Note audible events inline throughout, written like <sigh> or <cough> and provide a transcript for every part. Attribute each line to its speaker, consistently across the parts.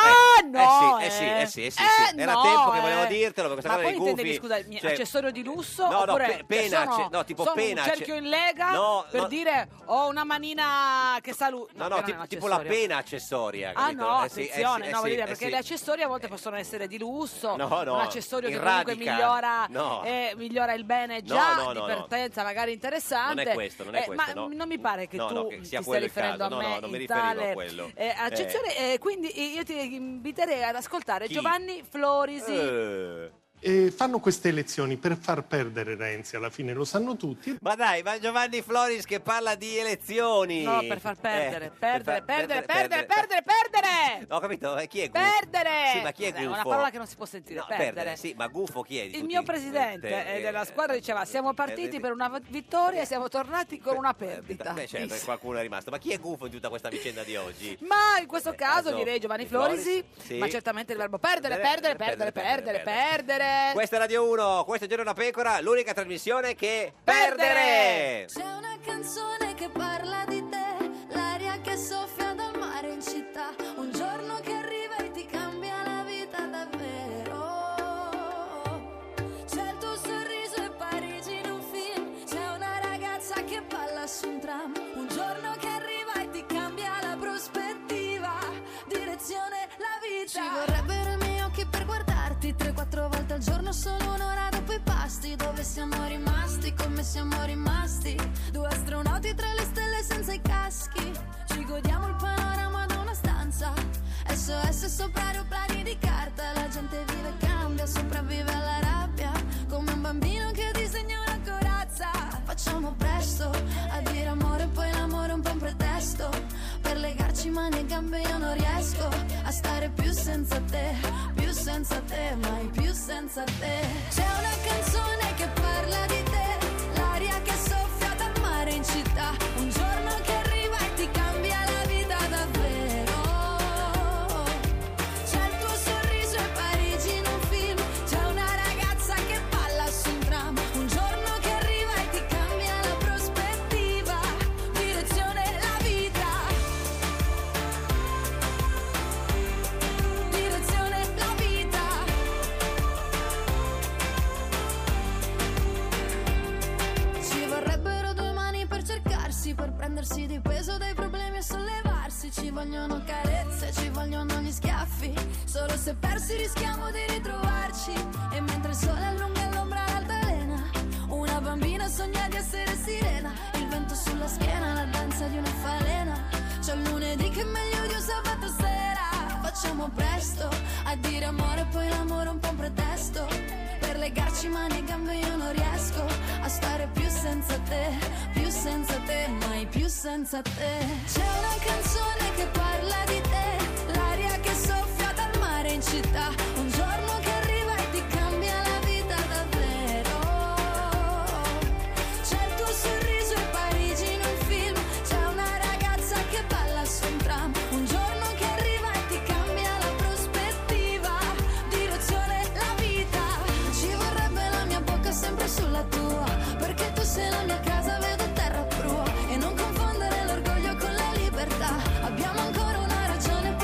Speaker 1: Ah, no,
Speaker 2: Eh, eh sì, eh
Speaker 1: eh.
Speaker 2: sì, eh sì, eh sì.
Speaker 1: Eh,
Speaker 2: Era
Speaker 1: no,
Speaker 2: tempo che
Speaker 1: eh.
Speaker 2: volevo dirtelo, perché
Speaker 1: Ma
Speaker 2: questa cosa
Speaker 1: poi
Speaker 2: dei
Speaker 1: intendevi,
Speaker 2: gufi,
Speaker 1: scusa, il mio
Speaker 2: cioè-
Speaker 1: accessorio di lusso?
Speaker 2: No, no,
Speaker 1: oppure
Speaker 2: pe- pena,
Speaker 1: sono,
Speaker 2: acce- no, tipo
Speaker 1: sono
Speaker 2: pena,
Speaker 1: un
Speaker 2: acce-
Speaker 1: cerchio in lega
Speaker 2: No,
Speaker 1: per
Speaker 2: no.
Speaker 1: dire ho una manina che saluta.
Speaker 2: No, no,
Speaker 1: che
Speaker 2: ti-
Speaker 1: non è un
Speaker 2: tipo la
Speaker 1: accessorio.
Speaker 2: pena accessoria,
Speaker 1: Ah
Speaker 2: capito?
Speaker 1: no,
Speaker 2: Eh sì, eh sì,
Speaker 1: attenzione,
Speaker 2: eh
Speaker 1: no, voglio
Speaker 2: sì,
Speaker 1: dire,
Speaker 2: eh
Speaker 1: perché
Speaker 2: sì.
Speaker 1: le accessorie a volte possono essere di lusso,
Speaker 2: No, no,
Speaker 1: un accessorio che
Speaker 2: irradica.
Speaker 1: comunque migliora,
Speaker 2: No.
Speaker 1: eh, migliora il bene
Speaker 2: No,
Speaker 1: già,
Speaker 2: no,
Speaker 1: di
Speaker 2: no,
Speaker 1: partenza magari interessante.
Speaker 2: Non è questo, non è
Speaker 1: Eh,
Speaker 2: questo,
Speaker 1: Ma
Speaker 2: no.
Speaker 1: non mi pare che
Speaker 2: No,
Speaker 1: tu
Speaker 2: no, che sia
Speaker 1: ti stia
Speaker 2: quello il
Speaker 1: riferendo
Speaker 2: caso.
Speaker 1: a me
Speaker 2: No, no, non mi
Speaker 1: in
Speaker 2: riferivo a
Speaker 1: tale,
Speaker 2: quello.
Speaker 1: eh, accezione, eh, quindi io ti inviterei ad ascoltare
Speaker 2: Chi? Eh.
Speaker 1: Giovanni Florisi.
Speaker 3: Eh. E fanno queste elezioni per far perdere Renzi, alla fine lo sanno tutti.
Speaker 2: Ma dai, ma Giovanni Floris che parla di elezioni.
Speaker 1: No, per far perdere,
Speaker 2: Eh,
Speaker 1: perdere,
Speaker 2: per far-
Speaker 1: perdere, perdere, perdere, perdere!
Speaker 2: No, Ho capito, eh, chi è gufo?
Speaker 1: Perdere!
Speaker 2: Sì, ma chi è
Speaker 1: Vabbè,
Speaker 2: gufo?
Speaker 1: una parola che non si può sentire,
Speaker 2: No,
Speaker 1: perdere.
Speaker 2: Sì, ma gufo chi è? di
Speaker 1: Il
Speaker 2: tutti?
Speaker 1: mio presidente
Speaker 2: Eh,
Speaker 1: eh, eh, della squadra diceva siamo partiti per una vittoria e siamo tornati con una perdita.
Speaker 2: Beh, certo, qualcuno è rimasto. Ma chi è gufo in tutta questa vicenda di oggi?
Speaker 1: <laughs> Ma in questo caso
Speaker 2: no.
Speaker 1: direi Giovanni
Speaker 2: Floris,
Speaker 1: Eh, Florisi,
Speaker 2: sì.
Speaker 1: ma certamente il verbo perdere, perdere, perdere, perdere, perdere.
Speaker 2: Questa è Radio 1, questo è Giorno da Pecora, l'unica trasmissione che...
Speaker 4: C'è una canzone che parla di te, l'aria che soffia dal mare in città, un giorno che arriva e ti cambia la vita davvero. C'è il tuo sorriso e Parigi in un film, c'è una ragazza che balla su un tram, un giorno che arriva e ti cambia la prospettiva, direzione, la vita. Ci vorrebbero i miei occhi per guardarti 3-4 volte al giorno, solo un'ora dopo i pasti, dove siamo rimasti, come siamo rimasti, due astronauti tra le stelle senza i caschi, ci godiamo il panorama da una stanza, SOS sopra aeroplani di carta, la gente vive e cambia, sopravvive alla rabbia, come un bambino che disegna una corazza, facciamo presto a dire amore, poi l'amore è un po' un pretesto, per legarci mani e gambe io non riesco a stare più senza te, più senza te, mai più senza te. C'è una canzone che parla di te, l'aria che soffia dal mare in città, un giorno che arriva e ti cambia la vita davvero. C'è il tuo sorriso e Parigi in un film, c'è una ragazza che balla su un tram, un giorno che arriva e ti cambia la prospettiva, direzione la vita. Direzione la vita. Ci vorrebbero due mani per cercarsi, per prendersi di peso dai problemi e sollevarsi. Ci vogliono carezze, ci vogliono gli schiaffi. Solo se persi rischiamo di ritrovarci. E mentre il sole allunga l'ombra all'altalena, una bambina sogna di essere sirena. Il vento sulla schiena, la danza di una falena. C'è un lunedì che è meglio di un sabato sera. Facciamo presto a dire amore, poi l'amore è un po' un pretesto. Per legarci mani e gambe io non riesco a stare più senza te, più senza te, mai più senza te. C'è una canzone che parla di te, l'aria che soffia dal mare in città. Un giorno che arriva e ti cambia la vita davvero. C'è il tuo Certo sorriso e Parigi in un film C'è una ragazza che balla su un tram Un giorno che arriva e ti cambia la prospettiva Direzione la vita Ci vorrebbe la mia bocca sempre sulla tua Perché tu sei la mia casa, vedo terra prua E non confondere l'orgoglio con la libertà Abbiamo ancora una ragione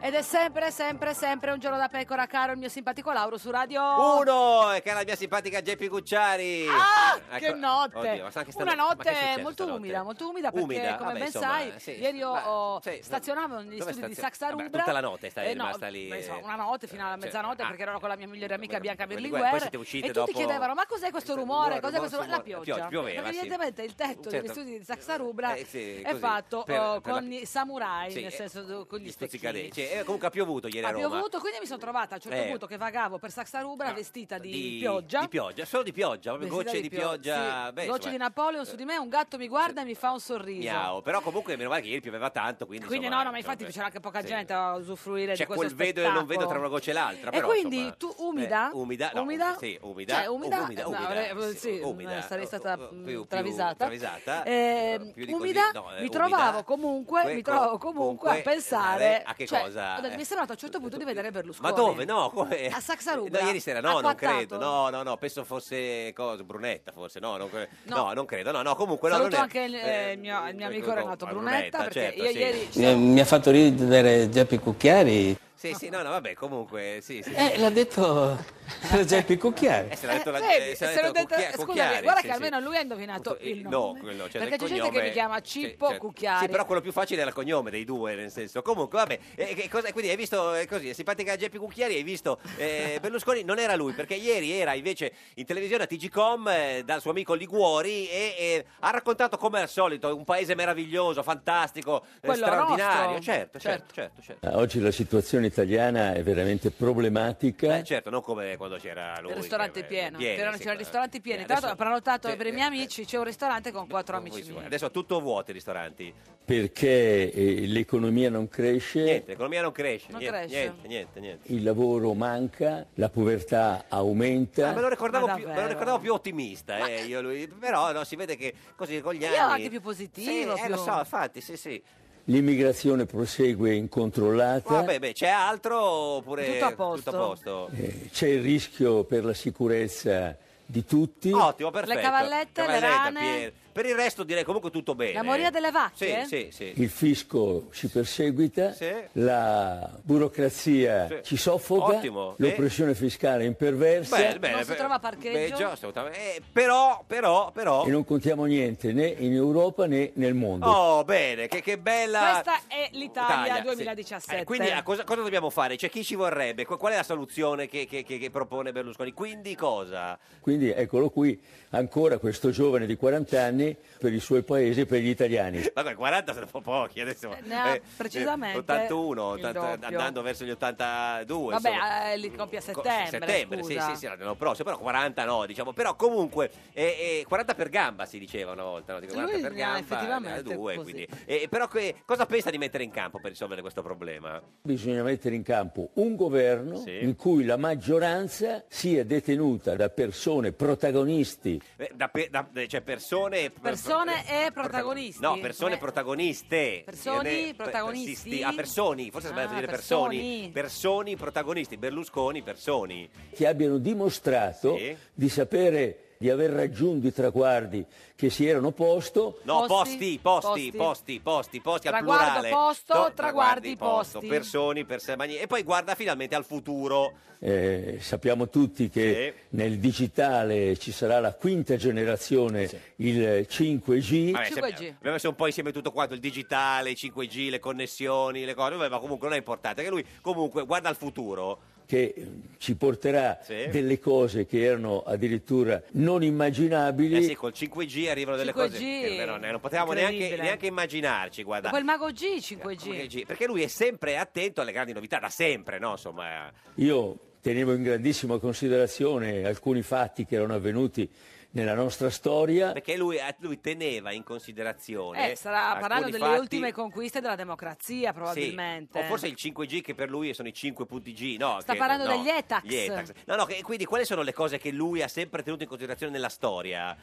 Speaker 1: è sempre, sempre, sempre un giorno da pecora, caro il mio simpatico Lauro su Radio
Speaker 2: Uno, e che è la mia simpatica Geppi Gucciari.
Speaker 1: Ah, che
Speaker 2: Ecco-
Speaker 1: notte!
Speaker 2: Oddio, ma sta anche
Speaker 1: Una
Speaker 2: stanotte- ma
Speaker 1: notte
Speaker 2: che è successo
Speaker 1: molto
Speaker 2: stanotte?
Speaker 1: umida, molto umida perché,
Speaker 2: Umida?
Speaker 1: come
Speaker 2: Vabbè,
Speaker 1: ben
Speaker 2: insomma,
Speaker 1: sai,
Speaker 2: sì,
Speaker 1: ieri io
Speaker 2: ma-
Speaker 1: oh,
Speaker 2: sì,
Speaker 1: stazionavo negli
Speaker 2: dove
Speaker 1: studi di
Speaker 2: stazio-
Speaker 1: Saxarubra.
Speaker 2: Vabbè, tutta la notte stai
Speaker 1: Eh, no,
Speaker 2: rimasta lì,
Speaker 1: beh, insomma,
Speaker 2: eh.
Speaker 1: una notte fino alla
Speaker 2: Cioè,
Speaker 1: mezzanotte
Speaker 2: ah,
Speaker 1: perché ero con la mia migliore amica Bianca
Speaker 2: Berlinguer,
Speaker 1: Berlinguer
Speaker 2: poi siete uscite
Speaker 1: e tutti
Speaker 2: dopo-
Speaker 1: chiedevano ma cos'è questo
Speaker 2: Questo
Speaker 1: rumore,
Speaker 2: rumore,
Speaker 1: cos'è questo
Speaker 2: rumore,
Speaker 1: rumore? La
Speaker 2: rumore.
Speaker 1: pioggia.
Speaker 2: Piove- pioveva,
Speaker 1: Perché
Speaker 2: sì.
Speaker 1: evidentemente il tetto degli
Speaker 2: Certo.
Speaker 1: studi di Saxarubra
Speaker 2: Eh, sì,
Speaker 1: è
Speaker 2: così,
Speaker 1: fatto
Speaker 2: per-
Speaker 1: oh,
Speaker 2: per la-
Speaker 1: con i samurai,
Speaker 2: Sì,
Speaker 1: nel
Speaker 2: eh,
Speaker 1: senso do- con gli
Speaker 2: Gli
Speaker 1: stecchini.
Speaker 2: stuzzicadenti. Eh, comunque ha piovuto ieri
Speaker 1: Ha
Speaker 2: a Roma.
Speaker 1: piovuto, quindi mi sono trovata a un certo
Speaker 2: Eh. Ah,
Speaker 1: punto che vagavo per Saxarubra vestita di, pioggia.
Speaker 2: Di pioggia, solo di pioggia, proprio
Speaker 1: Vestita
Speaker 2: gocce di pioggia.
Speaker 1: sì.
Speaker 2: beh,
Speaker 1: gocce di
Speaker 2: insomma,
Speaker 1: Napoleon su di me, un gatto mi guarda e mi fa un sorriso.
Speaker 2: miau. Però comunque meno male che ieri pioveva tanto, quindi
Speaker 1: Quindi
Speaker 2: insomma,
Speaker 1: no, no, ma infatti
Speaker 2: insomma,
Speaker 1: c'era anche poca gente a usufruire di
Speaker 2: c'è
Speaker 1: questo
Speaker 2: quel vedo e non vedo tra
Speaker 1: spettacolo.
Speaker 2: una goccia e l'altra.
Speaker 1: E
Speaker 2: però,
Speaker 1: quindi
Speaker 2: insomma,
Speaker 1: tu umida?
Speaker 2: eh, umida, no,
Speaker 1: Umida?
Speaker 2: sì, umida, Oh,
Speaker 1: Cioè, umida,
Speaker 2: umida,
Speaker 1: eh,
Speaker 2: umida,
Speaker 1: avrei-
Speaker 2: sì,
Speaker 1: sì,
Speaker 2: umida, Oh,
Speaker 1: sarei stata
Speaker 2: più-
Speaker 1: mh,
Speaker 2: più
Speaker 1: travisata.
Speaker 2: travisata,
Speaker 1: Eh,
Speaker 2: più di
Speaker 1: umida,
Speaker 2: così, no, eh,
Speaker 1: mi
Speaker 2: umida,
Speaker 1: trovavo comunque, mi
Speaker 2: comunque-
Speaker 1: trovo comunque a
Speaker 2: comunque,
Speaker 1: pensare
Speaker 2: a che
Speaker 1: cioè,
Speaker 2: cosa? eh.
Speaker 1: ho detto, mi è sembrato a un certo punto di vedere Berlusconi.
Speaker 2: Ma dove? No, come?
Speaker 1: A Saxarubra.
Speaker 2: No, ieri sera
Speaker 1: A
Speaker 2: no, non
Speaker 1: Quartato.
Speaker 2: credo. No, no, no, penso fosse cosa, Brunetta, forse. No, non, cre-
Speaker 1: No.
Speaker 2: no, non credo. No, no, comunque no,
Speaker 1: Saluto
Speaker 2: non è-
Speaker 1: anche il, eh, il mio, il mio amico
Speaker 2: ecco,
Speaker 1: Renato
Speaker 2: ma
Speaker 1: Brunetta,
Speaker 2: Brunetta,
Speaker 1: perché
Speaker 2: certo,
Speaker 1: io
Speaker 2: sì.
Speaker 1: ieri...
Speaker 5: Mi, mi ha fatto ridere Geppi Cucchiari.
Speaker 2: Sì, sì, no, no, vabbè, comunque sì, sì.
Speaker 5: Eh, l'ha detto <laughs> Geppi Cucchiari.
Speaker 2: Eh, se l'ha detto la
Speaker 1: Vedi,
Speaker 2: eh, se l'ha
Speaker 1: se l'ho
Speaker 2: detto
Speaker 1: detto-
Speaker 2: Cucchia-
Speaker 1: scusami,
Speaker 2: Cucchiari,
Speaker 1: guarda
Speaker 2: sì,
Speaker 1: che
Speaker 2: sì.
Speaker 1: almeno lui ha indovinato il
Speaker 2: No,
Speaker 1: nome.
Speaker 2: quello, cioè,
Speaker 1: perché
Speaker 2: del
Speaker 1: c'è gente che
Speaker 2: cognome-
Speaker 1: mi chiama
Speaker 2: sì,
Speaker 1: Cippo
Speaker 2: certo.
Speaker 1: Cucchiari.
Speaker 2: Sì, però quello più facile era il cognome dei due, nel senso. Comunque, vabbè, eh, che cosa- quindi hai visto eh, così, è simpatica Geppi Cucchiari, hai visto
Speaker 1: <laughs>
Speaker 2: eh, Berlusconi, non era lui, perché ieri era invece in televisione a TGcom eh, dal suo amico Liguori e, e ha raccontato come al solito un paese meraviglioso, fantastico, eh,
Speaker 1: Quello
Speaker 2: straordinario,
Speaker 1: nostro.
Speaker 2: certo, certo, certo, certo,
Speaker 6: Ah, Oggi la situazione italiana è veramente problematica.
Speaker 2: Eh, certo, non come quando c'era lui.
Speaker 1: Il ristorante
Speaker 2: che, eh,
Speaker 1: pieno,
Speaker 2: pieni,
Speaker 1: c'erano
Speaker 2: sì,
Speaker 1: c'erano
Speaker 2: eh,
Speaker 1: ristoranti pieni.
Speaker 2: eh,
Speaker 1: Tra l'altro, ho
Speaker 2: adesso-
Speaker 1: prenotato
Speaker 2: sì,
Speaker 1: per i miei amici, c'è un ristorante con quattro amici miei.
Speaker 2: Adesso è tutto vuoto i ristoranti.
Speaker 6: Perché eh, l'economia non cresce,
Speaker 2: Niente, l'economia non cresce.
Speaker 1: Non
Speaker 2: niente,
Speaker 1: cresce.
Speaker 2: niente, niente, niente.
Speaker 6: il lavoro manca, la povertà aumenta.
Speaker 2: Ah, me, lo ricordavo
Speaker 1: Ma
Speaker 2: più, me lo
Speaker 1: davvero?
Speaker 2: ricordavo più ottimista, eh, io lui. Però no, si vede che così con gli
Speaker 1: Io
Speaker 2: anni.
Speaker 1: anche più positivo,
Speaker 2: Sì, eh,
Speaker 1: più-
Speaker 2: lo so, infatti, sì, sì.
Speaker 6: L'immigrazione prosegue incontrollata.
Speaker 2: Vabbè, beh, c'è altro oppure
Speaker 1: Tutto a posto.
Speaker 2: posto?
Speaker 6: Eh, C'è il rischio per la sicurezza di tutti.
Speaker 2: Ottimo, perfetto.
Speaker 1: cavallette, le rane.
Speaker 2: Pier. Per il resto direi comunque tutto bene.
Speaker 1: La moria delle vacche?
Speaker 2: Sì, sì, sì.
Speaker 6: Il fisco ci perseguita,
Speaker 2: Sì.
Speaker 6: la burocrazia
Speaker 2: Sì.
Speaker 6: ci soffoca,
Speaker 2: Ottimo, eh.
Speaker 6: l'oppressione fiscale è imperversa
Speaker 2: Bene, bene,
Speaker 1: Non si
Speaker 2: beh,
Speaker 1: trova parcheggio?
Speaker 2: beh, già, assolutamente. Eh, però, però, però.
Speaker 6: e non contiamo niente né in Europa né nel mondo.
Speaker 2: Oh, bene, che, che bella.
Speaker 1: Questa è l'Italia
Speaker 2: Italia, sì.
Speaker 1: 2017.
Speaker 2: Eh, quindi ah, cosa, cosa dobbiamo fare? C'è chi ci vorrebbe? Qu- Qual è la soluzione che, che- che- che propone Berlusconi? Quindi cosa?
Speaker 6: Quindi eccolo qui, ancora questo giovane di 40 anni per il suo paese e per gli italiani.
Speaker 2: Vabbè, 40 sono un po' pochi adesso.
Speaker 1: Eh, ne ha precisamente
Speaker 2: 81,
Speaker 1: il
Speaker 2: 80
Speaker 1: doppio.
Speaker 2: andando verso gli 82. insomma.
Speaker 1: Vabbè, eh, li compie a
Speaker 2: Co-
Speaker 1: settembre.
Speaker 2: settembre sì,
Speaker 1: scusa.
Speaker 2: sì, sì, l'anno prossimo, però 40 no, diciamo, però comunque eh, eh, 40 per gamba si diceva una volta, no? Dico,
Speaker 1: Lui
Speaker 2: 40 per
Speaker 1: ne ha
Speaker 2: gamba,
Speaker 1: effettivamente
Speaker 2: ne ha due,
Speaker 1: così.
Speaker 2: quindi. Eh, però que- cosa pensa di mettere in campo per risolvere questo problema?
Speaker 6: Bisogna mettere in campo un governo
Speaker 2: Sì.
Speaker 6: in cui la maggioranza sia detenuta da persone protagonisti
Speaker 2: Eh, Da, pe- da- cioè persone
Speaker 1: Persone e protagonisti?
Speaker 2: no persone
Speaker 1: Come-
Speaker 2: protagoniste
Speaker 1: Personi,
Speaker 2: Sì, ne- per-
Speaker 1: protagonisti?
Speaker 2: persisti- ah personi forse ho sbagliato
Speaker 1: Ah,
Speaker 2: a dire
Speaker 1: personi.
Speaker 2: personi personi protagonisti Berlusconi personi
Speaker 6: che abbiano dimostrato
Speaker 2: Sì.
Speaker 6: di sapere di aver raggiunto i traguardi che si erano posto
Speaker 2: no
Speaker 1: Posti?
Speaker 2: posti posti
Speaker 1: Posti.
Speaker 2: posti posti posti al
Speaker 1: Traguardo,
Speaker 2: plurale
Speaker 1: posto,
Speaker 2: To-
Speaker 1: traguardi, posti.
Speaker 2: personi perse- magni- e poi guarda finalmente al futuro
Speaker 6: Eh, sappiamo tutti che
Speaker 2: Sì.
Speaker 6: nel digitale ci sarà la quinta generazione, il 5G.
Speaker 2: Vabbè,
Speaker 1: 5G.
Speaker 2: se- abbiamo messo un po' insieme tutto quanto il digitale, il 5G, le connessioni, le cose, vabbè, ma comunque non è importante, che lui comunque guarda al futuro.
Speaker 6: che eh, ci porterà
Speaker 2: Sì.
Speaker 6: delle cose che erano addirittura non immaginabili.
Speaker 2: Eh sì, col 5G arrivano delle
Speaker 1: 5G,
Speaker 2: cose che non, Eh, non potevamo neanche,
Speaker 1: incredibile.
Speaker 2: neanche immaginarci, guarda.
Speaker 1: Quel mago G, 5G.
Speaker 2: 5G, Perché lui è sempre attento alle grandi novità, da sempre, no?
Speaker 1: Eh.
Speaker 2: Insomma,
Speaker 6: Io tenevo in grandissima considerazione alcuni fatti che erano avvenuti nella nostra storia.
Speaker 2: perché lui, eh, lui teneva in considerazione.
Speaker 1: Eh, sarà
Speaker 2: alcuni
Speaker 1: parlando delle
Speaker 2: fatti-
Speaker 1: ultime conquiste della democrazia,
Speaker 2: Sì,
Speaker 1: probabilmente.
Speaker 2: o forse il 5G che per lui sono i 5 punti G, no?
Speaker 1: Sta
Speaker 2: che-
Speaker 1: parlando
Speaker 2: no,
Speaker 1: degli ETAX.
Speaker 2: No, no, che- quindi quali sono le cose che lui ha sempre tenuto in considerazione nella storia?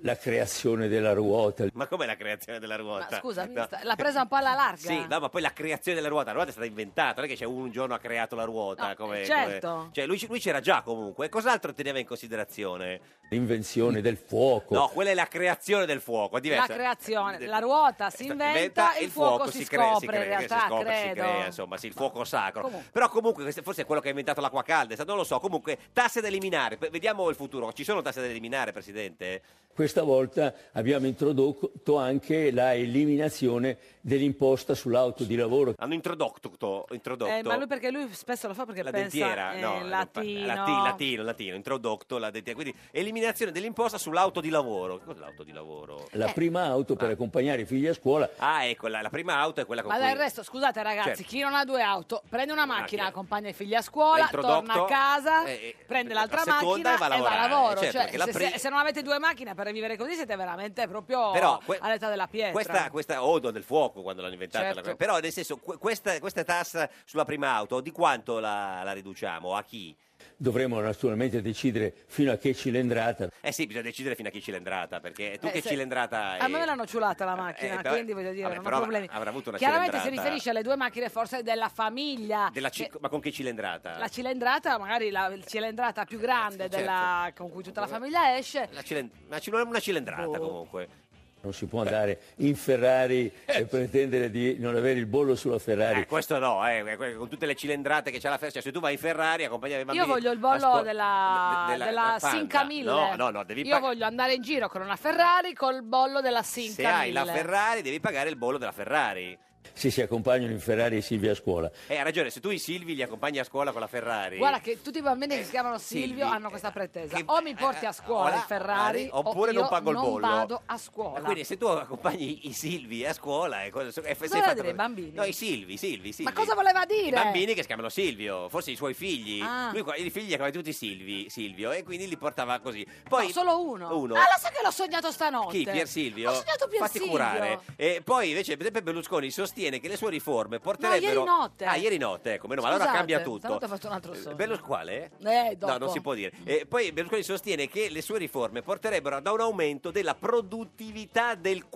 Speaker 6: la creazione della ruota.
Speaker 2: Ma com'è la creazione della ruota?
Speaker 1: Ma scusa,
Speaker 2: No.
Speaker 1: sta- l'ha presa un po' alla larga.
Speaker 2: Sì, no, ma poi la creazione della ruota, la ruota è stata inventata, non è che c'è un giorno ha creato la ruota.
Speaker 1: No,
Speaker 2: come-
Speaker 1: eh, certo.
Speaker 2: come- Cioè, lui, lui c'era già comunque. Cos'altro teneva in considerazione?
Speaker 6: L'invenzione del fuoco.
Speaker 2: No, quella è la creazione del fuoco, è
Speaker 1: La
Speaker 2: diversa. Esatto,
Speaker 1: creazione, la ruota si inventa e il fuoco, si,
Speaker 2: crea-
Speaker 1: scopre
Speaker 2: crea-
Speaker 1: in realtà,
Speaker 2: si scopre, si
Speaker 1: credo. Eh,
Speaker 2: crea, insomma, sì, il fuoco sacro.
Speaker 1: Comunque.
Speaker 2: Però comunque questo forse è quello che ha inventato l'acqua calda, non lo so, comunque tasse da eliminare, P- vediamo il futuro. Ci sono tasse da eliminare, presidente? Eh,
Speaker 6: Questa volta abbiamo introdotto anche la eliminazione dell'imposta sull'auto di lavoro.
Speaker 2: Hanno introdotto, introdotto
Speaker 1: Eh, ma lui perché lui spesso lo fa perché
Speaker 2: la
Speaker 1: pensa
Speaker 2: dentiera,
Speaker 1: eh,
Speaker 2: no, non fa-
Speaker 1: latino.
Speaker 2: lati- latino, latino, introdotto la dentiera, quindi eliminazione dell'imposta sull'auto di lavoro. Cos'è l'auto di lavoro?
Speaker 1: Eh.
Speaker 6: La prima auto per accompagnare i figli a scuola.
Speaker 2: Ah, ecco, la, la prima auto è quella con
Speaker 1: Ma
Speaker 2: cui
Speaker 1: del resto, scusate ragazzi,
Speaker 2: Certo.
Speaker 1: chi non ha due auto prende una macchina,
Speaker 2: Macchina.
Speaker 1: accompagna i figli a
Speaker 2: L'ha
Speaker 1: scuola,
Speaker 2: introdotto,
Speaker 1: torna a casa,
Speaker 2: eh, eh,
Speaker 1: prende
Speaker 2: la
Speaker 1: l'altra
Speaker 2: seconda
Speaker 1: macchina
Speaker 2: e va a lavorare,
Speaker 1: lavoro.
Speaker 2: certo,
Speaker 1: Cioè,
Speaker 2: perché la
Speaker 1: se,
Speaker 2: pri-
Speaker 1: se- se non avete due macchine per vivere così siete veramente proprio
Speaker 2: Però que-
Speaker 1: all'età della pietra.
Speaker 2: Questa, questa odo del fuoco quando l'hanno inventata,
Speaker 1: Certo.
Speaker 2: la- però nel senso que- questa, questa tassa sulla prima auto di quanto la, la riduciamo? A chi?
Speaker 6: Dovremo naturalmente decidere fino a che cilindrata.
Speaker 2: Eh sì, bisogna decidere fino a che cilindrata, perché tu
Speaker 1: Eh,
Speaker 2: che
Speaker 1: se-
Speaker 2: cilindrata hai?
Speaker 1: A me me l'hanno ciulata la macchina,
Speaker 2: eh, però-
Speaker 1: quindi voglio dire,
Speaker 2: vabbè,
Speaker 1: non
Speaker 2: però
Speaker 1: ho problemi.
Speaker 2: avrà avuto una
Speaker 1: Chiaramente si
Speaker 2: cilindrata.
Speaker 1: riferisce alle due macchine forse della famiglia.
Speaker 2: Della ci-
Speaker 1: che-
Speaker 2: Ma con che cilindrata?
Speaker 1: la cilindrata, magari la il cilindrata più grande
Speaker 2: certo.
Speaker 1: della- con cui tutta la famiglia esce.
Speaker 2: La cilen- una cil- una cilindrata
Speaker 1: Boh.
Speaker 2: comunque.
Speaker 6: Non si può andare in Ferrari e pretendere di non avere il bollo sulla Ferrari.
Speaker 2: Eh, questo no, eh, que- que- con tutte le cilindrate che c'ha la Ferrari, cioè, se tu vai in Ferrari accompagna i bambini.
Speaker 1: Io voglio il
Speaker 2: a
Speaker 1: bollo
Speaker 2: scuola-
Speaker 1: della,
Speaker 2: de-
Speaker 1: della
Speaker 2: della- della Panda.
Speaker 1: Sinca 1000.
Speaker 2: No, no, no, devi
Speaker 1: Io
Speaker 2: pag-
Speaker 1: voglio andare in giro con una Ferrari col bollo della Sinca
Speaker 2: Se hai
Speaker 1: 1000.
Speaker 2: la Ferrari devi pagare il bollo della Ferrari.
Speaker 6: Se si accompagnano in Ferrari e Silvia a scuola.
Speaker 2: Eh, ha ragione, se tu i Silvi li accompagni a scuola con la Ferrari. eh,
Speaker 1: Guarda che tutti i bambini che si chiamano Silvio
Speaker 2: Silvi, eh,
Speaker 1: hanno questa pretesa.
Speaker 2: che-
Speaker 1: o mi porti a scuola
Speaker 2: eh,
Speaker 1: in Ferrari
Speaker 2: oppure
Speaker 1: o io
Speaker 2: non pago il bollo.
Speaker 1: vado a scuola.
Speaker 2: Ma Quindi se tu accompagni i Silvi a scuola è cosa, è,
Speaker 1: Cosa vuol dire i bambini?
Speaker 2: No, i Silvi, Silvi, Silvi.
Speaker 1: Ma cosa voleva dire?
Speaker 2: I bambini che si chiamano Silvio, forse i suoi figli.
Speaker 1: Ah.
Speaker 2: Lui qua- i figli li chiamava tutti Silvi, Silvio e quindi li portava così.
Speaker 1: No,
Speaker 2: Poi
Speaker 1: solo uno.
Speaker 2: Uno.
Speaker 1: Ah, lo so che l'ho sognato stanotte.
Speaker 2: Chi? Pier Silvio?
Speaker 1: Ho sognato Pier
Speaker 2: Fatti
Speaker 1: Silvio.
Speaker 2: curare. E poi invece Beppe Berlusconi sostiene che le sue riforme porterebbero...
Speaker 1: ieri notte.
Speaker 2: Ah, ieri notte, ecco, meno male, allora
Speaker 1: Scusate,
Speaker 2: cambia tutto.
Speaker 1: stanotte ho fatto un altro sogno.
Speaker 2: Berlusconi quale?
Speaker 1: Eh, dopo.
Speaker 2: No, non si può dire. E poi Berlusconi sostiene che le sue riforme porterebbero ad un aumento della produttività del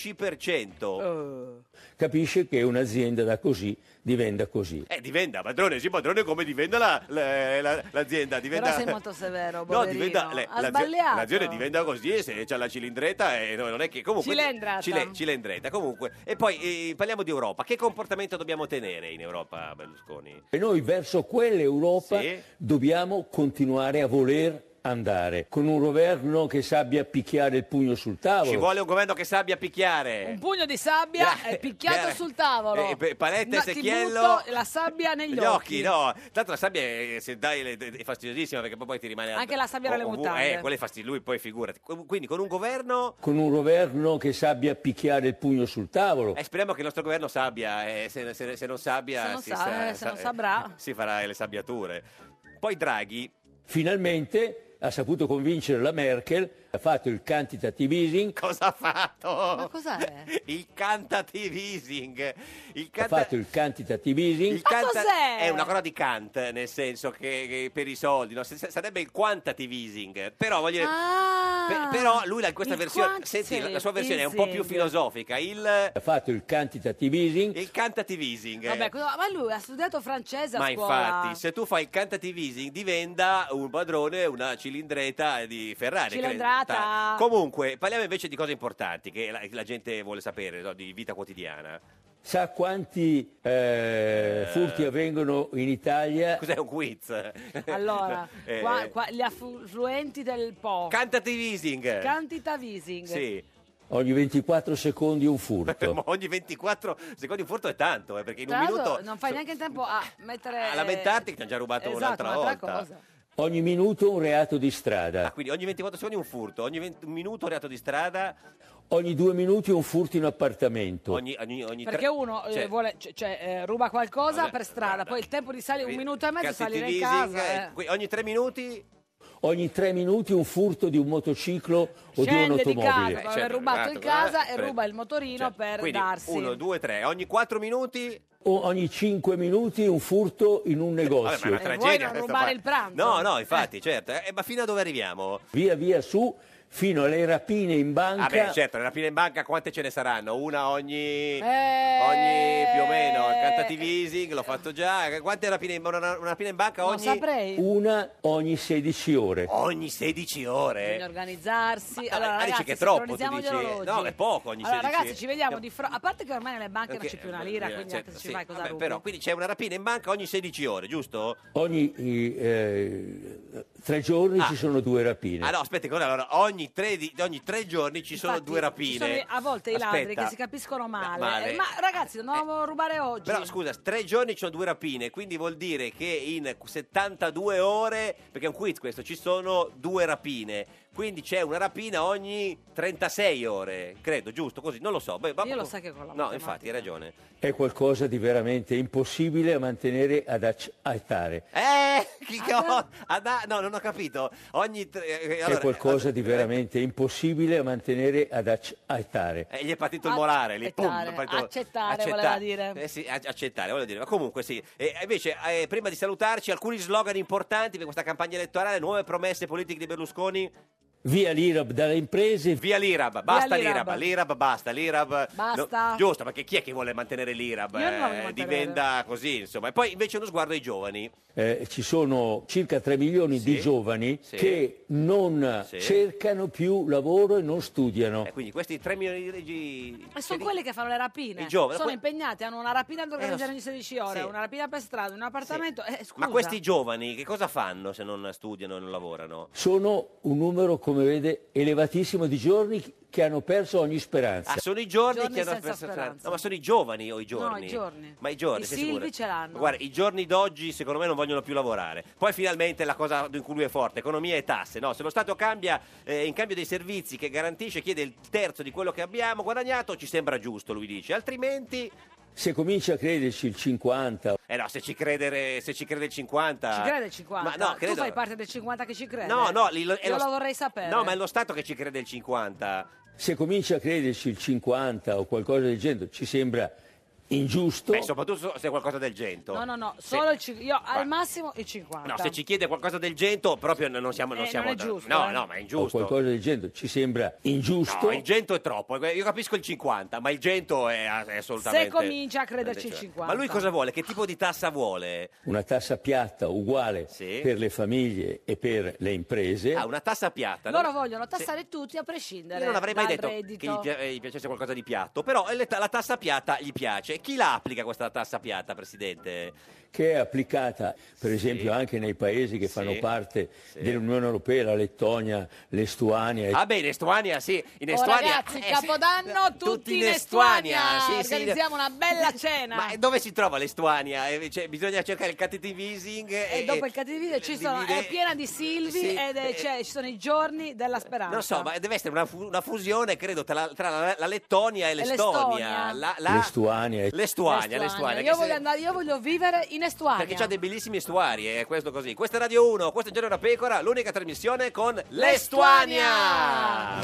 Speaker 2: 15%.
Speaker 1: Eh.
Speaker 6: Capisce che un'azienda da così diventa così.
Speaker 2: Eh, diventa padrone, sì, padrone come diventa la- la- la- l'azienda. Diventa...
Speaker 1: Però sei molto severo,
Speaker 2: No,
Speaker 1: poverino.
Speaker 2: diventa, le-
Speaker 1: ha
Speaker 2: l'azi-
Speaker 1: sbagliato.
Speaker 2: l'azienda diventa così e se c'ha la cilindretta e no, non è che comunque
Speaker 1: Cilendrata.
Speaker 2: Cile- cilindretta, comunque. E poi eh, parliamo di Europa. Che comportamento dobbiamo tenere in Europa, Berlusconi?
Speaker 6: E noi verso quell'Europa
Speaker 2: Sì.
Speaker 6: dobbiamo continuare a voler andare, con un governo che sappia picchiare il pugno sul tavolo.
Speaker 2: Ci vuole un governo che sappia
Speaker 1: Un
Speaker 2: picchiare.
Speaker 1: pugno di sabbia
Speaker 2: Gra-
Speaker 1: eh, picchiato
Speaker 2: Gra-
Speaker 1: sul tavolo.
Speaker 2: Eh, pe- Paletta e
Speaker 1: No, ti
Speaker 2: Secchiello.
Speaker 1: butto la sabbia negli
Speaker 2: Gli occhi, no. Tanto la sabbia è, se dai, le- è fastidiosissima perché poi ti rimane...
Speaker 1: Anche la sabbia
Speaker 2: o-
Speaker 1: nelle
Speaker 2: o-
Speaker 1: mutande.
Speaker 2: Eh, quella è fastidiosa, lui poi figurati. Quindi con un governo...
Speaker 6: Con un governo che sappia picchiare il pugno sul tavolo.
Speaker 2: Eh, speriamo che il nostro governo sappia, eh, se, se- se non sappia
Speaker 1: Se non
Speaker 2: si,
Speaker 1: sa- eh, se non
Speaker 2: eh,
Speaker 1: saprà.
Speaker 2: si farà le sabbiature. Poi Draghi,
Speaker 6: Finalmente ha saputo convincere la Merkel, ha fatto il quantitative easing,
Speaker 2: cosa ha fatto?
Speaker 1: Ma cos'è?
Speaker 2: <laughs> Il cantative easing. Il
Speaker 6: ha
Speaker 2: canta-
Speaker 6: fatto il quantitative easing,
Speaker 2: il
Speaker 1: Ma cos'è?
Speaker 2: È una cosa di Kant, nel senso che, che per i soldi, no? S- s- sarebbe il quantitative easing, però voglio dire...
Speaker 1: Ah,
Speaker 2: pe- però lui la- questa
Speaker 1: il
Speaker 2: versione,
Speaker 1: quantitative
Speaker 2: senti, la, la sua versione è un po' più
Speaker 1: easing.
Speaker 2: filosofica, il,
Speaker 6: ha fatto il quantitative easing,
Speaker 2: il cantative easing.
Speaker 1: Vabbè, cosa- ma lui ha studiato francese a
Speaker 2: Ma
Speaker 1: scuola.
Speaker 2: infatti, se tu fai il cantative easing, diventa un padrone una cilindretta di Ferrari. credo.
Speaker 1: Cilindrata.
Speaker 2: Comunque, parliamo invece di cose importanti che la, la gente vuole sapere, no, di vita quotidiana.
Speaker 6: sa quanti eh, furti avvengono in Italia
Speaker 2: Cos'è un quiz?
Speaker 1: <laughs> Allora,
Speaker 2: <laughs> Eh,
Speaker 1: qua- qua- gli affluenti del Po.
Speaker 2: Cantative easing.
Speaker 1: Cantita Vising.
Speaker 2: sì,
Speaker 6: ogni 24 secondi un
Speaker 2: ma
Speaker 6: furto.
Speaker 2: <laughs> ogni 24 secondi un furto è tanto, eh, perché in
Speaker 1: Tra
Speaker 2: un
Speaker 1: l'altro
Speaker 2: minuto
Speaker 1: non fai neanche in tempo a mettere... eh,
Speaker 2: a lamentarti che ti hanno già rubato
Speaker 1: Esatto,
Speaker 2: un'altra
Speaker 1: un'altra
Speaker 2: volta.
Speaker 1: cosa.
Speaker 6: Ogni minuto un reato di
Speaker 2: Ah,
Speaker 6: strada,
Speaker 2: quindi ogni 24 secondi un furto, ogni 20 un minuto un reato di strada,
Speaker 6: ogni due minuti un furto in appartamento.
Speaker 2: ogni, ogni, ogni tre-
Speaker 1: Perché uno eh,
Speaker 2: cioè-
Speaker 1: vuole, c- cioè, eh, ruba qualcosa per strada, poi il tempo di salire un minuto e mezzo,
Speaker 2: Cazzetti
Speaker 1: salire in
Speaker 2: leasing,
Speaker 1: casa.
Speaker 2: eh,
Speaker 1: eh.
Speaker 2: qui- Ogni tre minuti
Speaker 6: Ogni tre minuti un furto di un motociclo o di
Speaker 1: Scende di casa
Speaker 6: un'automobile.
Speaker 1: per
Speaker 2: Eh,
Speaker 1: aver
Speaker 2: certo,
Speaker 1: rubato in
Speaker 2: rubato,
Speaker 1: casa
Speaker 2: eh,
Speaker 1: e
Speaker 2: per-
Speaker 1: ruba il motorino
Speaker 2: cioè,
Speaker 1: per
Speaker 2: quindi
Speaker 1: darsi.
Speaker 2: Uno, due, tre. Ogni quattro minuti.
Speaker 6: O ogni cinque minuti un furto in un
Speaker 2: Vabbè, ma è
Speaker 6: negozio.
Speaker 2: una
Speaker 1: Eh,
Speaker 2: tragedia.
Speaker 1: vuoi non
Speaker 2: questa
Speaker 1: rubare
Speaker 2: qua.
Speaker 1: il pranzo?
Speaker 2: No, no, infatti, certo. Eh, ma fino a dove arriviamo?
Speaker 6: Via via su fino alle rapine in banca.
Speaker 2: Ah beh, certo, le rapine in banca quante ce ne saranno? Una ogni,
Speaker 1: Eh.
Speaker 2: ogni più o meno. Il Cantative easing l'ho fatto già. Quante rapine in, una, una rapina in banca
Speaker 1: Non
Speaker 2: ogni?
Speaker 1: saprei.
Speaker 6: Una ogni 16 ore.
Speaker 2: Ogni 16 ore?
Speaker 1: Bisogna organizzarsi.
Speaker 2: eh. Ma
Speaker 1: allora,
Speaker 2: dici
Speaker 1: ragazzi,
Speaker 2: che è troppo, tu
Speaker 1: sincronizziamo gli
Speaker 2: dici-
Speaker 1: orologi.
Speaker 2: no, è poco ogni
Speaker 1: Allora,
Speaker 2: 16.
Speaker 1: ragazzi, ci vediamo di fronte. A parte che ormai nelle banche non
Speaker 2: Anche-
Speaker 1: c'è più una lira,
Speaker 2: eh,
Speaker 1: quindi
Speaker 2: certo,
Speaker 1: anche se ci
Speaker 2: sì.
Speaker 1: vai cosa
Speaker 2: Vabbè,
Speaker 1: rubi.
Speaker 2: però, quindi c'è una rapina in banca ogni 16 ore, giusto?
Speaker 6: Ogni eh, tre giorni ci sono due rapine.
Speaker 2: Ah no, aspetti, cosa- allora, ogni tre, di- ogni tre giorni ci sono
Speaker 1: Infatti,
Speaker 2: due
Speaker 1: ci
Speaker 2: rapine.
Speaker 1: sono a volte i ladri
Speaker 2: Aspetta.
Speaker 1: che si capiscono male.
Speaker 2: male.
Speaker 1: Eh, Ma ragazzi, non dovevo rubare oggi.
Speaker 2: Però scusa, tre giorni ci sono due rapine, quindi vuol dire che in 72 ore, perché è un quiz questo, ci sono due rapine, quindi c'è una rapina ogni 36 ore, credo, giusto? Così, non lo so. Beh,
Speaker 1: Io lo so che con la
Speaker 2: No,
Speaker 1: matematica.
Speaker 2: infatti, hai ragione.
Speaker 6: È qualcosa di veramente impossibile da mantenere ad accettare.
Speaker 1: Ah,
Speaker 2: Eh, chi che ho- Ada- no, non ho capito. Ogni tre- eh,
Speaker 6: È
Speaker 2: allora,
Speaker 6: qualcosa di veramente impossibile da mantenere ad accettare.
Speaker 2: eh, gli è partito il morale lì, pum,
Speaker 1: Accettare,
Speaker 2: è partito-
Speaker 1: accettare, voleva dire.
Speaker 2: Eh sì, ac- accettare, volevo dire. Ma comunque sì. E invece, eh, prima di salutarci, alcuni slogan importanti per questa campagna elettorale, nuove promesse politiche di Berlusconi.
Speaker 6: Via l'IRAB dalle imprese,
Speaker 2: Via l'IRAB, basta
Speaker 1: l'IRAB.
Speaker 2: l'IRAB, l'IRAB basta, l'IRAB...
Speaker 1: Basta.
Speaker 2: no, giusto, perché chi è che vuole mantenere l'IRAB?
Speaker 1: Io non la voglio mantenere.
Speaker 2: Eh, diventa così, insomma. E poi invece uno sguardo ai giovani.
Speaker 6: eh, ci sono circa 3 milioni
Speaker 2: Sì.
Speaker 6: di giovani
Speaker 2: Sì.
Speaker 6: che non
Speaker 2: Sì.
Speaker 6: cercano più lavoro e non studiano.
Speaker 2: Eh, quindi questi 3 milioni di regi...
Speaker 1: E sono quelli che fanno le rapine.
Speaker 2: I giovani,
Speaker 1: sono
Speaker 2: que-
Speaker 1: impegnati, hanno una rapina da organizzare
Speaker 2: Eh, lo
Speaker 1: ogni
Speaker 2: so.
Speaker 1: 16 ore,
Speaker 2: Sì.
Speaker 1: una rapina per strada, un appartamento. Eh, scusa.
Speaker 2: Ma questi giovani che cosa fanno se non studiano e non lavorano?
Speaker 6: Sono un numero, come vede, elevatissimo di giorni che hanno perso ogni speranza.
Speaker 2: Ah, sono i giorni,
Speaker 1: Giorni
Speaker 2: che hanno
Speaker 1: senza speranza.
Speaker 2: No, ma sono i giovani o i giorni?
Speaker 1: i giorni.
Speaker 2: Ma i giorni,
Speaker 1: I
Speaker 2: sei
Speaker 1: Silvi
Speaker 2: sicura?
Speaker 1: ce l'hanno.
Speaker 2: Guarda, i giorni d'oggi secondo me non vogliono più lavorare. Poi finalmente la cosa in cui lui è forte, economia e tasse. No, se lo Stato cambia eh, in cambio dei servizi che garantisce chiede il terzo di quello che abbiamo guadagnato, ci sembra giusto, lui dice. Altrimenti
Speaker 6: Se comincia a crederci il 50,
Speaker 2: eh no, se ci credere, se ci crede il 50
Speaker 1: Ci crede il 50?
Speaker 2: Ah. Ma no, credo
Speaker 1: Tu fai eh. parte del 50 che ci crede?
Speaker 2: No, no, li-
Speaker 1: Io
Speaker 2: è
Speaker 1: lo,
Speaker 2: st-
Speaker 1: vorrei sapere.
Speaker 2: No, ma è lo Stato che ci crede il 50.
Speaker 6: se comincia a crederci il 50 o qualcosa del genere, ci sembra ingiusto.
Speaker 2: Beh, soprattutto se è qualcosa del gento.
Speaker 1: No, no, no,
Speaker 2: Se-
Speaker 1: solo il cin- io
Speaker 2: Guarda.
Speaker 1: al massimo il 50.
Speaker 2: No, se ci chiede qualcosa del gento, proprio non siamo. Non
Speaker 1: Eh,
Speaker 2: siamo
Speaker 1: non è
Speaker 2: da-
Speaker 1: giusto,
Speaker 2: no,
Speaker 1: eh.
Speaker 2: no, ma è
Speaker 6: o
Speaker 2: ingiusto.
Speaker 6: qualcosa del genere, ci sembra ingiusto.
Speaker 2: No, il gento è troppo. eh, Io capisco il 50, ma il gento è, è assolutamente.
Speaker 1: Se comincia a crederci il 50.
Speaker 2: Ma lui cosa vuole? Che tipo di tassa vuole?
Speaker 6: Una tassa piatta uguale
Speaker 2: Sì.
Speaker 6: per le famiglie e per le imprese.
Speaker 2: Ah, una tassa piatta.
Speaker 1: Loro
Speaker 2: no?
Speaker 1: vogliono
Speaker 2: Se-
Speaker 1: tassare tutti a prescindere
Speaker 2: Io non avrei mai
Speaker 1: dal
Speaker 2: detto
Speaker 1: reddito.
Speaker 2: che gli, pi- eh, gli piacesse qualcosa di piatto, però le- la tassa piatta gli piace. Chi la applica questa tassa piatta, Presidente?
Speaker 6: che è applicata per esempio anche nei paesi che
Speaker 2: Sì.
Speaker 6: fanno parte dell'Unione Europea, la Lettonia, l'Estuania.
Speaker 2: Ah beh, in Estuania sì, in
Speaker 1: Oh,
Speaker 2: Estuania...
Speaker 1: ragazzi,
Speaker 2: eh, sì.
Speaker 1: Capodanno tutti, in Estuania. Organizziamo una bella
Speaker 2: <laughs>
Speaker 1: cena.
Speaker 2: Ma eh, dove si trova l'Estuania? Eh, cioè, bisogna cercare il cattive easing.
Speaker 1: E Eh, dopo
Speaker 2: eh,
Speaker 1: il cattivismo ci sono, è piena di Silvi ed è- cioè, ci sono i giorni della speranza.
Speaker 2: eh, Non so, ma deve essere una, fu- una fusione, credo, tra, la, tra la- la Lettonia e l'Estonia.
Speaker 1: l'Estonia.
Speaker 2: La- la-
Speaker 6: L'Estuania.
Speaker 2: L'Estuania, l'Estuania, che
Speaker 1: Io,
Speaker 2: si-
Speaker 1: voglio andare- io voglio vivere in Estuania.
Speaker 2: Perché c'ha dei bellissimi estuari, è questo così. Questa è Radio 1, questo è Giorno da Pecora, l'unica trasmissione con l'Estuania!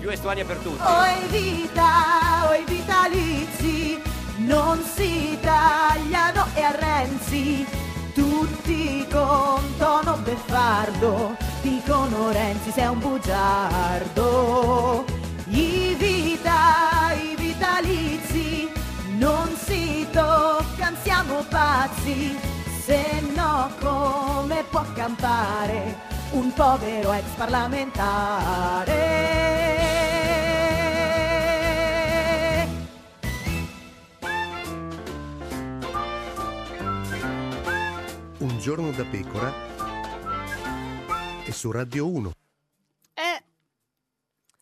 Speaker 2: Più Estuania per tutti.
Speaker 7: Oi vita, oi vitalizi, non si tagliano e a Renzi, tutti con tono beffardo, dicono Renzi sei un bugiardo. I vita, i vitalizi, non si toccano, siamo pazzi, se no come può campare un povero ex parlamentare?
Speaker 8: Un giorno da pecora e su Radio 1.
Speaker 1: Eh,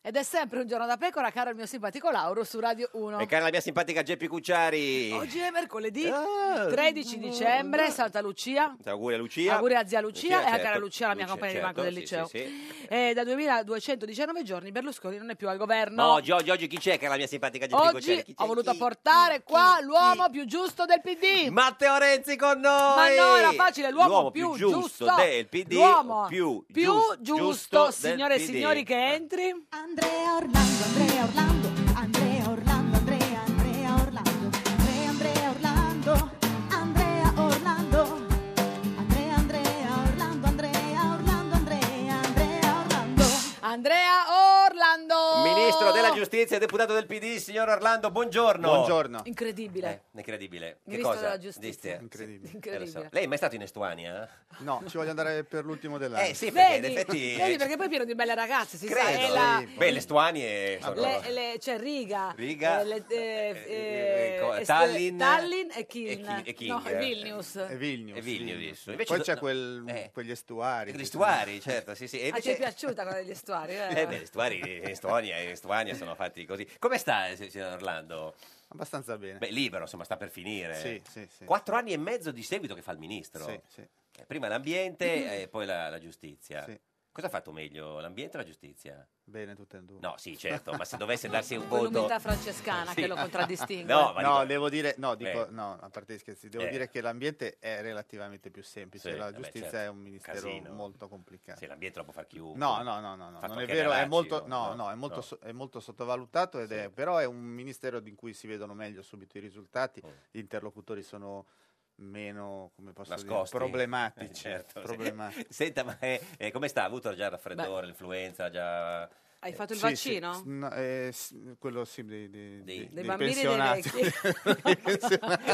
Speaker 1: Ed è sempre un giorno da pecora, caro il mio simpatico Lauro, su Radio 1.
Speaker 2: E cara la mia simpatica Geppi Cucciari.
Speaker 1: Oggi è mercoledì
Speaker 2: Ah,
Speaker 1: 13 dicembre, Santa Lucia.
Speaker 2: Auguri a Lucia.
Speaker 1: Auguri a zia Lucia, e a
Speaker 2: certo.
Speaker 1: cara Lucia, la mia compagna
Speaker 2: certo,
Speaker 1: di banco del
Speaker 2: sì,
Speaker 1: liceo.
Speaker 2: sì, sì.
Speaker 1: E da 2219 giorni Berlusconi non è più al governo.
Speaker 2: Ma oggi, oggi, oggi chi c'è che è la mia simpatica Geppi Cucciari?
Speaker 1: Oggi
Speaker 2: Chi c'è?
Speaker 1: ho voluto
Speaker 2: Chi?
Speaker 1: portare
Speaker 2: Chi?
Speaker 1: qua
Speaker 2: Chi?
Speaker 1: l'uomo più giusto del PD.
Speaker 2: Matteo Renzi con noi!
Speaker 1: Ma no, era facile, l'uomo, più giusto,
Speaker 2: del PD,
Speaker 1: l'uomo
Speaker 2: più,
Speaker 1: più
Speaker 2: gius-
Speaker 1: giusto,
Speaker 2: del
Speaker 1: signore e
Speaker 2: PD.
Speaker 1: signori che entri.
Speaker 7: Andrea Orlando, Andrea Orlando, Andrea Orlando, Andrea, Andrea Orlando, Andrea, Andrea Orlando, Andrea Orlando, Andrea, Andrea Orlando, Andrea Orlando, Andrea, Andrea Orlando.
Speaker 1: Andrea Andrea Orlando.
Speaker 2: Ministro della giustizia e deputato del PD, signor Orlando, buongiorno.
Speaker 1: Incredibile.
Speaker 2: Incredibile. Che
Speaker 1: Ministro
Speaker 2: cosa?
Speaker 1: della giustizia.
Speaker 2: Dite?
Speaker 9: Incredibile.
Speaker 2: Sì,
Speaker 1: Incredibile.
Speaker 2: eh, lo so. Lei è mai stato in Estuania?
Speaker 9: No, ci voglio andare per l'ultimo dell'anno.
Speaker 2: Eh sì, perché in
Speaker 1: Vedi?
Speaker 2: effetti...
Speaker 1: Vedi, perché poi è pieno di belle ragazze, si sa. è
Speaker 2: Credo.
Speaker 1: la-
Speaker 2: Beh, le
Speaker 9: Ah,
Speaker 2: Estuanie sono...
Speaker 1: le- le- c'è Riga,
Speaker 2: Riga,
Speaker 1: eh, le- eh, eh,
Speaker 2: co-
Speaker 1: est-
Speaker 2: Tallinn,
Speaker 1: Tallinn e Kiln.
Speaker 2: Ki- e King.
Speaker 1: No, e Vilnius.
Speaker 9: E Vilnius.
Speaker 2: E Eh, Vilnius. Invece
Speaker 9: Poi
Speaker 2: do- eh.
Speaker 9: c'è
Speaker 2: no,
Speaker 9: quel- quegli estuari.
Speaker 2: Gli estuari, certo, sì, sì. E
Speaker 1: Ah, ti
Speaker 2: invece-
Speaker 1: è piaciuta quella degli estuari? vero?
Speaker 2: Eh, beh, gli estuari in Estonia, in Estuania sono fatti così. Come sta, eh, signor Orlando?
Speaker 9: Abbastanza bene.
Speaker 2: Beh, libero, insomma, sta per finire.
Speaker 9: Sì, sì, sì.
Speaker 2: Quattro anni e mezzo di seguito che fa il ministro.
Speaker 9: Sì, sì.
Speaker 2: Eh, Prima
Speaker 9: <clears throat>
Speaker 2: l'ambiente e poi la, la giustizia.
Speaker 9: Sì.
Speaker 2: Cosa ha fatto meglio, l'ambiente o la giustizia?
Speaker 9: Bene tutte e due.
Speaker 2: No, sì, certo, ma se
Speaker 9: <laughs>
Speaker 2: dovesse darsi un voto...
Speaker 1: Quell'umiltà francescana
Speaker 2: <laughs> Sì.
Speaker 1: che lo contraddistingue.
Speaker 2: No, ma
Speaker 9: No,
Speaker 2: dico-
Speaker 9: devo dire, no, dico,
Speaker 2: Eh.
Speaker 9: no, a parte gli scherzi, devo
Speaker 2: Eh.
Speaker 9: dire che l'ambiente è relativamente più semplice,
Speaker 2: Sì,
Speaker 9: la
Speaker 2: vabbè,
Speaker 9: giustizia
Speaker 2: certo.
Speaker 9: <laughs> è un ministero
Speaker 2: Casino.
Speaker 9: molto complicato.
Speaker 2: Sì, l'ambiente lo può far chiunque.
Speaker 9: No, no, no, no, no,
Speaker 2: Fatto
Speaker 9: non è
Speaker 2: anche
Speaker 9: vero, è
Speaker 2: Relazio,
Speaker 9: molto, no, no, è
Speaker 2: No.
Speaker 9: molto, so- è molto sottovalutato, ed è, però è un ministero in cui si vedono meglio subito i risultati,
Speaker 2: Mm.
Speaker 9: gli interlocutori sono meno, come posso
Speaker 2: Nascosti.
Speaker 9: dire, problematici.
Speaker 2: Eh, <laughs> certo, sì.
Speaker 9: problematici.
Speaker 2: Senta, ma eh, eh, come sta? Ha avuto già il raffreddore, l'influenza? Già...
Speaker 1: Hai fatto il
Speaker 9: Sì,
Speaker 1: vaccino?
Speaker 9: sì, s- no, eh, s- quello sì, dei, dei-
Speaker 2: Dei-
Speaker 9: dei-
Speaker 2: Dei
Speaker 9: dei
Speaker 1: bambini e dei
Speaker 9: pensionati. Dei pensionati.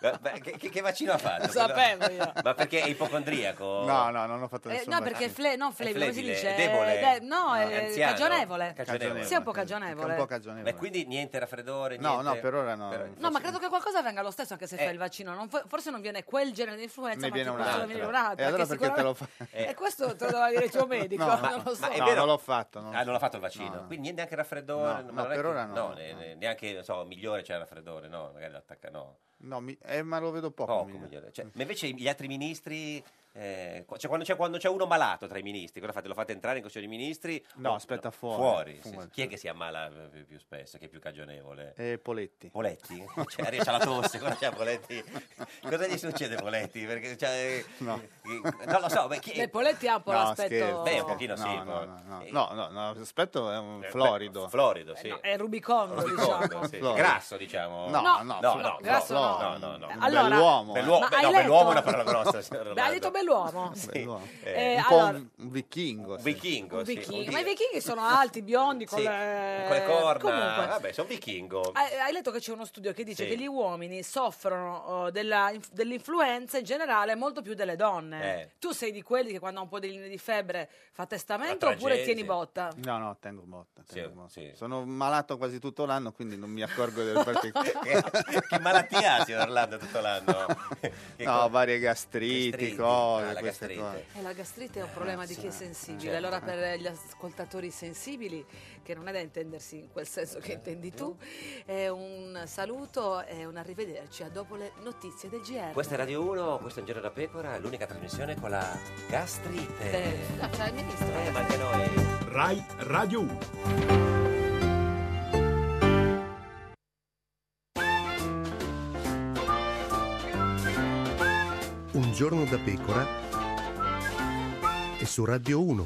Speaker 2: Eh, <laughs> beh, che, che- che vaccino ha fatto?
Speaker 1: Lo sapevo io.
Speaker 2: Ma perché è ipocondriaco?
Speaker 9: No, no, non ho fatto
Speaker 1: Eh,
Speaker 9: nessun
Speaker 1: no, perché
Speaker 9: vaccino.
Speaker 1: fle- non flebile, come si
Speaker 2: flebile,
Speaker 1: dice?
Speaker 2: è debole.
Speaker 1: Eh, de- no,
Speaker 2: No,
Speaker 1: è
Speaker 2: anziano.
Speaker 1: cagionevole.
Speaker 2: Cagionevole.
Speaker 1: Sì, è un po'
Speaker 9: Sì,
Speaker 1: cagionevole.
Speaker 9: è un po' cagionevole.
Speaker 2: Beh, quindi niente raffreddore?
Speaker 9: No,
Speaker 2: niente-
Speaker 9: no, per ora no.
Speaker 2: Per-
Speaker 1: No, ma credo che qualcosa venga lo stesso anche se
Speaker 2: Eh.
Speaker 1: fai il vaccino. Non fo- forse non viene quel genere di influenza,
Speaker 9: Ne
Speaker 1: ma
Speaker 9: viene
Speaker 1: ti
Speaker 9: un
Speaker 1: possono
Speaker 2: altro.
Speaker 1: venire un altro.
Speaker 9: E allora
Speaker 1: perché
Speaker 9: perché te lo
Speaker 1: sicuramente-
Speaker 9: fa-
Speaker 2: Eh.
Speaker 1: E questo te lo doveva dire il tuo medico,
Speaker 9: <laughs> No,
Speaker 1: non lo so.
Speaker 2: ma è
Speaker 9: no,
Speaker 2: vero-
Speaker 9: non l'ho fatto. Non
Speaker 2: Ah, non l'ha fatto il vaccino?
Speaker 9: No, no.
Speaker 2: Quindi niente anche raffreddore?
Speaker 9: No,
Speaker 2: Ma
Speaker 9: no,
Speaker 2: non è
Speaker 9: per
Speaker 2: che-
Speaker 9: ora no, no.
Speaker 2: ne- ne- neanche, non so, migliore c'è il raffreddore? No, magari l'attacca, no.
Speaker 9: No, mi- eh, ma lo vedo poco. Mm.
Speaker 2: Poco
Speaker 9: migliore.
Speaker 2: migliore. Cioè, ma invece gli altri ministri... eh, qua- cioè, quando, c'è, quando c'è uno malato tra i ministri, cosa fate? Lo fate entrare in Consiglio dei Ministri?
Speaker 9: No,
Speaker 2: O-
Speaker 9: aspetta, fuori.
Speaker 2: Fuori, sì,
Speaker 9: Fuori.
Speaker 2: sì. Chi è che si ammala eh, più, più spesso, che è più cagionevole?
Speaker 9: Eh, Poletti. <laughs>
Speaker 2: Poletti? Cioè, arriva, c'ha la tosse, cosa c'ha Poletti? Cosa gli succede a Poletti? Perché, cioè,
Speaker 9: No.
Speaker 2: eh, non lo so, beh, chi-
Speaker 1: Beh, Poletti ha un po'
Speaker 9: No,
Speaker 1: l'aspetto...
Speaker 9: scherzo.
Speaker 2: Beh, un pochino
Speaker 9: no,
Speaker 2: sì,
Speaker 9: No,
Speaker 2: poi.
Speaker 9: no, no.
Speaker 2: Eh.
Speaker 9: No, no, no, l'aspetto è un
Speaker 2: eh,
Speaker 9: florido.
Speaker 2: Florido, sì.
Speaker 1: Eh, No, è rubicondo, diciamo.
Speaker 2: Florido, sì.
Speaker 9: Florido.
Speaker 2: Grasso, diciamo.
Speaker 9: No,
Speaker 1: No,
Speaker 9: no,
Speaker 1: no,
Speaker 2: no, no,
Speaker 1: grasso no.
Speaker 2: no, no, no.
Speaker 9: Un
Speaker 1: Allora-
Speaker 9: bell'uomo. eh.
Speaker 2: Bell'uomo,
Speaker 1: Ma
Speaker 2: beh,
Speaker 1: hai
Speaker 2: no,
Speaker 1: letto?
Speaker 2: bell'uomo è una parola grossa, signor
Speaker 1: Beh, ha
Speaker 2: Orlando.
Speaker 1: detto bell'uomo.
Speaker 2: Sì.
Speaker 9: Bell'uomo.
Speaker 2: Eh,
Speaker 9: un,
Speaker 1: Eh,
Speaker 9: po'
Speaker 1: allora-
Speaker 9: un- un vichingo. sì.
Speaker 2: Vichingo,
Speaker 1: Un
Speaker 2: sì.
Speaker 1: vichingo.
Speaker 2: Oddio.
Speaker 1: Ma i vichinghi sono alti, biondi, con
Speaker 2: Sì,
Speaker 1: le...
Speaker 2: con le corna.
Speaker 1: Eh, Comunque, Ah,
Speaker 2: Vabbè, sono vichingo.
Speaker 1: Hai hai letto che c'è uno studio che dice
Speaker 2: Sì.
Speaker 1: che gli uomini soffrono eh, della inf- dell'influenza in generale molto più delle donne.
Speaker 2: Eh.
Speaker 1: Tu sei di quelli che quando ha un po' di linee di febbre fa testamento
Speaker 2: La
Speaker 1: oppure
Speaker 2: tragedia,
Speaker 1: tieni
Speaker 2: sì.
Speaker 1: botta?
Speaker 9: No, no, tengo botta.
Speaker 2: Sì,
Speaker 9: tengo botta.
Speaker 2: sì.
Speaker 9: Sono malato quasi tutto l'anno, quindi non mi
Speaker 2: <laughs>
Speaker 9: accorgo del particolare.
Speaker 2: che, che malattia ha, signor Orlando, tutto
Speaker 9: <laughs>
Speaker 2: l'anno? Che
Speaker 9: no,
Speaker 2: co-
Speaker 9: varie gastriti,
Speaker 2: gastriti.
Speaker 9: cose,
Speaker 2: Ah, la
Speaker 9: queste
Speaker 2: gastrite.
Speaker 9: cose.
Speaker 1: Eh, la gastrite è un problema di chi è sensibile.
Speaker 2: certo.
Speaker 1: Allora, per gli ascoltatori sensibili, che non è da intendersi in quel senso che
Speaker 2: Certo.
Speaker 1: intendi tu, è un saluto e un arrivederci a dopo le notizie del GR.
Speaker 2: Questa è Radio 1, questo è Un Giro da Pecora, l'unica trasmissione con la gastrite.
Speaker 1: Eh, no, c'è il ministro.
Speaker 2: Eh, ma anche noi...
Speaker 10: Rai Radio 1.
Speaker 8: Un giorno da pecora e su Radio 1.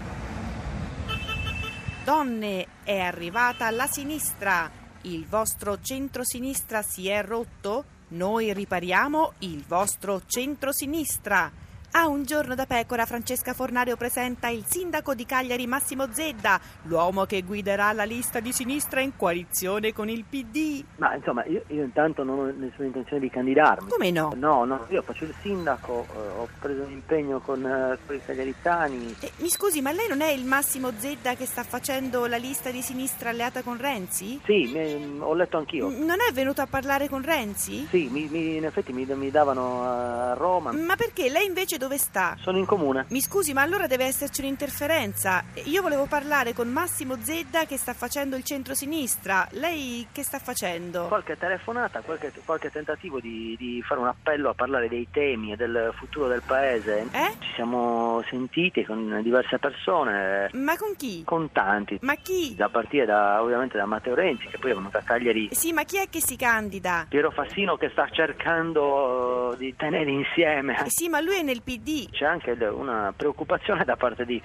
Speaker 11: Donne, è arrivata la sinistra. Il vostro centrosinistra si è rotto? Noi ripariamo il vostro centrosinistra. A un giorno da pecora Francesca Fornario presenta il sindaco di Cagliari Massimo Zedda, l'uomo che guiderà la lista di sinistra in coalizione con il PD.
Speaker 12: Ma insomma, io, io intanto non ho nessuna intenzione di candidarmi.
Speaker 11: Come no?
Speaker 12: No, no, io faccio il sindaco, eh, ho preso un impegno con, eh, con i cagliaritani.
Speaker 11: Eh, mi scusi, ma lei non è il Massimo Zedda che sta facendo la lista di sinistra alleata con Renzi?
Speaker 12: Sì, mi- ho letto anch'io.
Speaker 11: N- Non è venuto a parlare con Renzi?
Speaker 12: Sì, mi- mi- in effetti mi, mi davano a Roma.
Speaker 11: Ma perché lei invece dove sta?
Speaker 12: Sono in comune.
Speaker 11: Mi scusi, ma allora deve esserci un'interferenza. Io volevo parlare con Massimo Zedda che sta facendo il centrosinistra. Lei che sta facendo?
Speaker 12: Qualche telefonata, qualche, qualche tentativo di, di fare un appello a parlare dei temi e del futuro del paese.
Speaker 11: Eh?
Speaker 12: Ci siamo sentiti con diverse persone,
Speaker 11: Ma con chi?
Speaker 12: con tanti,
Speaker 11: Ma chi?
Speaker 12: da partire da, ovviamente da Matteo Renzi, che poi è venuto a Cagliari
Speaker 11: Sì, ma chi è che si candida?
Speaker 12: Piero Fassino che sta cercando eh, di tenere insieme.
Speaker 11: Eh Sì, ma lui è nel PD.
Speaker 12: C'è anche de- una preoccupazione da parte di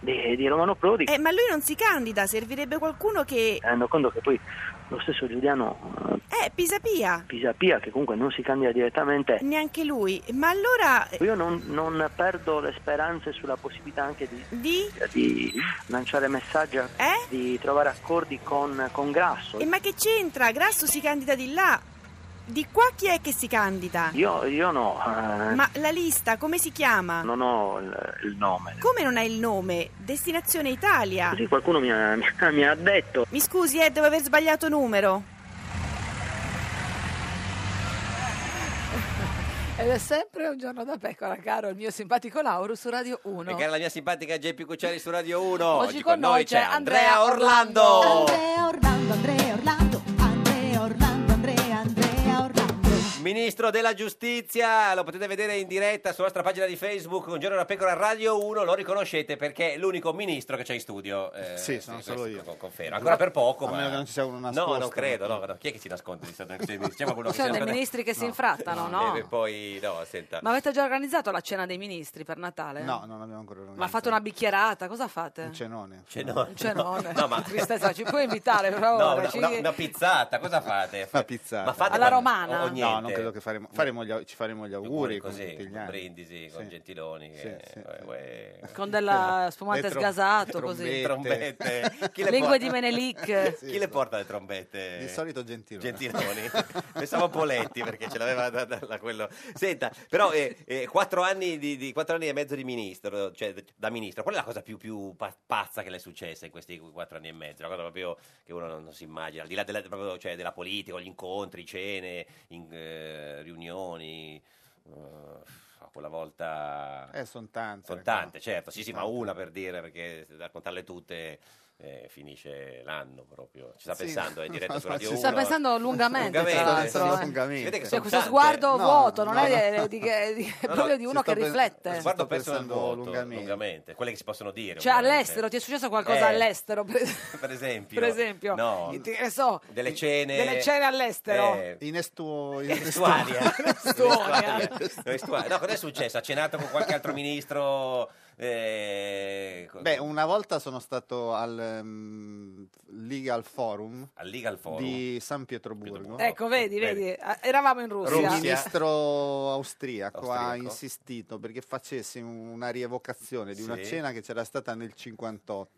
Speaker 12: di, di Romano Prodi.
Speaker 11: Eh, ma lui non si candida, servirebbe qualcuno che...
Speaker 12: Tenendo conto che poi lo stesso Giuliano
Speaker 11: Eh, Pisapia,
Speaker 12: Pisapia, che comunque non si candida direttamente,
Speaker 11: neanche lui. Ma allora...
Speaker 12: io non, non perdo le speranze sulla possibilità anche di,
Speaker 11: Di?
Speaker 12: di lanciare messaggi, di trovare accordi con, con Grasso.
Speaker 11: E Eh? ma che c'entra? Grasso si candida di là. Di qua chi è che si candida?
Speaker 12: Io, io no, eh,
Speaker 11: Ma la lista come si chiama?
Speaker 12: non ho il, il nome.
Speaker 11: Come non è il nome? Destinazione Italia.
Speaker 12: Così qualcuno mi ha, <laughs> mi ha detto.
Speaker 11: Mi scusi, eh, devo aver sbagliato numero.
Speaker 1: Ed è sempre un giorno da pecora, caro il mio simpatico Lauro su Radio 1.
Speaker 2: E cara la mia simpatica JP Cucciari su Radio 1.
Speaker 1: Oggi con noi c'è Andrea
Speaker 2: Orlando.
Speaker 7: Andrea Orlando, Andrea Orlando, Andrea Orlando, Andrea, Andrea Orlando.
Speaker 2: Ministro della Giustizia, lo potete vedere in diretta sulla nostra pagina di Facebook, Un giorno da pecora Radio 1, lo riconoscete perché è l'unico ministro che c'è in studio. eh,
Speaker 9: Sì, sono
Speaker 2: questo
Speaker 9: solo io.
Speaker 2: con- Confermo. Ancora per poco,
Speaker 9: A
Speaker 2: ma...
Speaker 9: meno che non ci sia uno
Speaker 2: No,
Speaker 9: nascosto.
Speaker 2: non credo, no, no. Chi è che si nasconde? Ci sono- C'è
Speaker 1: <laughs>
Speaker 2: qualcuno
Speaker 1: Ci
Speaker 2: che si
Speaker 1: sono Cioè, dei
Speaker 2: nasconde? <laughs>
Speaker 1: ministri che si infrattano, no?
Speaker 2: E poi, no, senta.
Speaker 1: Ma avete già organizzato la cena dei ministri per Natale?
Speaker 9: No, non abbiamo ancora
Speaker 1: Ma fate una bicchierata, cosa fate? Un
Speaker 9: cenone.
Speaker 2: Cenone. <laughs>
Speaker 1: Un cenone.
Speaker 2: No, ma-
Speaker 1: <laughs> Tristezza,
Speaker 2: <laughs>
Speaker 1: ci puoi invitare per
Speaker 2: No,
Speaker 1: ora?
Speaker 2: una,
Speaker 1: Ci-
Speaker 2: una- una pizzata, cosa fate?
Speaker 9: Una pizzata.
Speaker 2: Ma fate
Speaker 1: Alla
Speaker 2: quando-
Speaker 1: romana?
Speaker 2: o- o
Speaker 9: No, non
Speaker 2: niente?
Speaker 9: credo che faremo, faremo gli, ci faremo gli auguri come
Speaker 2: così,
Speaker 9: tutti gli
Speaker 2: con
Speaker 9: anni.
Speaker 2: Brindisi, con
Speaker 9: Sì.
Speaker 2: Gentiloni. che- uè, uè.
Speaker 1: Con
Speaker 9: <laughs>
Speaker 1: della spumante
Speaker 2: Le trom-
Speaker 1: sgasato,
Speaker 2: le
Speaker 1: così.
Speaker 2: trombette. Trombette. Chi le
Speaker 1: Lingue
Speaker 2: porta-
Speaker 1: di Menelik.
Speaker 2: Chi le porta le trombette?
Speaker 9: esatto. Di solito Gentiloni. <laughs>
Speaker 2: Gentiloni. Pensavo a Poletti perché ce l'aveva da, da- da quello. Senta, però eh, eh, quattro, anni di, di- quattro anni e mezzo di ministro, cioè da ministro, qual è la cosa più, più pa- pazza che le è successa in questi quattro anni e mezzo? La cosa proprio che uno non, non si immagina, al di là della, proprio, cioè, della politica, gli incontri, cene, in- eh, riunioni. eh, quella volta
Speaker 9: Eh, sono tante.
Speaker 2: sono
Speaker 9: raga.
Speaker 2: tante, certo, sì, sì, ma
Speaker 9: Tante.
Speaker 2: una per dire, perché da contarle tutte eh, finisce l'anno proprio. Ci sta
Speaker 9: Sì.
Speaker 2: pensando, Ecco,
Speaker 1: <laughs>
Speaker 2: è in diretta su Radio
Speaker 1: Ci
Speaker 2: 1.
Speaker 1: sta pensando lungamente,
Speaker 2: Lungamente,
Speaker 1: tra l'altro. eh.
Speaker 2: lungamente. Vede che
Speaker 1: Cioè,
Speaker 2: sono
Speaker 1: questo
Speaker 2: tante.
Speaker 1: sguardo
Speaker 2: No,
Speaker 1: vuoto, non
Speaker 2: no,
Speaker 1: è
Speaker 2: no.
Speaker 1: di- di- di- è
Speaker 2: No, no,
Speaker 1: proprio di
Speaker 2: ci
Speaker 1: uno
Speaker 2: sto
Speaker 1: che
Speaker 2: pe-
Speaker 1: riflette.
Speaker 2: Guardo perso nel
Speaker 9: pensando
Speaker 2: vuoto, lungamente.
Speaker 9: lungamente.
Speaker 2: quelle che si possono dire.
Speaker 1: Cioè,
Speaker 2: ovviamente.
Speaker 1: all'estero, ti è successo qualcosa
Speaker 2: Eh,
Speaker 1: all'estero? Per,
Speaker 2: Per
Speaker 1: <laughs>
Speaker 2: esempio.
Speaker 1: per esempio,
Speaker 2: No.
Speaker 1: Ti- che ne so,
Speaker 2: Delle cene.
Speaker 1: delle cene all'estero.
Speaker 2: Eh, <laughs>
Speaker 9: In estuo... In
Speaker 2: Estuaria. <laughs>
Speaker 1: Estuaria.
Speaker 2: No, Estuaria. No, cosa è successo? Ha cenato con qualche altro ministro? eh, co-
Speaker 9: Beh, una volta sono stato al ehm, Legal Forum
Speaker 2: al Legal Forum.
Speaker 9: di San Pietroburgo.
Speaker 1: Ecco, vedi, vedi, eh, eravamo in Russia.
Speaker 9: Il ministro austriaco, ha insistito perché facessi una rievocazione di una
Speaker 2: Sì.
Speaker 9: cena che c'era stata
Speaker 2: <laughs>
Speaker 9: nel 58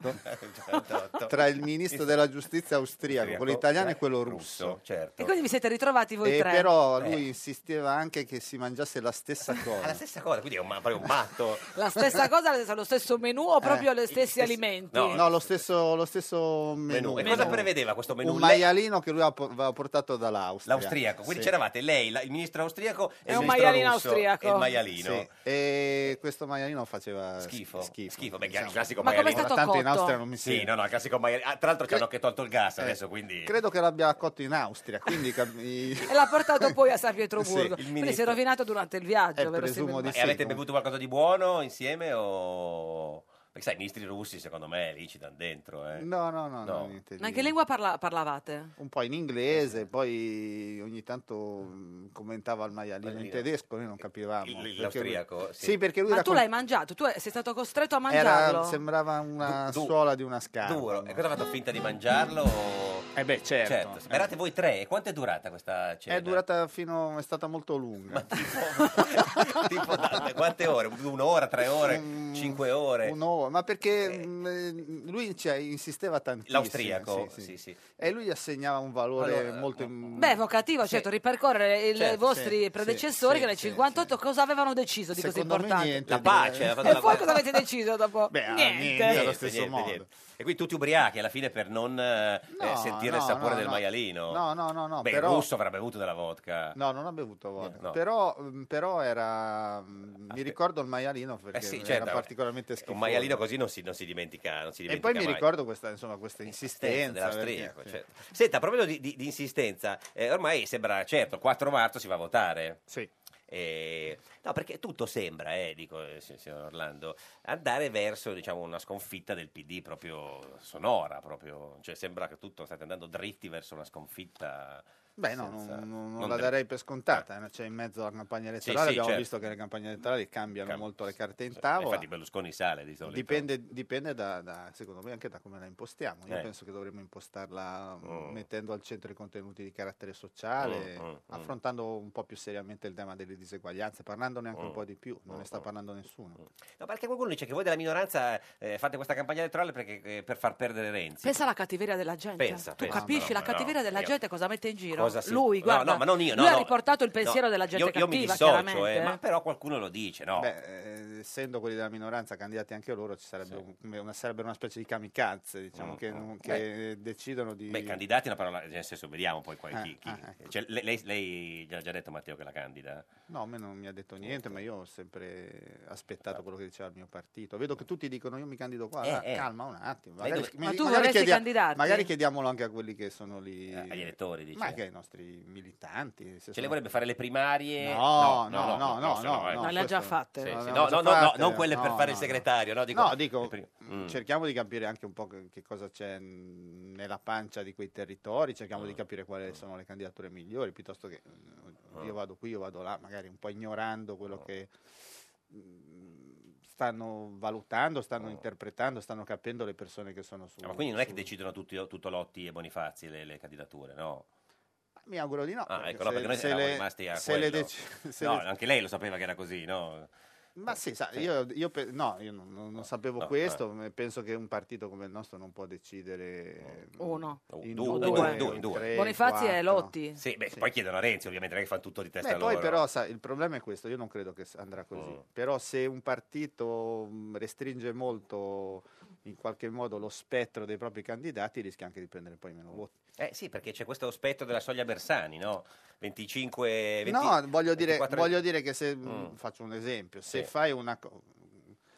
Speaker 2: 58.
Speaker 9: tra il ministro della giustizia austriaco,
Speaker 2: Austriaco,
Speaker 9: quello italiano
Speaker 2: eh,
Speaker 9: e quello
Speaker 2: russo,
Speaker 9: russo.
Speaker 2: certo.
Speaker 1: E quindi vi siete ritrovati voi
Speaker 9: E
Speaker 1: tre.
Speaker 9: Eh, però
Speaker 2: Eh.
Speaker 9: lui insisteva anche che si mangiasse
Speaker 2: <laughs>
Speaker 9: la stessa cosa.
Speaker 2: La stessa cosa, quindi è un, ma- proprio un matto.
Speaker 1: La stessa cosa, la stessa- lo stesso menù o proprio
Speaker 9: Eh,
Speaker 1: gli stessi alimenti?
Speaker 9: No, lo stesso, lo stesso menù.
Speaker 2: Menù. E cosa prevedeva questo menù?
Speaker 9: Un
Speaker 2: Lei-
Speaker 9: maialino che lui ha po- aveva portato dall'Austria.
Speaker 2: L'austriaco, quindi
Speaker 9: Sì.
Speaker 2: c'eravate lei, la- il ministro austriaco e,
Speaker 9: È
Speaker 2: il
Speaker 9: un
Speaker 2: ministro
Speaker 9: maialino
Speaker 2: russo
Speaker 9: austriaco.
Speaker 2: E il maialino.
Speaker 9: Sì. E questo maialino faceva
Speaker 2: Schifo.
Speaker 9: schifo.
Speaker 2: Beh, il classico
Speaker 9: Ma com'è
Speaker 2: maialino.
Speaker 9: stato Tanto in cotto? Austria non mi Cioè eh.
Speaker 2: Sì,
Speaker 9: sembra.
Speaker 2: no, no, il classico maialino. Ah, tra l'altro ci hanno anche tolto il gas adesso, quindi...
Speaker 9: Credo che l'abbia cotto in Austria, quindi cap- i-
Speaker 2: <laughs>
Speaker 1: E l'ha portato poi a San
Speaker 9: Sì,
Speaker 1: Pietroburgo.
Speaker 9: il
Speaker 1: quindi si è
Speaker 9: ministro-
Speaker 1: rovinato durante il viaggio,
Speaker 2: Ma-
Speaker 1: verosimilmente.
Speaker 2: E avete bevuto qualcosa di buono insieme o... Perché sai, i ministri russi secondo me lì ci danno dentro, eh.
Speaker 9: No, no, no, no, niente di-
Speaker 1: Ma in che lingua parla- parlavate?
Speaker 9: un po' in inglese, poi ogni tanto mh, commentava il maialino in tedesco, noi non capivamo.
Speaker 2: Il-
Speaker 9: perché lui-
Speaker 2: l'austriaco, sì.
Speaker 9: Sì. perché lui
Speaker 1: Ma tu
Speaker 9: raccon-
Speaker 1: l'hai mangiato, tu sei stato costretto a mangiarlo.
Speaker 9: era, sembrava una
Speaker 2: Du- du-
Speaker 9: suola di una scarpa.
Speaker 2: Duro. E cosa ha fatto finta di mangiarlo?
Speaker 9: Eh beh, certo.
Speaker 2: Eravate voi tre. E quanto è durata questa cena?
Speaker 9: È durata fino... è stata molto lunga.
Speaker 2: <laughs> tipo <laughs> da- quante ore? Un'ora, tre ore,
Speaker 9: Mm.
Speaker 2: cinque ore?
Speaker 9: Un'ora, ma perché mh, eh, lui ci insisteva tantissimo.
Speaker 2: L'austriaco?
Speaker 9: sì, sì.
Speaker 2: Sì, sì.
Speaker 9: E lui gli assegnava un valore
Speaker 2: Allora, mm,
Speaker 9: molto...
Speaker 1: Beh, evocativo, certo, ripercorrere il-
Speaker 9: Certo,
Speaker 1: i vostri
Speaker 9: sì,
Speaker 1: predecessori
Speaker 9: sì,
Speaker 1: che nel 58 cosa avevano deciso di così
Speaker 9: Secondo me
Speaker 1: importante?
Speaker 9: niente.
Speaker 2: La pace,
Speaker 9: Eh,
Speaker 2: ha fatto
Speaker 1: E
Speaker 2: la
Speaker 1: poi
Speaker 2: pace.
Speaker 1: cosa avete deciso dopo?
Speaker 9: ah,
Speaker 2: niente, niente. E qui tutti ubriachi alla fine per non eh, eh, sentire il
Speaker 9: no,
Speaker 2: sapore
Speaker 9: no,
Speaker 2: del
Speaker 9: no.
Speaker 2: maialino.
Speaker 9: No, no, no, no,
Speaker 2: Beh,
Speaker 9: però-
Speaker 2: il russo avrà bevuto della vodka.
Speaker 9: No, non ha bevuto vodka.
Speaker 2: No.
Speaker 9: Però, mh, però era... mh, Mi ricordo il maialino perché
Speaker 2: Eh sì,
Speaker 9: era
Speaker 2: certo,
Speaker 9: particolarmente
Speaker 2: Un
Speaker 9: schifoso.
Speaker 2: maialino così non si, non si dimentica, non si
Speaker 9: E
Speaker 2: dimentica
Speaker 9: poi mi
Speaker 2: mai.
Speaker 9: ricordo questa, insomma, questa insistenza.
Speaker 2: dell'austriaco.
Speaker 9: perché- cioè,
Speaker 2: certo. Senta, a proposito di, di- di insistenza, eh, ormai sembra certo, il 4 marzo si va a votare.
Speaker 9: Sì.
Speaker 2: no, perché tutto sembra, eh, dico eh, si- signor Orlando, andare verso diciamo, una sconfitta del PD proprio sonora, proprio. Cioè, sembra che tutto state andando dritti verso una sconfitta
Speaker 9: Beh, no, non, non- non
Speaker 10: non
Speaker 9: la
Speaker 10: te-
Speaker 9: darei per scontata. C'è in mezzo alla campagna elettorale.
Speaker 2: Eh. sì,
Speaker 9: abbiamo
Speaker 2: certo.
Speaker 9: visto che le campagne elettorali cambiano molto le carte in
Speaker 2: Eh,
Speaker 9: tavola.
Speaker 2: Infatti Berlusconi sale di solito.
Speaker 9: Dipende, dipende da, da- secondo me, anche da come la impostiamo. Io
Speaker 2: Eh.
Speaker 9: penso che dovremmo impostarla mh,
Speaker 2: Mm.
Speaker 9: mettendo al centro i contenuti di carattere sociale,
Speaker 2: Mm, mm, mm.
Speaker 9: affrontando un po' più seriamente il tema delle diseguaglianze, parlandone anche
Speaker 2: Mm.
Speaker 9: un po' di più. Non ne sta parlando nessuno.
Speaker 2: No, perché qualcuno dice che voi della minoranza eh, fate questa campagna elettorale perché- eh, per far perdere Renzi.
Speaker 1: Pensa alla cattiveria della gente.
Speaker 2: Pensa,
Speaker 1: tu
Speaker 2: pensa,
Speaker 1: capisci
Speaker 2: no,
Speaker 1: la
Speaker 2: no,
Speaker 1: cattiveria
Speaker 2: no,
Speaker 1: della
Speaker 2: io-
Speaker 1: gente cosa mette in giro?
Speaker 2: Cosa si-
Speaker 1: Lui,
Speaker 2: No,
Speaker 1: guarda.
Speaker 2: no, ma non io,
Speaker 1: lui
Speaker 2: no,
Speaker 1: ha
Speaker 2: no.
Speaker 1: riportato il pensiero
Speaker 2: No,
Speaker 1: della gente
Speaker 2: io- io mi
Speaker 1: cattiva,
Speaker 2: dissocio,
Speaker 1: chiaramente.
Speaker 2: eh, ma però qualcuno lo dice, no?
Speaker 9: Beh, eh, essendo quelli della minoranza candidati anche loro, ci sarebbe un- come una, sarebbero una specie di kamikaze, diciamo,
Speaker 2: Mm,
Speaker 9: che,
Speaker 2: mm.
Speaker 9: non- che decidono di...
Speaker 2: Beh, candidati è una parola, nel senso, vediamo poi qua
Speaker 9: Ah,
Speaker 2: chi... chi-
Speaker 9: ah, ecco.
Speaker 2: cioè, lei, lei, lei gliel'ha già detto Matteo che la candida?
Speaker 9: No, a me non mi ha detto niente, ma io ho sempre aspettato quello che diceva il mio partito. Vedo che tutti dicono io mi candido qua,
Speaker 2: Esatto. Eh,
Speaker 9: Ah,
Speaker 2: eh.
Speaker 9: calma un attimo.
Speaker 2: Ma
Speaker 9: Magari,
Speaker 2: dove- Ma tu
Speaker 1: vorresti
Speaker 9: chiediamo-
Speaker 1: candidarti?
Speaker 9: Magari chiediamolo anche a quelli che sono lì...
Speaker 2: Eh, agli elettori, dice.
Speaker 9: Ma anche ai nostri militanti.
Speaker 2: Cioè, lei vorrebbe fare le primarie?
Speaker 9: No, no, no, no,
Speaker 2: se no,
Speaker 9: no,
Speaker 2: eh.
Speaker 9: no, Ma le ha già
Speaker 2: questo-
Speaker 9: fatte.
Speaker 2: Sì,
Speaker 9: No,
Speaker 2: sì.
Speaker 9: le
Speaker 2: No,
Speaker 9: ha già
Speaker 2: no, no, no,
Speaker 9: fatte,
Speaker 2: non quelle per
Speaker 9: no,
Speaker 2: fare il
Speaker 9: no,
Speaker 2: segretario, no, dico...
Speaker 9: No, dico,
Speaker 2: le prim- Mm.
Speaker 9: cerchiamo di capire anche un po' che, che cosa c'è mh, nella pancia di quei territori, cerchiamo
Speaker 2: Mm.
Speaker 9: di capire quali sono le candidature migliori, piuttosto che mh,
Speaker 2: Ah.
Speaker 9: io vado qui, io vado là, magari un po' ignorando quello che mh, stanno valutando, stanno interpretando, stanno capendo le persone che sono su.
Speaker 2: Ah, Ma quindi non è che
Speaker 9: su-
Speaker 2: decidono tutti, tutto Lotti e Bonifazi le, le candidature, no?
Speaker 9: Mi auguro di no.
Speaker 2: Ah,
Speaker 9: perché
Speaker 2: ecco, no,
Speaker 9: se-
Speaker 2: perché noi
Speaker 9: se
Speaker 2: eravamo
Speaker 9: le-
Speaker 2: rimasti a
Speaker 9: se
Speaker 2: quello.
Speaker 9: le
Speaker 2: <laughs>
Speaker 9: dec- se
Speaker 2: no,
Speaker 9: le-
Speaker 2: anche lei lo sapeva che era così, no?
Speaker 9: Ma sì, sa, io, io pe- no, io non, non- non sapevo
Speaker 2: no, eh.
Speaker 9: questo, ma penso che un partito come il nostro non può decidere
Speaker 1: Uno.
Speaker 9: in
Speaker 2: Due,
Speaker 9: due,
Speaker 2: due, due,
Speaker 9: in
Speaker 2: due.
Speaker 9: tre, in
Speaker 1: Bonifazi e
Speaker 9: quattro.
Speaker 1: Lotti.
Speaker 2: Sì, beh, poi chiedono a Renzi, ovviamente, non è che fanno tutto di testa
Speaker 9: Beh, poi
Speaker 2: loro.
Speaker 9: però sa, il problema è questo, io non credo che s- andrà così,
Speaker 2: Mm.
Speaker 9: però se un partito mh, restringe molto mm, in qualche modo lo spettro dei propri candidati rischia anche di prendere poi meno voti.
Speaker 2: Eh sì, perché c'è questo aspetto della soglia Bersani, no? 25... 20,
Speaker 9: no, voglio dire,
Speaker 2: 24
Speaker 9: voglio dire che se,
Speaker 2: Eh, Mm.
Speaker 9: faccio un esempio, se
Speaker 2: Sì.
Speaker 9: fai una... co-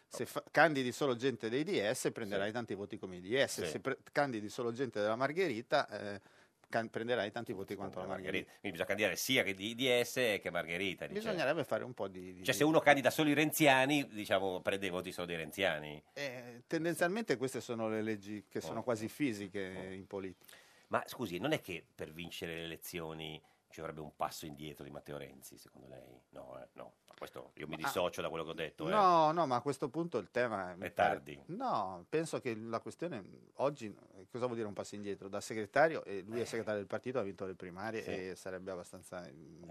Speaker 9: Se fa- candidi solo gente dei DS prenderai
Speaker 2: Sì.
Speaker 9: tanti voti come i DS,
Speaker 2: Sì.
Speaker 9: se pre- candidi solo gente della Margherita eh, can- prenderai tanti voti quanto la
Speaker 2: Margherita.
Speaker 9: Margherita.
Speaker 2: Quindi bisogna candidare sia che di DS che Margherita. dice.
Speaker 9: Bisognerebbe fare un po' di... di-
Speaker 2: Cioè, se uno candida solo i renziani, diciamo, prende i voti solo dei renziani.
Speaker 9: Eh, tendenzialmente queste sono le leggi che sono quasi fisiche in politica.
Speaker 2: Ma scusi, non è che per vincere le elezioni ci vorrebbe un passo indietro di Matteo Renzi, secondo lei? No, eh, no. Ma Questo io mi dissocio da quello che ho detto. eh.
Speaker 9: No, no, ma a questo punto il tema mi pare-
Speaker 2: tardi.
Speaker 9: No, penso che la questione oggi eh, cosa vuol dire un passo indietro? Da segretario, e lui è segretario del partito, ha vinto le primarie
Speaker 2: Eh. Sì. Eh,
Speaker 9: e sarebbe abbastanza mm,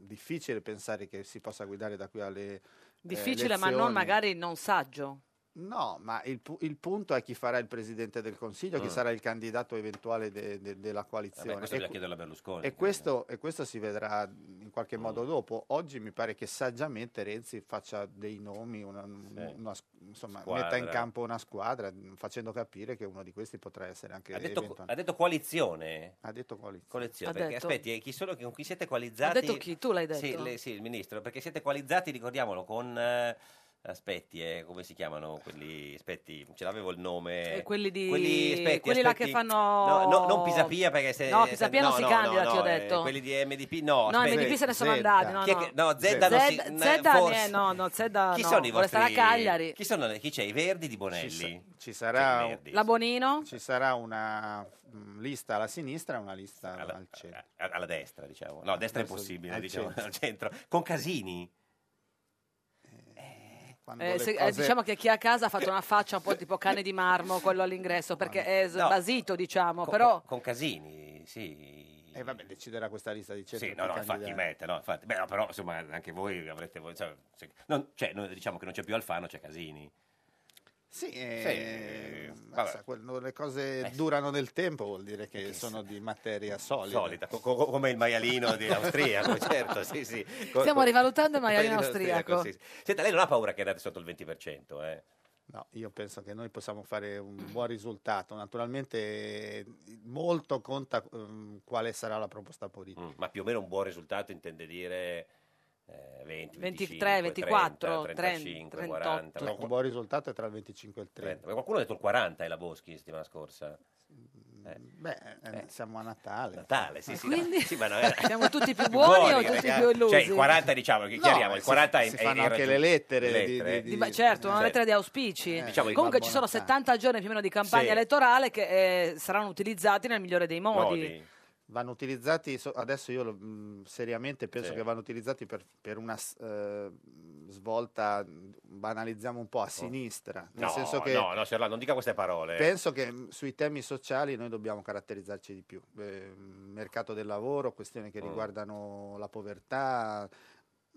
Speaker 9: difficile pensare che si possa guidare da qui alle eh,
Speaker 1: Difficile, ma non
Speaker 9: elezioni.
Speaker 1: magari non saggio.
Speaker 9: No, ma il, pu- il punto è chi farà il presidente del Consiglio,
Speaker 2: Mm.
Speaker 9: chi sarà il candidato eventuale de- de- della coalizione.
Speaker 2: Vabbè, questo
Speaker 9: E
Speaker 2: bisogna
Speaker 9: que-
Speaker 2: chiederlo a Berlusconi.
Speaker 9: E questo, e questo si vedrà in qualche
Speaker 2: Mm.
Speaker 9: modo dopo. Oggi mi pare che saggiamente Renzi faccia dei nomi, una- una- insomma,
Speaker 2: Squadra.
Speaker 9: metta in campo una squadra, mh, facendo capire che uno di questi potrà essere anche
Speaker 2: Ha detto,
Speaker 9: eventualmente.
Speaker 2: ha detto coalizione.
Speaker 9: Ha detto coalizione.
Speaker 2: coalizione
Speaker 9: Ha
Speaker 2: perché
Speaker 9: detto-
Speaker 2: aspetti, eh, chi sono, con chi siete coalizzati?
Speaker 1: Ha detto chi? Tu l'hai detto?
Speaker 2: Sì, le- sì, il ministro. Perché siete coalizzati, ricordiamolo, con... eh, aspetti, eh, come si chiamano quelli? Aspetti, ce l'avevo il nome.
Speaker 1: Eh, quelli di-
Speaker 2: Quelli, aspetti,
Speaker 1: quelli là
Speaker 2: aspetti.
Speaker 1: che fanno-
Speaker 2: No, no, non Pisapia perché se...
Speaker 1: No, Pisapia
Speaker 2: se-
Speaker 1: non si candida, ti ho
Speaker 2: eh,
Speaker 1: detto.
Speaker 2: quelli di MDP, no.
Speaker 1: No,
Speaker 2: aspetti.
Speaker 1: MDP se ne sono andati, no,
Speaker 2: Chi è
Speaker 1: no.
Speaker 2: che- no, Zedda non si...
Speaker 1: Zed-
Speaker 2: n-
Speaker 1: Zedda ne-
Speaker 2: forse.
Speaker 1: no, no, Zedda
Speaker 2: Chi
Speaker 1: no,
Speaker 2: sono i
Speaker 1: vuole stare
Speaker 2: vostri...
Speaker 1: a Cagliari.
Speaker 2: Chi, sono, chi c'è? I Verdi di Bonelli? Cioè,
Speaker 9: Ci, sa- ci sarà, un-
Speaker 1: La Bonino?
Speaker 9: ci sarà una mh, lista alla sinistra e una lista
Speaker 2: eh,
Speaker 9: al centro.
Speaker 2: A- alla destra, diciamo. No, a destra è
Speaker 9: Verso-
Speaker 2: impossibile,
Speaker 9: al
Speaker 2: diciamo,
Speaker 9: centro.
Speaker 2: al centro. Con Casini?
Speaker 9: Quando
Speaker 1: Eh,
Speaker 9: le
Speaker 1: se- eh,
Speaker 9: cose-
Speaker 1: diciamo che chi è a casa ha fatto una faccia un po' tipo cane di marmo, quello
Speaker 2: Ah,
Speaker 1: all'ingresso, perché è sbasito, diciamo,
Speaker 2: Con-
Speaker 1: però...
Speaker 2: Con, con Casini, sì.
Speaker 9: E Eh, vabbè, deciderà questa lista di certo centro.
Speaker 2: Sì, no,
Speaker 9: chi
Speaker 2: no, infatti,
Speaker 9: candidare.
Speaker 2: mette, no, infatti. Beh, no, però, insomma, anche voi avrete... voi- cioè, se- non- cioè, noi diciamo che non c'è più Alfano, c'è Casini.
Speaker 9: Sì,
Speaker 2: eh,
Speaker 9: eh,
Speaker 2: vabbè. Eh,
Speaker 9: sa, quando le cose durano nel tempo vuol dire che sono di materia solida.
Speaker 2: Solida, co- co- come il maialino di austriaco, certo, sì, sì. Co-
Speaker 1: Stiamo
Speaker 2: co-
Speaker 1: rivalutando
Speaker 2: <laughs>
Speaker 1: il maialino
Speaker 2: maialino
Speaker 1: austriaco.
Speaker 2: sì, sì. Senta, lei non ha paura che andate sotto il 20%, eh?
Speaker 9: No, io penso che noi possiamo fare un buon risultato. Naturalmente eh, molto conta ehm, quale sarà la proposta politica.
Speaker 2: Mm, Ma più o meno un buon risultato intende dire... eh, 20,
Speaker 1: 23,
Speaker 2: 25,
Speaker 1: 24,
Speaker 2: 30, 35,
Speaker 1: 38.
Speaker 2: 40.
Speaker 9: No, Cioè, un buon risultato è tra il 25 e il 30.
Speaker 2: 30. Ma Qualcuno ha detto il 40 e la Boschi settimana scorsa. Eh.
Speaker 9: Mm, Beh, eh, siamo a Natale.
Speaker 2: Natale, sì, sì, no.
Speaker 1: Ah, quindi? <laughs>
Speaker 2: Sì, ma no, eh.
Speaker 1: Siamo tutti più buoni o
Speaker 2: eh,
Speaker 1: tutti
Speaker 2: eh,
Speaker 1: più illusi?
Speaker 2: Cioè, il 40 diciamo, che
Speaker 9: No,
Speaker 2: chiariamo, il
Speaker 9: si-
Speaker 2: 40 è,
Speaker 9: si
Speaker 2: è
Speaker 9: fanno
Speaker 2: irraggiungibile.
Speaker 9: anche le lettere di- di-
Speaker 1: Di- beh, certo, una
Speaker 2: Cioè,
Speaker 1: lettera di auspici.
Speaker 2: diciamo che-
Speaker 1: Comunque ci sono 70 giorni più o meno di campagna
Speaker 2: Sì.
Speaker 1: elettorale che eh, saranno utilizzati nel migliore dei modi.
Speaker 2: Modi.
Speaker 9: vanno utilizzati, so- adesso io lo- mh, seriamente penso
Speaker 2: Sì.
Speaker 9: che vanno utilizzati per, per una s- eh, svolta, banalizziamo un po', a sinistra, nel
Speaker 2: Oh. no,
Speaker 9: senso che
Speaker 2: no, no, signor Orlando, non dica queste parole.
Speaker 9: Penso che mh, sui temi sociali noi dobbiamo caratterizzarci di più. Eh, mercato del lavoro, questioni che
Speaker 2: Mm.
Speaker 9: riguardano la povertà,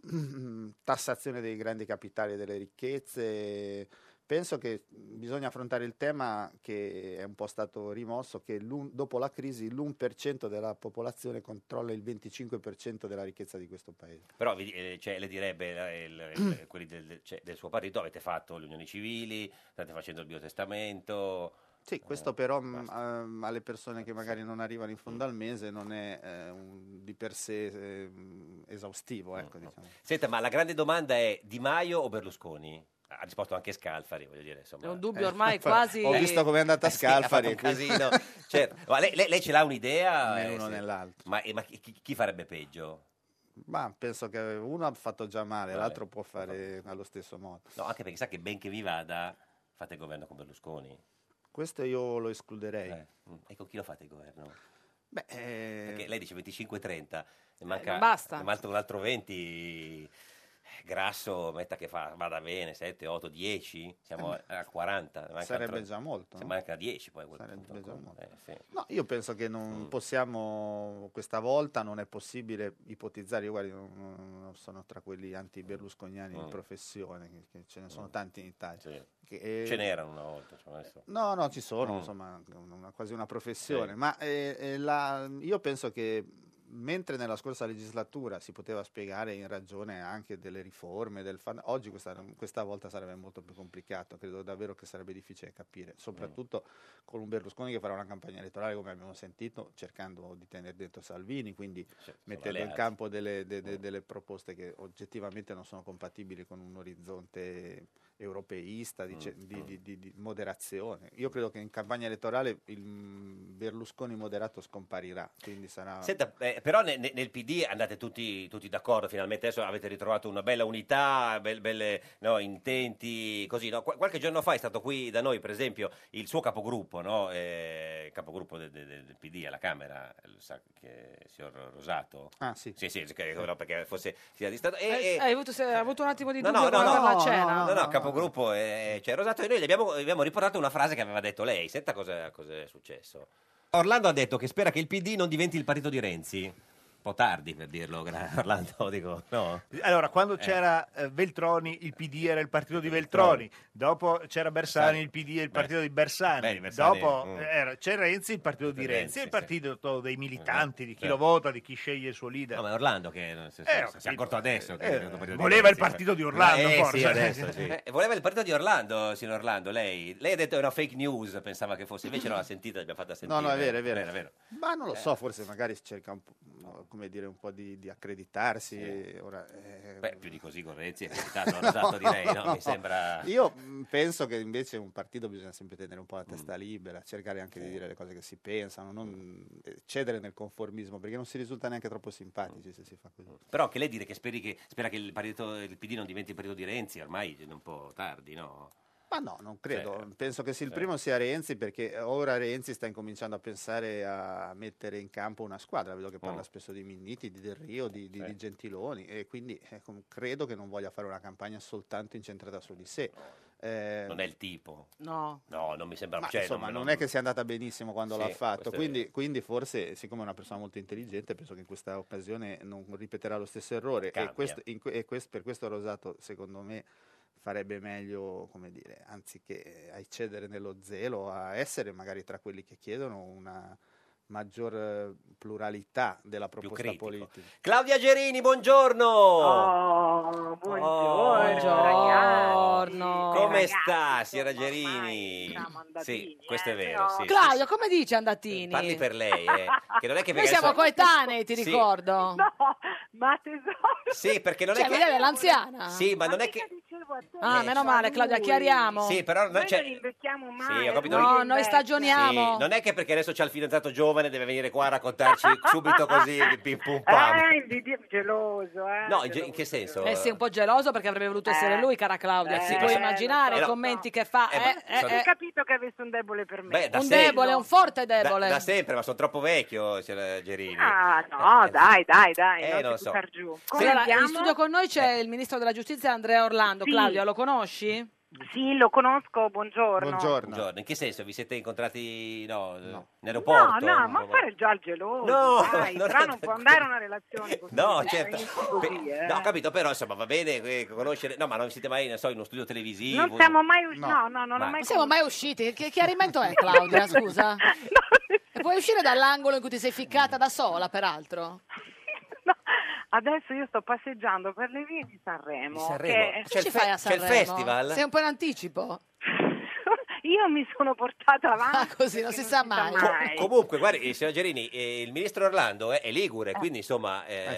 Speaker 9: <clears throat> tassazione dei grandi capitali e delle ricchezze. Penso che bisogna affrontare il tema che è un po' stato rimosso, che l'un- dopo la crisi l'1% della popolazione controlla il 25% della ricchezza di questo paese.
Speaker 2: Però vi- eh, cioè, le direbbe la- il- il- quelli del, del- cioè, del suo partito, avete fatto le unioni civili, state facendo il biotestamento.
Speaker 9: Sì, questo però mh, ehm, alle persone che magari non arrivano in fondo al mese non è eh, un- di per sé eh, mh, esaustivo. Ecco, diciamo.
Speaker 2: Senta, ma la grande domanda è Di Maio o Berlusconi? Ha risposto anche Scalfari, voglio dire. Insomma.
Speaker 1: È un dubbio
Speaker 2: <laughs>
Speaker 1: ormai quasi-
Speaker 9: Ho visto com'è andata
Speaker 2: Eh sì, ha fatto
Speaker 9: Scalfari.
Speaker 2: un casino. Certo. Ma lei, lei- lei ce l'ha un'idea?
Speaker 9: Né
Speaker 2: Eh,
Speaker 9: uno
Speaker 2: sì.
Speaker 9: né l'altro.
Speaker 2: Ma, eh, ma chi, chi farebbe peggio?
Speaker 9: Ma penso che uno ha fatto già male,
Speaker 2: Vabbè.
Speaker 9: l'altro può fare
Speaker 2: esatto.
Speaker 9: allo stesso modo.
Speaker 2: No, anche perché sa che ben che vi vada, fate il governo con Berlusconi.
Speaker 9: Questo io lo escluderei.
Speaker 2: Mm. E con chi lo fate il governo?
Speaker 9: Beh, eh,
Speaker 2: Perché lei dice 25-30, ne manca
Speaker 1: non basta.
Speaker 2: ne manca un altro 20. eh, Grasso, metta che fa, vada bene, 7, 8, 10, siamo
Speaker 9: Eh,
Speaker 2: a 40. ne manca
Speaker 9: sarebbe
Speaker 2: altro-
Speaker 9: già molto,
Speaker 2: Se
Speaker 9: no?
Speaker 2: manca 10 poi a quel punto,
Speaker 9: già
Speaker 2: come- eh, sì.
Speaker 9: No, io penso che non
Speaker 2: Mm.
Speaker 9: possiamo, questa volta non è possibile ipotizzare, io guardi, non, non sono tra quelli anti-berlusconiani
Speaker 2: Mm.
Speaker 9: di professione, che, che ce ne sono
Speaker 2: Mm.
Speaker 9: tanti in Italia. Che, eh,
Speaker 2: Ce n'erano una volta. cioè, adesso-
Speaker 9: No, no, ci sono,
Speaker 2: Mm.
Speaker 9: insomma, una- quasi una professione,
Speaker 2: Sì.
Speaker 9: ma eh, eh, la- io penso che mentre nella scorsa legislatura si poteva spiegare in ragione anche delle riforme, del fan- oggi questa, questa volta sarebbe molto più complicato, credo davvero che sarebbe difficile capire, soprattutto con un Berlusconi che farà una campagna elettorale, come abbiamo sentito, cercando di tenere dentro Salvini, quindi mettendo in
Speaker 2: alleati.
Speaker 9: campo delle, de- de- delle proposte che oggettivamente non sono compatibili con un orizzonte europeista, di, ce- di- di- di- di moderazione. Io credo che in campagna elettorale il mm, Berlusconi moderato scomparirà, quindi sarà...
Speaker 2: Senta, eh, però ne- ne- nel PD andate tutti, tutti d'accordo, finalmente adesso avete ritrovato una bella unità, bel- belle no, intenti, così. no? Qua- qualche giorno fa è stato qui da noi, per esempio, il suo capogruppo, no? Eh, il capogruppo de- de- de- del PD alla Camera, eh, lo sa che il signor Rosato.
Speaker 9: Ah, sì.
Speaker 2: Sì, sì, che- no, perché fosse sia di Stato. E- e-
Speaker 1: Eh, Hai avuto, hai avuto un attimo di
Speaker 2: Eh, No,
Speaker 1: dubbio
Speaker 2: no, no,
Speaker 1: quando
Speaker 2: no,
Speaker 1: la cena?
Speaker 2: no, no, capogruppo eh, cioè Rosato e noi le abbiamo, abbiamo riportato una frase che aveva detto lei. Senta cosa, cosa è successo. Orlando ha detto che spera che il PD non diventi il partito di Renzi. Un po' tardi per dirlo, gra- <laughs> Orlando, dico, no.
Speaker 10: Allora, quando
Speaker 2: Eh.
Speaker 10: c'era eh, Veltroni, il PD era il partito di Veltroni. Dopo c'era Bersani, il PD è il partito di Bersani.
Speaker 2: Beh, di Bersani,
Speaker 10: Dopo eh,
Speaker 2: mm.
Speaker 10: era- c'è Renzi, il partito di
Speaker 2: Renzi,
Speaker 10: Renzi, è il
Speaker 2: sì.
Speaker 10: partito dei militanti, di chi lo
Speaker 2: certo.
Speaker 10: vota, di chi sceglie il suo leader.
Speaker 2: No, ma è Orlando che eh, si,
Speaker 10: Eh, ho
Speaker 2: si è accorto adesso. che
Speaker 10: Eh,
Speaker 2: è diventato partito di
Speaker 10: voleva il
Speaker 2: Renzi.
Speaker 10: partito di Orlando,
Speaker 2: Eh, sì,
Speaker 10: forse.
Speaker 2: adesso, sì. Eh, voleva il partito di Orlando, signor Orlando. Lei, lei ha detto che era fake news, pensava che fosse. Invece no, l'ha sentita, l'abbiamo fatta sentire.
Speaker 9: No, no, è vero, è vero.
Speaker 2: Era vero.
Speaker 9: Ma non lo
Speaker 2: eh,
Speaker 9: so, forse magari cerca un po', no, come dire, un po' di, di accreditarsi. Ora, eh,
Speaker 2: Beh, più di così con
Speaker 9: <laughs>
Speaker 2: Renzi è capitato, Rosato direi, no? Mi sembra...
Speaker 9: Io mh, penso che invece un partito bisogna sempre tenere un po' la
Speaker 2: Mm.
Speaker 9: testa libera, cercare anche di dire le cose che si pensano, non eh, cedere nel conformismo, perché non si risulta neanche troppo
Speaker 2: Mm.
Speaker 9: simpatici se si fa così.
Speaker 2: Però che lei dire che, speri che spera che il, partito, il PD non diventi il partito di Renzi, ormai è un po' tardi, no?
Speaker 9: Ma no, non credo.
Speaker 2: Cioè,
Speaker 9: Penso che sì, il
Speaker 2: eh.
Speaker 9: primo sia Renzi, perché ora Renzi sta incominciando a pensare a mettere in campo una squadra. Vedo che parla
Speaker 2: Mm.
Speaker 9: spesso di Minniti, di Del Rio, di, di- di Gentiloni, e quindi eh, com- credo che non voglia fare una campagna soltanto incentrata su di sé. Eh,
Speaker 2: Non è il tipo.
Speaker 1: No.
Speaker 2: No, non mi sembra...
Speaker 9: Ma
Speaker 2: cioè,
Speaker 9: insomma, non, è che sia andata benissimo quando
Speaker 2: Sì,
Speaker 9: l'ha
Speaker 2: questo
Speaker 9: fatto,
Speaker 2: è
Speaker 9: quindi, quindi forse, siccome è una persona molto intelligente, penso che in questa occasione non ripeterà lo stesso errore. E,
Speaker 2: Cambia.
Speaker 9: questo- in que- e quest- per questo Rosato, secondo me, farebbe meglio, come dire, anziché a eccedere nello zelo, a essere magari tra quelli che chiedono una maggior eh, pluralità della proposta
Speaker 2: critico.
Speaker 9: politica.
Speaker 2: Claudia Gerini, buongiorno!
Speaker 13: Oh, buongiorno,
Speaker 2: Ah,
Speaker 13: ragazzi.
Speaker 2: Come
Speaker 13: Ragazzi,
Speaker 2: sta, signora Gerini? Sì, questo è vero, sì.
Speaker 1: Claudio, come dice Andatini?
Speaker 2: Parli per lei, eh, che non è che
Speaker 1: Noi siamo coetanei, ti
Speaker 2: Sì.
Speaker 1: ricordo.
Speaker 13: ma tesoro.
Speaker 2: Sì, perché non
Speaker 1: Cioè,
Speaker 2: è
Speaker 1: mi dai
Speaker 2: che...
Speaker 1: l'anziana?
Speaker 2: Sì, ma non è
Speaker 13: mica
Speaker 2: che...
Speaker 13: dicevo
Speaker 1: Ah, meno male, Claudia, chiariamo.
Speaker 2: eh. Sì, però cioè- non
Speaker 13: Noi
Speaker 2: c'è-
Speaker 13: non invecchiamo mai.
Speaker 2: Sì, ho capito.
Speaker 1: No, noi stagioniamo.
Speaker 2: Sì, non è che perché adesso c'è il fidanzato giovane deve venire qua a raccontarci subito così di pim pum pam.
Speaker 13: Ah, invidio- geloso, eh.
Speaker 2: No, in ge- in che senso?
Speaker 1: Eh sì, un po' geloso perché avrebbe voluto essere lui, cara Claudia.
Speaker 2: eh,
Speaker 1: si
Speaker 2: sì,
Speaker 1: può
Speaker 2: ma-
Speaker 1: immaginare
Speaker 2: eh,
Speaker 1: i
Speaker 2: no.
Speaker 1: commenti che fa.
Speaker 2: Eh, ma
Speaker 1: Eh, eh,
Speaker 2: sono-
Speaker 1: eh.
Speaker 13: Ho capito che avesse un debole per me.
Speaker 2: Beh, da
Speaker 1: un
Speaker 2: sempre-
Speaker 1: debole, un forte
Speaker 2: da-
Speaker 1: debole.
Speaker 2: Da, sempre, ma sono troppo vecchio, c'è la Gerini.
Speaker 13: Ah, no, dai, dai, dai,
Speaker 2: Eh,
Speaker 13: non
Speaker 2: non
Speaker 13: ti
Speaker 2: so. Eh.
Speaker 13: buttar giù. Come
Speaker 1: Allora,
Speaker 13: andiamo?
Speaker 1: in studio con noi c'è il ministro della giustizia Andrea Orlando.
Speaker 13: Sì.
Speaker 1: Claudia, lo conosci?
Speaker 13: Sì, lo conosco, buongiorno.
Speaker 2: Buongiorno. In che senso? Vi siete incontrati no, in
Speaker 13: No,
Speaker 2: aeroporto?
Speaker 13: no, ma fare già il geloso,
Speaker 2: <laughs> No,
Speaker 13: dai,
Speaker 2: non
Speaker 13: tra
Speaker 2: è-
Speaker 13: non può andare una relazione così.
Speaker 2: No,
Speaker 13: eh,
Speaker 2: certo.
Speaker 13: così,
Speaker 2: Beh,
Speaker 13: eh.
Speaker 2: No, ho capito, però insomma va bene eh, conoscere. No, ma non siete mai, non so, in uno studio televisivo.
Speaker 13: Non siamo mai usciti, no, no, non ho
Speaker 2: Ma-
Speaker 13: mai
Speaker 14: Non siamo mai usciti? Che chiarimento è, Claudia?
Speaker 13: <laughs>
Speaker 14: Scusa. E puoi uscire dall'angolo in cui ti sei ficcata da sola,
Speaker 13: <laughs>
Speaker 14: peraltro?
Speaker 13: Adesso io sto passeggiando per le vie di Sanremo.
Speaker 14: Sanremo?
Speaker 13: che-
Speaker 2: Cioè,
Speaker 14: C'è il Che ci fai a fe- c'è il Sanremo? festival? Sei un po' in anticipo.
Speaker 13: <laughs> io mi sono
Speaker 1: Ah,
Speaker 13: portata avanti.
Speaker 14: così, non si sa mai.
Speaker 2: Co- comunque, guardi, eh, signor Gerini, eh, il ministro Orlando è, è ligure, quindi insomma. eh,
Speaker 13: Ah,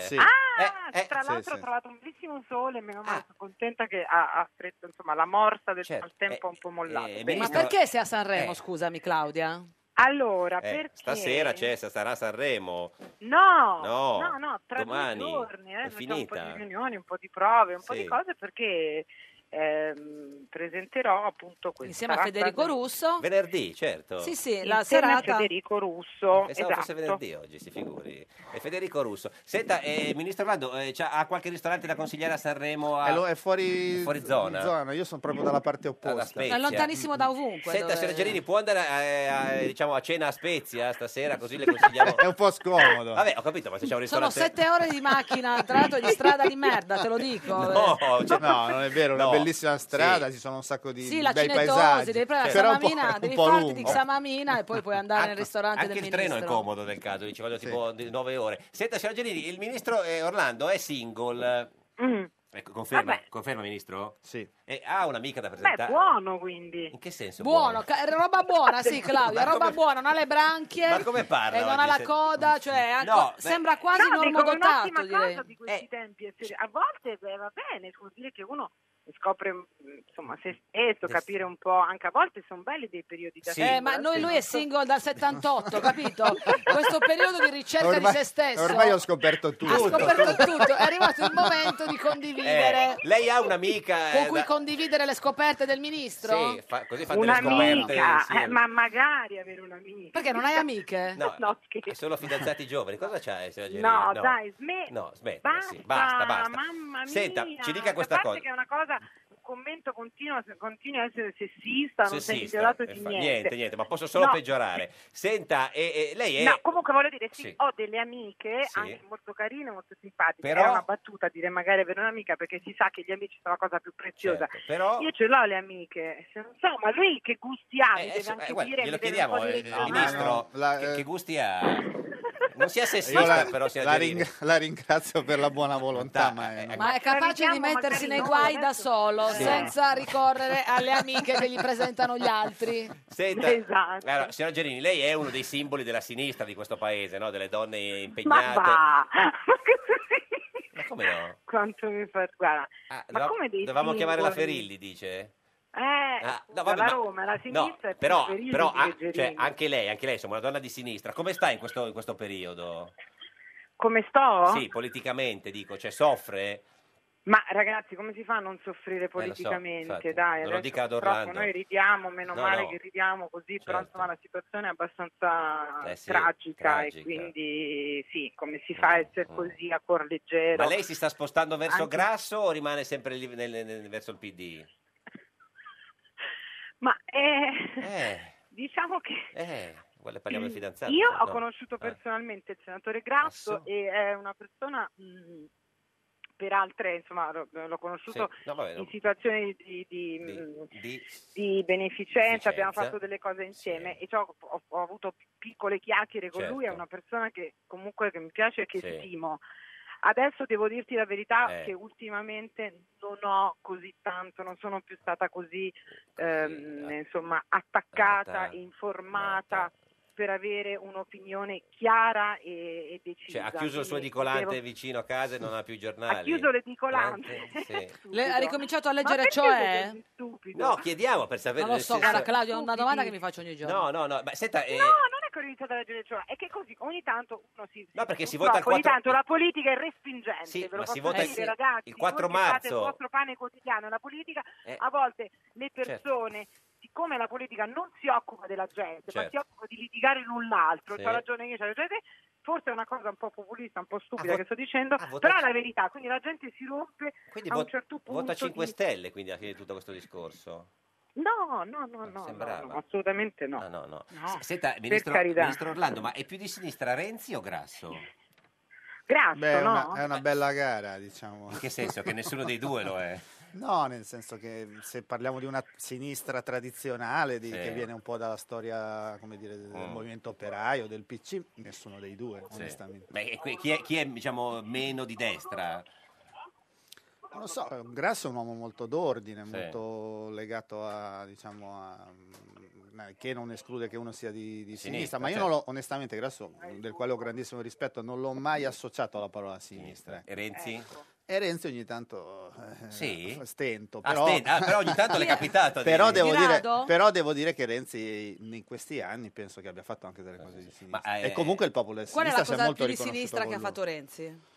Speaker 13: tra
Speaker 2: sì,
Speaker 13: l'altro ho
Speaker 2: sì.
Speaker 13: trovato un bellissimo sole, meno male, sono contenta che ha, ha freddo, insomma, la morsa del
Speaker 2: Ah. Certo,
Speaker 13: maltempo ha un po' mollato.
Speaker 2: eh,
Speaker 13: Bene.
Speaker 1: Ma perché sei a Sanremo,
Speaker 2: Eh.
Speaker 1: scusami Claudia?
Speaker 13: Allora,
Speaker 2: eh,
Speaker 13: perché...
Speaker 2: Stasera c'è, sa- sarà Sanremo.
Speaker 13: No,
Speaker 2: No,
Speaker 13: no, no, tra
Speaker 2: domani
Speaker 13: due giorni,
Speaker 2: è
Speaker 13: eh, facciamo un po' di
Speaker 2: finita.
Speaker 13: riunioni, un po' di prove, un po'
Speaker 2: Sì.
Speaker 13: di cose perché ehm, presenterò appunto questa
Speaker 1: Insieme a Federico Russo.
Speaker 2: Venerdì, certo.
Speaker 1: Sì, sì, la
Speaker 13: Insieme a
Speaker 1: serata.
Speaker 13: Federico Russo,
Speaker 2: Pensavo
Speaker 13: esatto.
Speaker 2: fosse venerdì oggi, si figuri. E Federico Russo. Senta, eh, ministro Orlando, eh, c'ha- ha qualche ristorante da consigliare a Sanremo? A...
Speaker 9: Eh, lo- è fuori,
Speaker 2: fuori zona.
Speaker 9: Io sono proprio dalla parte
Speaker 2: Alla
Speaker 9: opposta.
Speaker 2: Spezia.
Speaker 1: È lontanissimo da ovunque.
Speaker 2: Senta,
Speaker 1: dove-
Speaker 2: signora Gerini, può andare a, a- a- diciamo, a cena a Spezia stasera?
Speaker 9: <laughs>
Speaker 2: Così le consigliamo.
Speaker 9: È un po' scomodo.
Speaker 2: Vabbè, ho capito, ma se c'è un
Speaker 1: Sono
Speaker 2: ristorante.
Speaker 1: sette ore di macchina, tra l'altro di strada di merda, te lo dico.
Speaker 11: <laughs>
Speaker 2: No, cioè-
Speaker 9: Eh. <laughs> No, non è vero, è
Speaker 2: No.
Speaker 9: una bellissima strada, ci sono un sacco di
Speaker 1: Sì,
Speaker 9: di
Speaker 1: la
Speaker 9: bei
Speaker 1: cinetosi,
Speaker 9: paesaggi. Cioè,
Speaker 1: devi prendere
Speaker 9: Però
Speaker 1: la
Speaker 9: un po'-
Speaker 1: Samamina,
Speaker 9: un
Speaker 1: devi
Speaker 9: po'
Speaker 1: farti di
Speaker 9: lungo.
Speaker 1: Samamina e poi puoi andare nel ristorante
Speaker 2: Anche
Speaker 1: del
Speaker 2: il
Speaker 1: ministro.
Speaker 2: treno è comodo nel caso, dici voglio tipo di- nove ore. Senta, signora Gerini, il ministro eh, Orlando è single.
Speaker 13: Mm.
Speaker 2: Ecco, conferma, conferma, ministro? Sì. E ha un'amica da
Speaker 13: Beh,
Speaker 2: presentare.
Speaker 13: buono quindi.
Speaker 2: In che senso?
Speaker 1: Buono, ca- roba
Speaker 2: <laughs>
Speaker 1: buona, sì Claudia,
Speaker 2: Ah, Ma
Speaker 1: roba
Speaker 2: come-
Speaker 1: buona, non ha le branchie,
Speaker 2: Ma come
Speaker 1: e
Speaker 2: parla
Speaker 1: non
Speaker 2: oggi,
Speaker 1: ha la
Speaker 2: se-
Speaker 1: coda, cioè è anco-
Speaker 2: No, beh- Eh.
Speaker 1: sembra quasi
Speaker 13: no, dico, è
Speaker 1: normodotato
Speaker 13: un'ottima
Speaker 1: direi.
Speaker 13: cosa di questi tempi. essere- A volte beh, va bene, vuol dire che uno scopre mh, insomma se stesso, capire un po', anche a volte sono belli dei periodi da
Speaker 1: Eh, ma noi, lui è single dal
Speaker 2: <laughs>
Speaker 1: 78, capito? Questo periodo di ricerca
Speaker 9: <laughs> Ormai-
Speaker 1: di se stesso.
Speaker 9: Ormai ho scoperto tutto.
Speaker 1: ha scoperto tutto, è arrivato il momento
Speaker 2: <laughs>
Speaker 1: di
Speaker 2: Eh,
Speaker 1: condividere,
Speaker 2: lei ha un'amica. eh,
Speaker 1: con cui
Speaker 2: da-
Speaker 1: condividere le scoperte del ministro?
Speaker 2: Sì, fa- così fa delle
Speaker 13: Un'amica,
Speaker 2: scoperte. sì.
Speaker 13: eh, ma magari avere un'amica.
Speaker 1: Perché non hai amiche?
Speaker 2: No,
Speaker 13: <laughs> No,
Speaker 2: è solo fidanzati giovani. Cosa c'hai, signora Gerini?
Speaker 13: No, dai, smetti.
Speaker 2: No, smetti.
Speaker 13: Basta,
Speaker 2: sì, basta, basta.
Speaker 13: mamma mia.
Speaker 2: Senta, ci dica
Speaker 13: A
Speaker 2: questa
Speaker 13: parte
Speaker 2: cosa.
Speaker 13: che è una cosa, un commento continuo, continua a essere sessista, non sei
Speaker 2: Sessista,
Speaker 13: migliorato di
Speaker 2: infa-
Speaker 13: niente.
Speaker 2: eh, niente, niente, ma posso solo
Speaker 13: No.
Speaker 2: peggiorare. Senta, e, e lei è...
Speaker 13: No, comunque voglio dire, sì,
Speaker 2: Sì.
Speaker 13: ho delle amiche
Speaker 2: Sì.
Speaker 13: anche molto carine, molto simpatiche.
Speaker 2: Però-
Speaker 13: Era una battuta dire magari avere un'amica perché si sa che gli amici sono la cosa più preziosa.
Speaker 2: Certo, però-
Speaker 13: Io ce l'ho le amiche, se non so, ma lui che gusti ha, mi
Speaker 2: Eh,
Speaker 13: deve
Speaker 2: adesso-
Speaker 13: anche
Speaker 2: eh, guarda,
Speaker 13: dire, mi
Speaker 2: glielo
Speaker 13: deve
Speaker 2: chiediamo,
Speaker 13: un po'
Speaker 2: eh,
Speaker 13: dire-
Speaker 2: eh, ministro,
Speaker 9: la-
Speaker 2: che, che gusti
Speaker 13: <laughs>
Speaker 2: ha? Non sia
Speaker 9: Io
Speaker 2: sessista,
Speaker 9: la,
Speaker 2: però sia
Speaker 9: la
Speaker 2: Gerini.
Speaker 9: ring- la ringrazio per la buona volontà, ma,
Speaker 2: eh,
Speaker 9: è-
Speaker 1: Ma è capace di mettersi nei guai da solo,
Speaker 9: Sì.
Speaker 1: senza ricorrere alle amiche che gli presentano gli altri.
Speaker 2: Senta,
Speaker 13: Esatto.
Speaker 2: allora, signora Gerini, lei è uno dei simboli della sinistra di questo paese, no? delle donne
Speaker 13: Ma
Speaker 2: impegnate.
Speaker 13: va!
Speaker 2: Ma come no?
Speaker 13: Quanto mi fa... Guarda,
Speaker 2: Ah,
Speaker 13: ma
Speaker 2: doveva-
Speaker 13: come dei
Speaker 2: Dovevamo chiamare la
Speaker 13: simboli?
Speaker 2: Ferilli, dice?
Speaker 13: Eh,
Speaker 2: Ah,
Speaker 13: scusa,
Speaker 2: vabbè,
Speaker 13: la
Speaker 2: ma-
Speaker 13: Roma, la
Speaker 2: No,
Speaker 13: sinistra è più
Speaker 2: però,
Speaker 13: Ferilli
Speaker 2: però
Speaker 13: che
Speaker 2: ah,
Speaker 13: Gerini.
Speaker 2: cioè, anche lei, anche lei, insomma, una donna di sinistra, come sta in questo, in questo periodo?
Speaker 13: Come sto?
Speaker 2: Sì, politicamente, dico, cioè soffre?
Speaker 13: Ma ragazzi, come si fa a non soffrire
Speaker 2: Eh, lo so,
Speaker 13: politicamente?
Speaker 2: infatti,
Speaker 13: Dai,
Speaker 2: non lo
Speaker 13: adesso
Speaker 2: dica ad
Speaker 13: purtroppo
Speaker 2: Orlando.
Speaker 13: noi ridiamo, meno
Speaker 2: No,
Speaker 13: male
Speaker 2: no.
Speaker 13: che ridiamo così, però
Speaker 2: Certo.
Speaker 13: insomma la situazione è abbastanza
Speaker 2: Eh sì,
Speaker 13: tragica,
Speaker 2: tragica. Mm,
Speaker 13: e quindi sì, come si fa a essere così a cuor leggero?
Speaker 2: Ma lei si sta spostando verso
Speaker 13: Anche-
Speaker 2: Grasso o rimane sempre lì nel- nel- verso il PD?
Speaker 13: Ma eh,
Speaker 2: Eh,
Speaker 13: <laughs> diciamo che
Speaker 2: eh, guarda, parliamo del fidanzato.
Speaker 13: Io ho
Speaker 2: no?
Speaker 13: conosciuto
Speaker 2: Ah.
Speaker 13: personalmente il senatore Grasso e è una persona mh, per altre, insomma, lo- l'ho conosciuto
Speaker 2: Sì, no, vabbè, no.
Speaker 13: in situazioni di, di, mh,
Speaker 2: Di-
Speaker 13: di beneficenza, abbiamo
Speaker 2: Beneficenza.
Speaker 13: fatto delle cose insieme e cioè, ho, ho- ho avuto piccole chiacchiere con
Speaker 2: Certo.
Speaker 13: lui, è una persona che comunque che mi piace e che
Speaker 2: Sì.
Speaker 13: stimo. Adesso devo dirti la verità
Speaker 2: Eh.
Speaker 13: che ultimamente non ho così tanto, non sono più
Speaker 2: ah,
Speaker 13: stata così ehm, insomma, attaccata, informata per avere un'opinione chiara e, e decisa.
Speaker 2: Cioè, ha chiuso il suo
Speaker 13: Quindi
Speaker 2: edicolante
Speaker 13: devo-
Speaker 2: vicino a casa e non ha più i giornali.
Speaker 13: Ha chiuso l'edicolante. <laughs>
Speaker 2: Anche- sì.
Speaker 14: Le- ha ricominciato a
Speaker 13: Ma
Speaker 14: leggere,
Speaker 13: perché
Speaker 14: cioè?
Speaker 13: così stupido?
Speaker 2: No, chiediamo per sapere.
Speaker 14: Non lo
Speaker 2: nel
Speaker 14: so,
Speaker 2: senso-
Speaker 14: guarda Claudio, è una domanda che mi faccio ogni giorno.
Speaker 2: No, no, no. Ma senta, eh,
Speaker 13: No, non è che ho iniziato a leggere, cioè, è che così ogni tanto uno si...
Speaker 2: No, perché si
Speaker 13: purtroppo
Speaker 2: vota il
Speaker 13: Ogni
Speaker 2: 4
Speaker 13: tanto la politica è respingente,
Speaker 2: Sì,
Speaker 13: ve lo
Speaker 2: ma si
Speaker 13: posso
Speaker 2: vota il-
Speaker 13: dire,
Speaker 2: eh sì,
Speaker 13: ragazzi.
Speaker 2: il 4
Speaker 13: voi che fate
Speaker 2: marzo.
Speaker 13: Il vostro pane quotidiano, la politica,
Speaker 2: Eh. Certo.
Speaker 13: a volte le persone... Siccome la politica non si occupa della gente, ma
Speaker 2: Certo.
Speaker 13: si occupa di litigare l'un l'altro,
Speaker 2: Sì.
Speaker 13: c'ha ragione io, c'ha ragione te, forse è una cosa un po' populista, un po' stupida
Speaker 2: vot-
Speaker 13: che sto dicendo,
Speaker 2: ah, vota-
Speaker 13: però è la verità, quindi la gente si rompe
Speaker 2: quindi
Speaker 13: a un
Speaker 2: vot-
Speaker 13: certo punto.
Speaker 2: vota 5
Speaker 13: di-
Speaker 2: Stelle quindi alla fine di tutto questo discorso.
Speaker 13: No, no, no,
Speaker 2: Ah,
Speaker 13: no,
Speaker 2: Sembrava. Ah,
Speaker 13: no, no, assolutamente no.
Speaker 2: No, no, no.
Speaker 13: No,
Speaker 2: Senta,
Speaker 13: per
Speaker 2: ministro,
Speaker 13: carità.
Speaker 2: ministro Orlando, ma è più di sinistra Renzi o Grasso?
Speaker 13: Grasso,
Speaker 9: Beh, è
Speaker 13: no?
Speaker 9: una, è una bella gara, diciamo.
Speaker 2: eh, In che senso? Che nessuno dei due lo è.
Speaker 9: <laughs> No, nel senso che se parliamo di una sinistra tradizionale, di-
Speaker 2: Sì.
Speaker 9: che viene un po' dalla storia come dire, del
Speaker 2: Mm.
Speaker 9: movimento operaio, del PC, nessuno dei due,
Speaker 2: Sì.
Speaker 9: onestamente.
Speaker 2: Ma è que- chi è, chi è, diciamo, meno di destra?
Speaker 13: Eh,
Speaker 9: Non lo so, Grasso è un uomo molto d'ordine,
Speaker 2: Sì.
Speaker 9: molto legato a, diciamo, a- mh, che non esclude che uno sia di, di
Speaker 2: Sinistra,
Speaker 9: sinistra, ma io
Speaker 2: certo.
Speaker 9: non l'ho, onestamente Grasso, del quale ho grandissimo rispetto, non l'ho mai associato alla parola sinistra.
Speaker 2: E
Speaker 13: eh,
Speaker 2: Renzi?
Speaker 9: E Renzi ogni tanto eh,
Speaker 2: Sì?
Speaker 9: stento,
Speaker 2: Ah,
Speaker 9: però...
Speaker 2: stento, ah, però ogni tanto le
Speaker 9: <laughs>
Speaker 2: è capitato di-
Speaker 9: però,
Speaker 2: Di
Speaker 9: devo dire,
Speaker 2: rado?
Speaker 9: però devo dire che Renzi in questi anni penso che abbia fatto anche delle cose di sinistra.
Speaker 2: Ma, eh,
Speaker 9: e comunque il popolo del
Speaker 1: Qual è
Speaker 9: sinistra
Speaker 1: la
Speaker 9: si è
Speaker 1: cosa più
Speaker 9: molto
Speaker 1: di
Speaker 9: riconosciuto
Speaker 1: sinistra
Speaker 9: con
Speaker 1: che ha
Speaker 9: lui.
Speaker 1: fatto Renzi?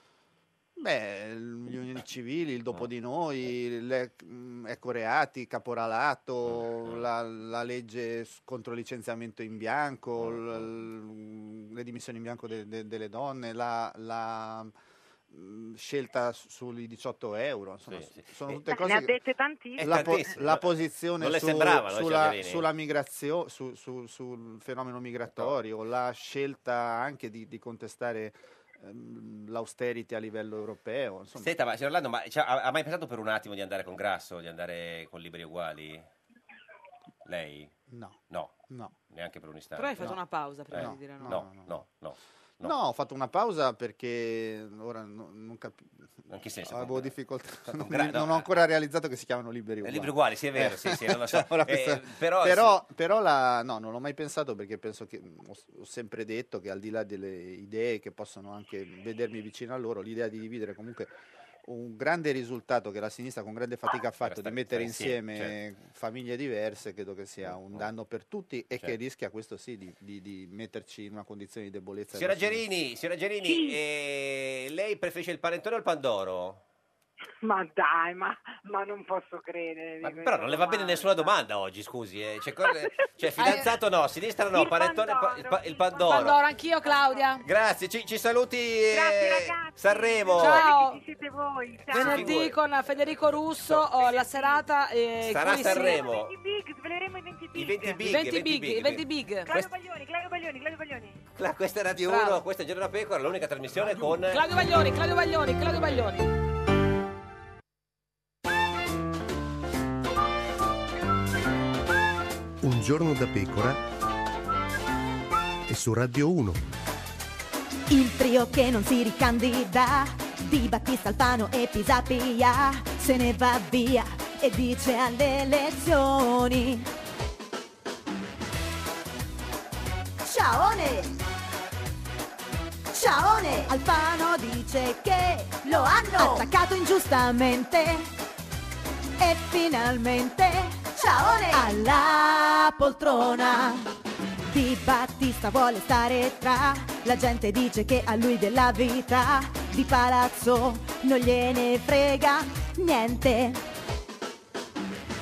Speaker 9: Beh, l- gli unioni civili, il
Speaker 2: eh,
Speaker 9: dopo di noi, le, mh, ecco reati,
Speaker 2: Eh,
Speaker 9: caporalato, la, la legge s- contro il licenziamento in
Speaker 2: Eh,
Speaker 9: bianco, l- l- le dimissioni in bianco de- de- delle donne, la, la, mh, scelta su- sui 18 euro, insomma,
Speaker 2: Sì,
Speaker 9: s-
Speaker 2: sì.
Speaker 9: sono
Speaker 2: Eh,
Speaker 9: tutte
Speaker 13: ne
Speaker 9: cose...
Speaker 13: ha
Speaker 9: che-
Speaker 13: dette tantissime.
Speaker 9: la, po-
Speaker 2: tantissime.
Speaker 9: la posizione
Speaker 2: Non le
Speaker 9: su-
Speaker 2: sembravano,
Speaker 9: sulla,
Speaker 2: Cervellini.
Speaker 9: sulla migrazione, su- su- sul fenomeno migratorio, la scelta anche di, di contestare ehm, l'austerity a livello europeo. Insomma.
Speaker 2: Senta, ma signor Orlando, ma cioè, ha, ha mai pensato per un attimo di andare con Grasso, di andare con Liberi Uguali? Lei?
Speaker 9: No.
Speaker 2: No,
Speaker 9: No.
Speaker 2: neanche per un istante.
Speaker 1: Però hai fatto
Speaker 2: No.
Speaker 1: una pausa prima
Speaker 2: Eh,
Speaker 1: di dire no.
Speaker 2: No, no, no.
Speaker 9: No. ho fatto una pausa perché mm, ora no- non capisco.
Speaker 2: In che senso? <laughs>
Speaker 9: Avevo difficoltà, non,
Speaker 2: gra-
Speaker 9: mi-
Speaker 2: Cioè, no.
Speaker 9: non ho ancora realizzato che si chiamano liberi uguali.
Speaker 2: libri uguali, sì, è vero, sì, sì, non lo so.
Speaker 9: <laughs> Ora
Speaker 2: Eh,
Speaker 9: questa-
Speaker 2: però-
Speaker 9: però però la- no, non l'ho mai pensato perché penso che mm, ho, ho sempre detto che al di là delle idee che possono anche vedermi vicino a loro, l'idea di dividere comunque un grande risultato che la sinistra con grande fatica ha fatto di mettere
Speaker 2: Ah, stare
Speaker 9: insieme
Speaker 2: insieme, certo. Mm,
Speaker 9: famiglie diverse credo che sia un danno per tutti e che
Speaker 2: Certo.
Speaker 9: rischia questo sì di, di- di metterci in una condizione di debolezza
Speaker 2: Signora
Speaker 9: della sinistra.
Speaker 2: Gerini, signora Gerini,
Speaker 13: Sì.
Speaker 2: eh, lei preferisce il panettone o il pandoro?
Speaker 13: Ma dai, ma, ma non posso credere. di
Speaker 2: Ma-
Speaker 13: questa
Speaker 2: però non le va bene
Speaker 13: domanda.
Speaker 2: nessuna domanda oggi, scusi. eh.
Speaker 14: <laughs>
Speaker 2: Cioè, cose- cioè, fidanzato no, sinistra no,
Speaker 14: Il
Speaker 2: panettone pa- il, pa- il pandoro.
Speaker 14: Pandoro, anch'io Claudia.
Speaker 2: Grazie, ci, ci saluti eh,
Speaker 14: Grazie, ragazzi.
Speaker 2: Sanremo.
Speaker 14: Ciao.
Speaker 13: Chi siete voi?
Speaker 14: Venerdì con Federico Russo ho la serata eh,
Speaker 2: Sarà
Speaker 14: qui si-
Speaker 2: Sanremo.
Speaker 13: Big, sveleremo i 20 big.
Speaker 2: I 20 big.
Speaker 14: I 20 big, i 20 big.
Speaker 13: Claudio Baglioni, Claudio Baglioni, Claudio Baglioni.
Speaker 2: La- questa è Radio 1, questa è Giorno da Pecora, l'unica trasmissione con...
Speaker 14: Claudio Baglioni, Claudio Baglioni, Claudio Baglioni.
Speaker 8: Un giorno da pecora e su Radio 1.
Speaker 7: Il trio che non si ricandida di Battista Alfano e Pisapia se ne va via e dice alle elezioni Ciaone! Ciaone! Alfano dice che lo hanno attaccato ingiustamente e finalmente Ciaone! alla poltrona di Battista vuole stare tra La gente dice che a lui della vita Di palazzo non gliene frega niente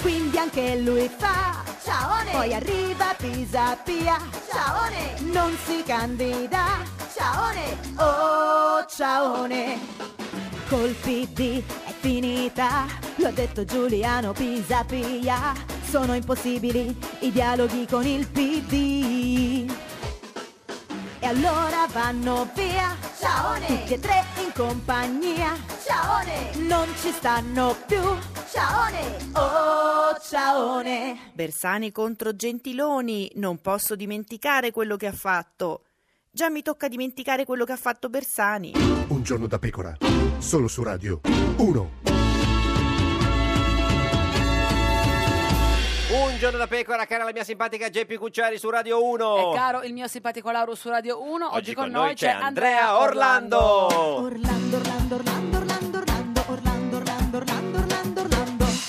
Speaker 7: Quindi anche lui fa Ciaone Poi arriva Pisapia Ciaone Non si candida Ciaone Oh ciaone Col PD è finita, lo ha detto Giuliano Pisapia, sono impossibili i dialoghi con il PD. E allora vanno via, ciaone, tutti e tre in compagnia, ciaone, non ci stanno più, ciaone, oh ciaone.
Speaker 11: Bersani contro Gentiloni, non posso dimenticare quello che ha fatto. Già mi tocca dimenticare quello che ha fatto Bersani.
Speaker 8: Un giorno da pecora, solo su Radio 1.
Speaker 2: Un Un giorno da pecora, cara la mia simpatica Geppi Cucciari su Radio 1.
Speaker 1: E caro il mio simpatico Lauro su Radio 1, oggi,
Speaker 2: Oggi con noi c'è Andrea Orlando.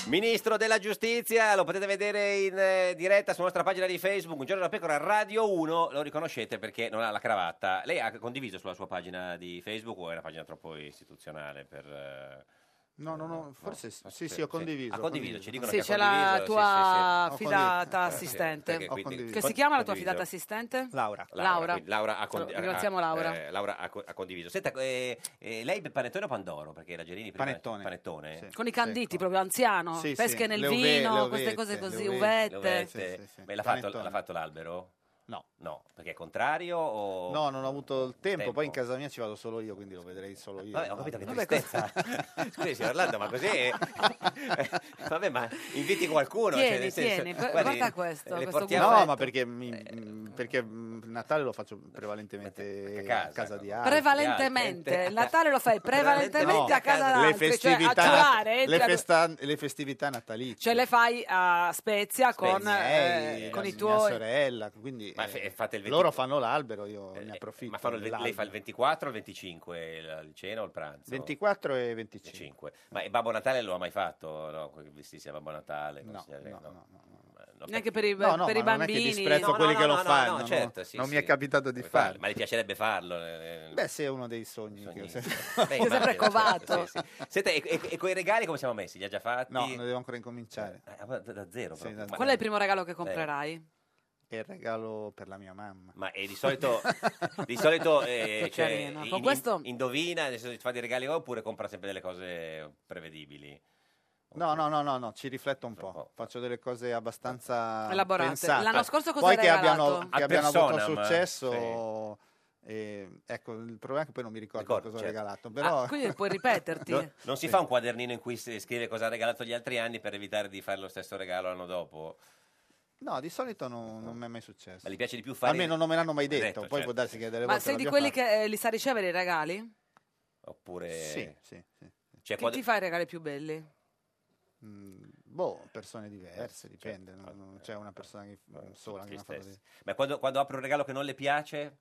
Speaker 2: Ministro della Giustizia, lo potete vedere in eh, diretta sulla nostra pagina di Facebook, Un giorno da pecora Radio 1, lo riconoscete perché non ha la cravatta. Lei ha condiviso sulla sua pagina di Facebook o è una pagina troppo istituzionale per... eh,
Speaker 9: No, no, no, forse
Speaker 2: no,
Speaker 9: sì,
Speaker 2: forse
Speaker 9: sì, ho condiviso.
Speaker 2: Ha condiviso, ci dicono
Speaker 1: Sì,
Speaker 2: che ha
Speaker 1: c'è la
Speaker 2: condiviso,
Speaker 1: tua
Speaker 2: sì, sì, sì.
Speaker 1: fidata
Speaker 2: Ho condiviso.
Speaker 1: assistente.
Speaker 2: Eh, perché quindi-
Speaker 1: che si
Speaker 2: con-
Speaker 1: chiama la tua
Speaker 2: condiviso.
Speaker 1: fidata assistente?
Speaker 9: Laura.
Speaker 1: Laura.
Speaker 2: quindi Laura ha condi-
Speaker 1: Allora, ringraziamo
Speaker 2: ha-
Speaker 1: Laura.
Speaker 2: eh, Laura ha, co- ha condiviso. Senta, eh, eh, lei panettone o pandoro? Perché la Gerini prima panettone.
Speaker 1: Con i canditi, proprio anziano,
Speaker 2: Sì, sì,
Speaker 1: pesche nel
Speaker 2: le uve-
Speaker 1: vino,
Speaker 2: le
Speaker 1: queste
Speaker 2: uvette,
Speaker 1: cose
Speaker 2: le
Speaker 1: così,
Speaker 2: uvette.
Speaker 1: uvette.
Speaker 2: Uvette. Beh, l'ha, fatto, l'ha fatto l'albero?
Speaker 9: No.
Speaker 2: No, perché è contrario o...
Speaker 9: No, non ho avuto il tempo, poi in casa mia ci vado solo io, quindi lo vedrei solo io.
Speaker 2: Vabbè, ho capito che tristezza. <laughs> Scusi, signor Orlando, ma così...
Speaker 9: <laughs>
Speaker 2: eh, Vabbè, ma inviti qualcuno. cioè,
Speaker 1: Tieni,
Speaker 2: nel senso-
Speaker 1: tieni, gu-
Speaker 2: guardi,
Speaker 1: guarda questo,
Speaker 2: le
Speaker 1: questo
Speaker 2: portiamo- Eh,
Speaker 9: No, ma perché, mi- mh, perché mh, Natale lo faccio prevalentemente a casa, di altri.
Speaker 1: Prevalentemente, il Natale lo
Speaker 2: <laughs>
Speaker 1: fai prevalentemente
Speaker 9: No,
Speaker 1: a casa
Speaker 9: le
Speaker 1: d'altri, cioè a
Speaker 9: festività,
Speaker 1: giurare, entri
Speaker 9: le,
Speaker 1: a-
Speaker 9: festa- le festività natalizie.
Speaker 1: cioè le fai a Spezia con,
Speaker 9: Miei,
Speaker 1: eh,
Speaker 9: la
Speaker 1: con i
Speaker 9: mia
Speaker 1: tuoi...
Speaker 9: sorella, quindi eh, loro fanno l'albero, io ne approfitto.
Speaker 2: Eh, Ma fanno il ve- lei
Speaker 9: dell'albero.
Speaker 2: fa il 24 o il 25, il, il cena o il pranzo?
Speaker 9: 24 e 25.
Speaker 2: 25. Ma e Babbo Natale lo ha mai fatto? No, que- vestirsi a Babbo Natale? No, no, no. no,
Speaker 1: Neanche per i,
Speaker 9: No, no,
Speaker 1: per i
Speaker 9: ma non è che
Speaker 1: bambini.
Speaker 9: disprezzo No, no, quelli che no, lo no, fanno, no,
Speaker 2: certo, sì,
Speaker 9: non mi
Speaker 2: sì.
Speaker 9: è capitato di
Speaker 2: Puoi farlo,
Speaker 9: farlo.
Speaker 2: Ma le piacerebbe farlo? eh, eh,
Speaker 9: Beh, se è uno dei sogni. che ho sempre-
Speaker 2: Beh, immagino, certo, sì, sì. Senta, e, e, e coi regali come siamo messi? Li ha già fatti?
Speaker 9: <laughs> No, non devo ancora incominciare.
Speaker 2: Ah, ma da, da zero.
Speaker 9: Cioè, Sì,
Speaker 2: proprio.
Speaker 9: da-
Speaker 2: Ma-
Speaker 1: Qual è il primo regalo che
Speaker 2: Eh,
Speaker 1: comprerai?
Speaker 9: È il regalo per la mia mamma.
Speaker 2: Ma eh, di
Speaker 9: <laughs>
Speaker 2: solito, di solito eh,
Speaker 1: Che
Speaker 2: cioè,
Speaker 1: carina. Con
Speaker 2: in-
Speaker 1: questo-
Speaker 2: indovina, nel senso, ti fa dei regali oppure compra sempre delle cose prevedibili?
Speaker 9: No, no, no, no, no, ci rifletto un
Speaker 2: Oh,
Speaker 9: po'. Faccio delle cose abbastanza
Speaker 1: Elaborate.
Speaker 9: pensate.
Speaker 1: L'anno scorso cosa
Speaker 9: Poi
Speaker 1: hai
Speaker 9: che
Speaker 1: regalato?
Speaker 9: abbiano, che
Speaker 2: Ad
Speaker 9: abbiano avuto
Speaker 2: personam,
Speaker 9: successo. eh, ecco, il problema è che poi non mi ricordo, cosa
Speaker 2: certo.
Speaker 9: ho regalato. Però...
Speaker 1: Ah, quindi puoi
Speaker 9: <laughs>
Speaker 1: ripeterti.
Speaker 2: Non, non si
Speaker 9: Sì.
Speaker 2: fa un quadernino in cui si scrive cosa ha regalato gli altri anni per evitare di fare lo stesso regalo l'anno dopo?
Speaker 9: No, di solito non, non mi è mai successo.
Speaker 2: Ma gli piace di più fare-
Speaker 9: Almeno non me l'hanno mai
Speaker 2: Detto,
Speaker 9: detto. poi
Speaker 2: certo,
Speaker 9: può darsi che delle
Speaker 1: Ma
Speaker 9: volte
Speaker 1: sei di
Speaker 9: l'abbia
Speaker 1: quelli
Speaker 9: fatto.
Speaker 1: che eh, li sa ricevere i regali?
Speaker 2: Oppure...
Speaker 9: Sì, sì,
Speaker 2: Cioè,
Speaker 1: Chi
Speaker 2: quando-
Speaker 1: ti fa i regali più belli?
Speaker 9: Mm, boh, persone diverse, dipende.
Speaker 2: certo.
Speaker 9: non- non c'è
Speaker 2: Eh,
Speaker 9: una persona che- sola che mi ha fatto
Speaker 2: Tristezza. Ma quando, quando apri un regalo che non le piace,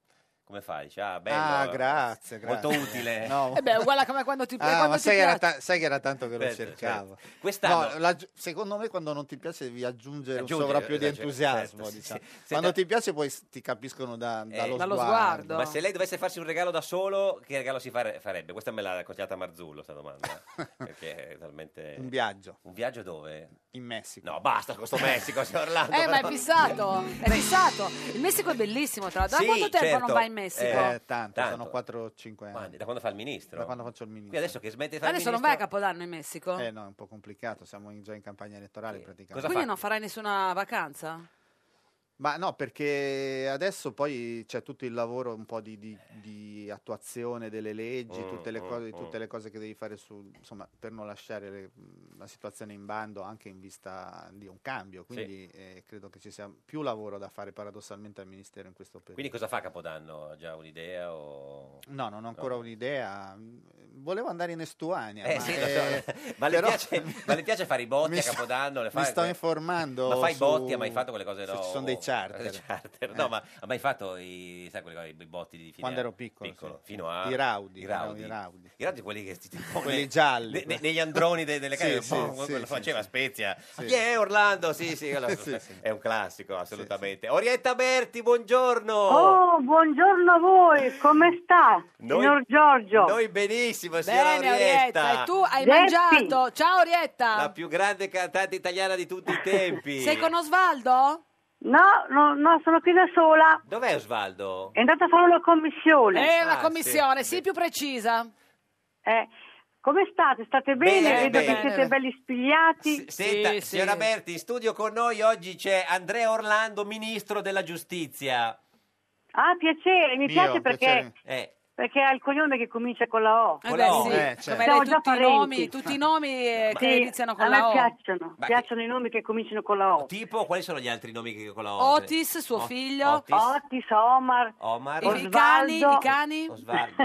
Speaker 2: come fai? Dici, ah, bello,
Speaker 9: Ah, grazie, grazie.
Speaker 2: Molto utile.
Speaker 9: No.
Speaker 14: Eh beh, è uguale a come quando ti,
Speaker 9: Ah,
Speaker 14: quando
Speaker 9: ma
Speaker 14: ti
Speaker 9: sai che,
Speaker 14: piace.
Speaker 9: era ta- sai che era tanto che lo
Speaker 2: Certo,
Speaker 9: cercavo.
Speaker 2: certo. Quest'anno-
Speaker 9: No, la gi- secondo me quando non ti piace devi aggiungere
Speaker 2: Aggiungere,
Speaker 9: un sovrappiù di
Speaker 2: esagero-
Speaker 9: entusiasmo.
Speaker 2: certo, sì,
Speaker 9: diciamo.
Speaker 2: sì. Senta-
Speaker 9: Quando ti piace poi s- ti capiscono da-
Speaker 2: Eh,
Speaker 9: dallo,
Speaker 2: Ma se lei dovesse farsi un regalo da solo, che regalo si fare- farebbe? Questa me l'ha consigliata Marzullo, questa
Speaker 9: <laughs>
Speaker 2: domanda. perché è talmente...
Speaker 9: Un viaggio.
Speaker 2: Un viaggio dove?
Speaker 9: In Messico.
Speaker 2: No, basta con questo Messico, signor Orlando.
Speaker 14: Eh, ma è
Speaker 2: però.
Speaker 14: fissato, è fissato. Il Messico è bellissimo, tra l'altro.
Speaker 2: Sì,
Speaker 14: da quanto tempo
Speaker 2: certo.
Speaker 14: non vai in Messico?
Speaker 9: Eh, tanto, sono 4-5 anni.
Speaker 2: Quando- da quando fa il ministro?
Speaker 9: Da quando faccio il ministro.
Speaker 2: Qui adesso che smette di fare il
Speaker 1: Adesso non vai a
Speaker 2: ministro-
Speaker 1: Capodanno in Messico?
Speaker 9: Eh no, è un po' complicato, siamo in- già in campagna elettorale praticamente.
Speaker 1: Quindi non farai nessuna vacanza?
Speaker 9: Ma no, perché adesso poi c'è tutto il lavoro un po' di, di- di attuazione delle leggi,
Speaker 2: Mm,
Speaker 9: tutte le,
Speaker 2: mm,
Speaker 9: cose,
Speaker 2: mm.
Speaker 9: tutte le cose che devi fare su, insomma, per non lasciare le- la situazione in bando anche in vista di un cambio.
Speaker 2: Sì.
Speaker 9: Quindi eh, credo che ci sia più lavoro da fare paradossalmente al Ministero in questo periodo.
Speaker 2: Quindi cosa fa a Capodanno? Ha già un'idea o...
Speaker 9: No, non ho ancora un'idea. Volevo andare in Estuania.
Speaker 2: Eh,
Speaker 9: ma,
Speaker 2: sì, lo so.
Speaker 9: eh,
Speaker 2: ma, le
Speaker 9: <laughs> però-
Speaker 2: piace, ma le piace fare i botti a Capodanno? Le fa
Speaker 9: mi sto
Speaker 2: anche-
Speaker 9: informando
Speaker 2: Ma fai i
Speaker 9: su-
Speaker 2: botti? Ha mai fatto quelle cose?
Speaker 9: se
Speaker 2: No,
Speaker 9: ci sono dei
Speaker 2: o-
Speaker 9: charter.
Speaker 2: <laughs> dei charter. No,
Speaker 9: Eh.
Speaker 2: ma ha mai fatto i, sai, quelle cose, i botti di fine
Speaker 9: Quando
Speaker 2: anno?
Speaker 9: ero piccolo, sì.
Speaker 2: fino a...
Speaker 9: I raudi,
Speaker 2: I
Speaker 9: erano
Speaker 2: raudi.
Speaker 9: i raudi.
Speaker 2: I raudi quelli che... ti- tipo
Speaker 9: Quelli
Speaker 2: ne-
Speaker 9: gialli.
Speaker 2: ne- ne- negli androni de- delle
Speaker 9: Sì,
Speaker 2: case.
Speaker 9: sì,
Speaker 2: boh,
Speaker 9: sì,
Speaker 2: quello
Speaker 9: sì,
Speaker 2: faceva Spezia.
Speaker 9: Sì.
Speaker 2: Chi è Orlando? Sì, sì, quello-
Speaker 9: <laughs> Sì, sì.
Speaker 2: È un classico, assolutamente. Orietta Berti, buongiorno!
Speaker 13: Oh, buongiorno a voi, come sta,
Speaker 2: Noi-
Speaker 13: signor Giorgio?
Speaker 2: Noi benissimo, signora
Speaker 14: Bene, Orietta. E tu hai
Speaker 13: Zeppi.
Speaker 14: mangiato. Ciao, Orietta.
Speaker 2: La più grande cantante italiana di tutti i tempi.
Speaker 14: Sei con Osvaldo?
Speaker 13: No, no, no, sono qui da sola.
Speaker 2: Dov'è Osvaldo?
Speaker 13: È andata a fare la commissione.
Speaker 14: Eh, la
Speaker 2: Ah, sì.
Speaker 14: commissione, sì, più precisa.
Speaker 13: Eh, come state? State bene?
Speaker 2: Bene,
Speaker 13: Vedo
Speaker 2: bene.
Speaker 13: che siete belli spigliati.
Speaker 2: Senta, signora Berti, in studio con noi oggi c'è Andrea Orlando, ministro della giustizia.
Speaker 13: Ah, piacere, mi
Speaker 2: Mio,
Speaker 13: piace perché,
Speaker 2: piacere. Eh.
Speaker 13: perché ha il cognome che comincia con la O.
Speaker 2: Eh beh, Con la O. sì, Eh, certo.
Speaker 13: Siamo
Speaker 14: Come lei,
Speaker 13: già
Speaker 14: tutti i
Speaker 13: parenti.
Speaker 14: nomi, tutti i nomi eh, che
Speaker 13: Sì,
Speaker 14: iniziano con
Speaker 13: a me
Speaker 14: la O.
Speaker 13: piacciono, piacciono i nomi che cominciano con la O.
Speaker 2: Tipo, quali sono gli altri nomi che con la O?
Speaker 13: Otis, suo
Speaker 2: Ot-
Speaker 13: figlio.
Speaker 2: Otis,
Speaker 13: Otis, Omar.
Speaker 2: Omar,
Speaker 13: I- i cani, Osvaldo. i
Speaker 15: <laughs>
Speaker 2: Osvaldo,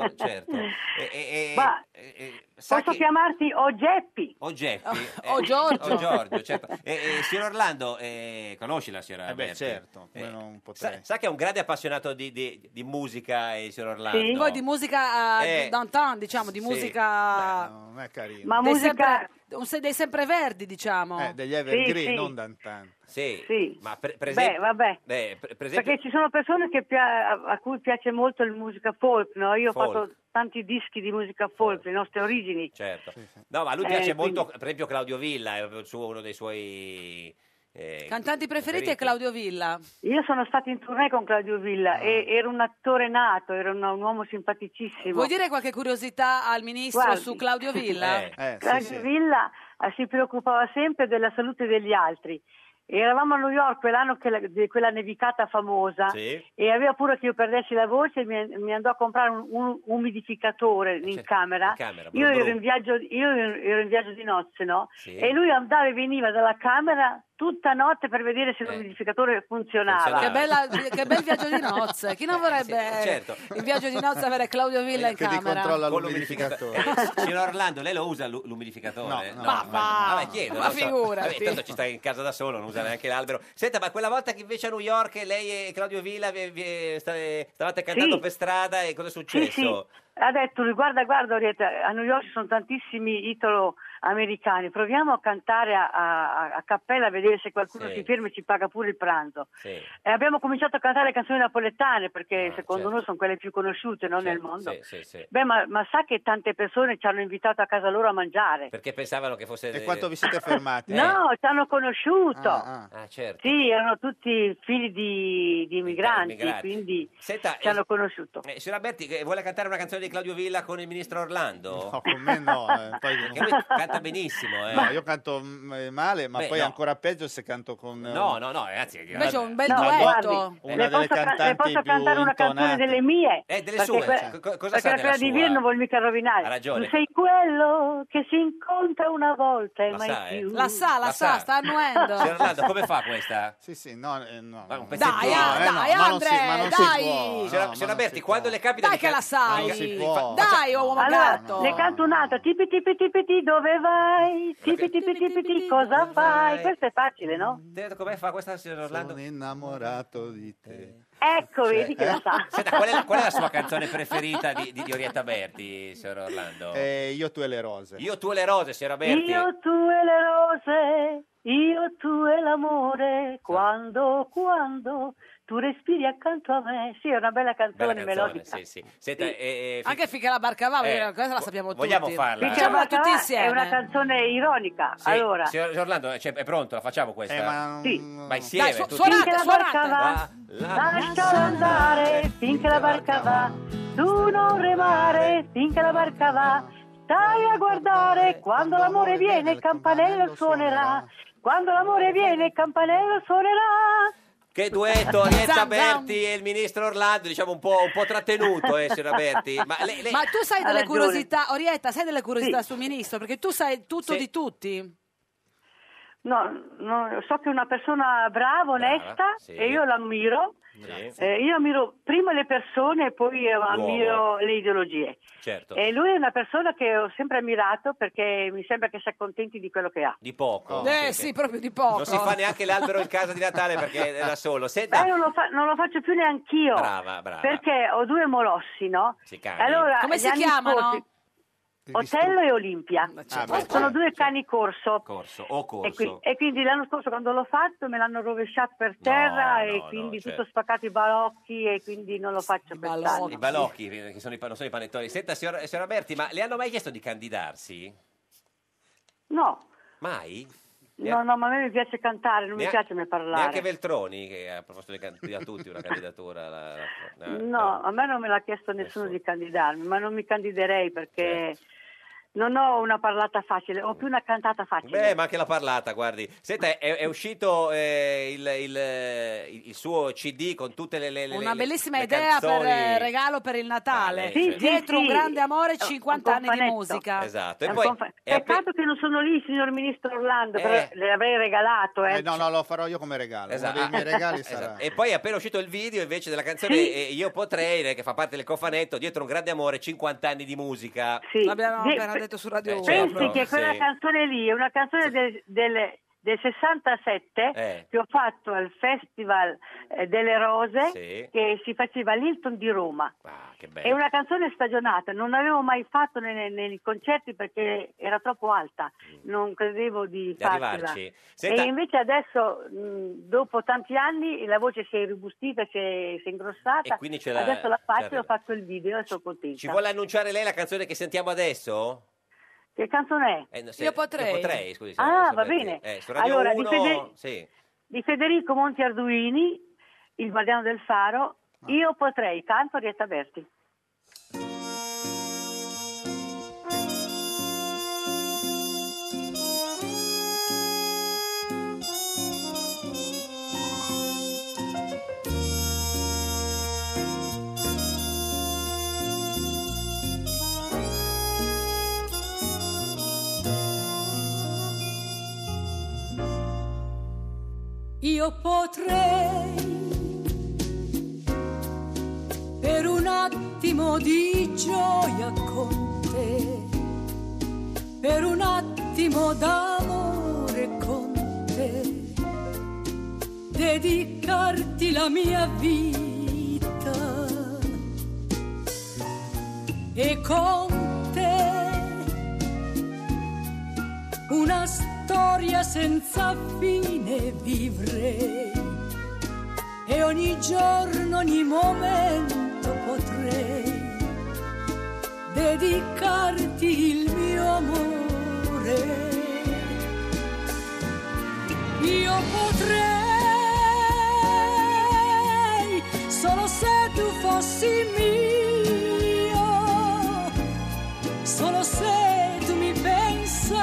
Speaker 2: Osvaldo, certo. E- e- e-
Speaker 13: Ma-
Speaker 2: e- e-
Speaker 15: Posso chiamarti o Geppi?
Speaker 2: O Geppi.
Speaker 15: O- o Giorgio.
Speaker 2: o Giorgio, certo. Eh, eh, signor Orlando, eh, conosci la signora
Speaker 9: Eh beh,
Speaker 2: Berti?
Speaker 9: certo, come
Speaker 2: Eh,
Speaker 9: non potrei.
Speaker 2: sa, sa che è un grande appassionato di, di- di musica, eh, signor Orlando?
Speaker 1: Poi di musica eh,
Speaker 2: Eh.
Speaker 1: downtown, diciamo, di
Speaker 2: Sì.
Speaker 1: musica...
Speaker 9: non è carino.
Speaker 1: dei sempre- un se- dei sempreverdi, diciamo.
Speaker 9: Eh, degli evergreen,
Speaker 15: sì.
Speaker 9: non d'antan.
Speaker 2: Sì,
Speaker 15: Sì.
Speaker 2: ma per, per
Speaker 15: Beh,
Speaker 2: esempio...
Speaker 15: vabbè.
Speaker 2: Beh, Eh, per, per esempio...
Speaker 15: Perché ci sono persone che pia- a cui piace molto la musica folk, no? Io
Speaker 2: Folk.
Speaker 15: ho fatto tanti dischi di musica folk, le nostre origini.
Speaker 2: Certo. No, ma a lui
Speaker 15: Eh,
Speaker 2: piace
Speaker 15: quindi-
Speaker 2: molto, per esempio, Claudio Villa, è il suo- uno dei suoi... eh,
Speaker 1: Cantanti preferiti è Claudio Villa.
Speaker 15: Io sono stata in tournée con Claudio Villa
Speaker 1: Ah.
Speaker 15: e era un attore nato, era un, un uomo simpaticissimo.
Speaker 1: Vuoi dire qualche curiosità al ministro
Speaker 15: Guardi.
Speaker 1: su Claudio <laughs> Villa?
Speaker 15: Claudio Villa eh, si preoccupava sempre della salute degli altri. Eravamo a New York quell'anno che la- di quella nevicata famosa
Speaker 16: Sì.
Speaker 15: e aveva paura che io perdessi la voce e mi, mi andò a comprare un, un umidificatore in camera.
Speaker 16: Certo, camera,
Speaker 15: io,
Speaker 16: brum
Speaker 15: ero
Speaker 16: brum.
Speaker 15: in viaggio, io ero ero in viaggio di nozze, no?
Speaker 16: Sì.
Speaker 15: E lui andava e veniva dalla camera tutta notte per vedere
Speaker 16: Eh.
Speaker 15: se l'umidificatore funzionava.
Speaker 2: Funzionava.
Speaker 1: Che, bella- che bel viaggio di nozze. Chi non vorrebbe
Speaker 2: Sì, certo.
Speaker 1: in viaggio di nozze avere Claudio Villa eh, in camera?
Speaker 2: Con l'umidificatore. Eh, signor Orlando, lei lo usa l'u- l'umidificatore?
Speaker 1: no. Ma va.
Speaker 2: Vabbè, chiedo,
Speaker 1: Ma
Speaker 2: non so.
Speaker 1: figurati.
Speaker 2: Vabbè, tanto ci sta in casa da solo, non usa neanche l'albero. Senta, ma quella volta che invece a New York lei e Claudio Villa vi- vi- sta- stavate cantando per strada e cosa è
Speaker 15: Sì,
Speaker 2: successo?
Speaker 15: sì, ha detto lui, guarda, guarda Orietta, a New York ci sono tantissimi italo-americani, proviamo a cantare a, a- a cappella a vedere se qualcuno
Speaker 16: Sì.
Speaker 15: si ferma e ci paga pure il pranzo.
Speaker 2: Sì.
Speaker 15: E abbiamo cominciato a cantare canzoni napoletane perché secondo
Speaker 16: certo.
Speaker 15: noi sono quelle più conosciute no, nel mondo.
Speaker 2: Sì, sì, sì.
Speaker 15: Beh, ma, ma sa che tante persone ci hanno invitato a casa loro a mangiare?
Speaker 2: Perché pensavano che fosse...
Speaker 9: E quanto vi siete fermati?
Speaker 15: No, ci hanno conosciuto.
Speaker 2: Ah, certo.
Speaker 15: Sì, erano tutti figli di, di immigranti,
Speaker 2: immigrati.
Speaker 15: quindi
Speaker 2: Senta,
Speaker 15: ci hanno conosciuto.
Speaker 2: Eh, signora Berti, eh, vuole cantare una canzone di Claudio Villa con il ministro Orlando?
Speaker 9: No, con me no,
Speaker 2: <laughs>
Speaker 9: eh, poi non-
Speaker 2: Perché lui canta benissimo, eh.
Speaker 9: No, io canto mm, male, ma
Speaker 2: Beh,
Speaker 9: poi
Speaker 2: no.
Speaker 9: ancora peggio se canto con... eh,
Speaker 2: No, no, no, ragazzi.
Speaker 1: Invece è un bel
Speaker 9: No,
Speaker 1: duetto.
Speaker 9: guardi, una
Speaker 15: le
Speaker 9: delle
Speaker 15: posso, ca- le
Speaker 9: cantanti
Speaker 15: posso
Speaker 9: più
Speaker 15: cantare una canzone
Speaker 9: intonate.
Speaker 15: delle mie?
Speaker 9: Eh, delle
Speaker 15: Perché
Speaker 9: sue,
Speaker 15: que-
Speaker 9: cioè, co- cosa
Speaker 15: perché
Speaker 9: sa
Speaker 15: la
Speaker 9: della
Speaker 15: quella di
Speaker 9: sua?
Speaker 15: Villa non vuol mica rovinare.
Speaker 2: Ha ragione.
Speaker 15: Tu sei quello che si incontra una volta e
Speaker 2: La
Speaker 15: mai
Speaker 2: sa, eh?
Speaker 15: più.
Speaker 1: La sa, la,
Speaker 2: La
Speaker 1: sa,
Speaker 2: sa.
Speaker 1: sta annuendo.
Speaker 2: Signor Orlando, come fa questa?
Speaker 9: Sì, sì, no, eh, no.
Speaker 2: Ma un
Speaker 1: Dai,
Speaker 2: pezzettino,
Speaker 1: ah,
Speaker 2: eh, no.
Speaker 1: dai,
Speaker 9: ma non
Speaker 1: Andre,
Speaker 9: si- ma non si
Speaker 1: dai.
Speaker 9: può,
Speaker 2: Signora,
Speaker 9: ma
Speaker 2: signora
Speaker 9: non
Speaker 2: Berti, quando le capita
Speaker 1: Dai
Speaker 2: di
Speaker 1: che la
Speaker 2: can-
Speaker 1: sai.
Speaker 2: di di
Speaker 1: Dai, uomo
Speaker 15: Allora,
Speaker 1: gatto.
Speaker 15: ne canto un'altra, tipi tipi tipi ti, dove vai? Tipi tipi tipi ti, cosa fai? Questo è facile, no?
Speaker 2: Vedete Com'è fa questa signora Orlando?
Speaker 9: Sono innamorato di te.
Speaker 15: Ecco, vedi che la sa.
Speaker 2: Senta, qual è la, qual è la sua canzone preferita di, di, di Orietta Berti, signora Orlando?
Speaker 9: Eh, io tu e le rose.
Speaker 2: Io, tu e le rose, signora Berti.
Speaker 15: Io tu e le rose, io tu e l'amore, quando, quando tu respiri accanto a me. Sì, è una bella canzone,
Speaker 2: Bella canzone,
Speaker 15: melodica.
Speaker 2: sì, sì. Senta, eh, eh, fi-
Speaker 1: Anche finché la barcavava,
Speaker 2: Eh,
Speaker 1: eh, questa la sappiamo
Speaker 2: vogliamo
Speaker 1: tutti.
Speaker 2: farla?
Speaker 1: Diciamola
Speaker 15: Cavà
Speaker 1: tutti
Speaker 15: Ah, È
Speaker 1: insieme.
Speaker 15: una canzone ironica.
Speaker 2: sì,
Speaker 15: allora,
Speaker 2: Signor signor Orlando, cioè, è pronto? La facciamo questa?
Speaker 9: Eh, ma-
Speaker 15: Sì.
Speaker 2: Ma insieme?
Speaker 15: Dai, su-
Speaker 2: tutti?
Speaker 15: suonate, Finché la suonate. barca
Speaker 2: Ah,
Speaker 15: va.
Speaker 2: la-
Speaker 15: lasciala andare finché la barca va, tu non remare finché la barca va, stai a guardare quando l'amore viene il campanello suonerà, quando l'amore viene il campanello suonerà.
Speaker 2: Che duetto, Orietta
Speaker 15: Zam, zam.
Speaker 2: Berti e il ministro Orlando, diciamo un po', un po' trattenuto, eh, signora Berti. Ma lei, lei-
Speaker 1: Ma tu sai
Speaker 15: Ha
Speaker 1: delle
Speaker 15: ragione.
Speaker 1: curiosità, Orietta, sai delle curiosità sul ministro? Perché tu sai tutto
Speaker 15: Sì.
Speaker 1: di tutti.
Speaker 15: No, no, so che è una persona brava, onesta
Speaker 16: sì.
Speaker 15: e io l'ammiro. Eh, io ammiro prima le persone e poi eh, ammiro le ideologie.
Speaker 2: Certo,
Speaker 15: E lui è una persona che ho sempre ammirato perché mi sembra che si accontenti di quello che ha.
Speaker 2: di poco.
Speaker 1: eh
Speaker 2: Sì,
Speaker 1: sì,
Speaker 2: sì.
Speaker 1: proprio di poco.
Speaker 2: Non si fa neanche l'albero in casa di Natale perché è da solo. Senta,
Speaker 15: Beh, non lo, fa- non lo faccio più neanch'io.
Speaker 2: Brava, brava.
Speaker 15: Perché ho due molossi, no?
Speaker 2: si cani.
Speaker 15: Allora,
Speaker 1: Come
Speaker 15: gli
Speaker 1: si
Speaker 15: anni
Speaker 1: chiamano?
Speaker 15: scorsi- Otello e Olimpia.
Speaker 2: certo. Ah, beh,
Speaker 15: Sono due cani corso.
Speaker 2: Corso, o
Speaker 15: E, qui-
Speaker 2: corso.
Speaker 15: e quindi eh, l'anno scorso quando l'ho fatto me l'hanno rovesciato per terra
Speaker 2: no,
Speaker 15: e
Speaker 2: no,
Speaker 15: quindi
Speaker 2: certo.
Speaker 15: tutto spaccato i balocchi e quindi non lo faccio per
Speaker 2: I
Speaker 15: tanto.
Speaker 2: balocchi, che sono i, pa- non sono i panettoni. Senta, signora, signora Berti, ma le hanno mai chiesto di candidarsi?
Speaker 15: No,
Speaker 2: Mai?
Speaker 15: no, no, ma a me mi piace cantare, non mi
Speaker 2: Neanche-
Speaker 15: piace mai
Speaker 2: Neanche
Speaker 15: parlare.
Speaker 2: Veltroni, che a proposito di can- a tutti una candidatura. la- la- la-
Speaker 15: No, a me non me l'ha chiesto nessuno di candidarmi, ma non mi candiderei perché
Speaker 2: Certo.
Speaker 15: non ho una parlata facile, ho più una cantata facile.
Speaker 2: Beh, ma anche la parlata, guardi. Senta, è, è uscito eh, il, il- il- il suo CD con tutte le, le- le-
Speaker 1: Una
Speaker 2: le-
Speaker 1: bellissima
Speaker 2: le
Speaker 1: idea per
Speaker 2: canzoni.
Speaker 1: eh, regalo per il Natale.
Speaker 2: Natale, Sì, certo. sì,
Speaker 1: Dietro un
Speaker 15: sì.
Speaker 1: grande amore,
Speaker 15: un
Speaker 1: 50 anni di
Speaker 15: cofanetto.
Speaker 1: musica.
Speaker 2: Esatto.
Speaker 15: È
Speaker 2: E
Speaker 15: un
Speaker 2: poi
Speaker 15: conf-
Speaker 2: è appe-
Speaker 15: Peccato che non sono lì, signor Ministro Orlando,
Speaker 2: Eh.
Speaker 15: però le avrei regalato. Eh.
Speaker 9: Eh, no, no, lo farò io come regalo.
Speaker 2: Esatto.
Speaker 9: Uno dei miei
Speaker 2: <laughs>
Speaker 9: regali
Speaker 2: Esatto.
Speaker 9: sarà...
Speaker 2: E poi è appena uscito il video invece della canzone
Speaker 15: Sì.
Speaker 2: eh, Io potrei, eh, che fa parte del cofanetto, dietro un grande amore, 50 anni di musica.
Speaker 15: Sì.
Speaker 1: L'abbiamo
Speaker 15: Sì,
Speaker 1: appena detto su Radio
Speaker 2: Eh,
Speaker 1: 1.
Speaker 2: certo.
Speaker 15: Pensi che quella
Speaker 2: sì.
Speaker 15: canzone lì è una canzone del, del- del 67
Speaker 2: Eh.
Speaker 15: che ho fatto al Festival eh, delle Rose
Speaker 2: Sì.
Speaker 15: che si faceva all'Hilton di Roma.
Speaker 2: Ah, che
Speaker 15: È
Speaker 2: bello.
Speaker 15: una canzone stagionata, non l'avevo mai fatto nei, nei- nei concerti perché era troppo alta, non credevo di
Speaker 2: Mm. Di
Speaker 15: farcela.
Speaker 2: arrivarci. Senta-
Speaker 15: E invece adesso, mh, dopo tanti anni, la voce si è irrobustita, si è, si è ingrossata,
Speaker 2: E quindi ce la-
Speaker 15: adesso la
Speaker 2: ci
Speaker 15: faccio,
Speaker 2: arriva.
Speaker 15: ho fatto il video e sono contenta.
Speaker 2: Ci vuole annunciare lei la canzone che sentiamo adesso?
Speaker 15: Che canzone è?
Speaker 2: Eh, no, se- Io potrei, scusi. se-
Speaker 15: Ah,
Speaker 2: se
Speaker 15: va
Speaker 2: metti-
Speaker 15: bene.
Speaker 2: Eh, su Radio
Speaker 15: Allora,
Speaker 2: 1,
Speaker 15: di, Fede-
Speaker 2: sì.
Speaker 15: di Federico Monti Arduini, Il Guardiano del Faro,
Speaker 2: Ah.
Speaker 15: io potrei, canto Rietta Berti.
Speaker 16: Io potrei per un attimo di gioia con te, per un attimo d'amore con te, dedicarti la mia vita e con te una storia senza fine vivrei e ogni giorno, ogni momento potrei dedicarti il mio amore. Io potrei solo se tu fossi mio solo se tu mi pensassi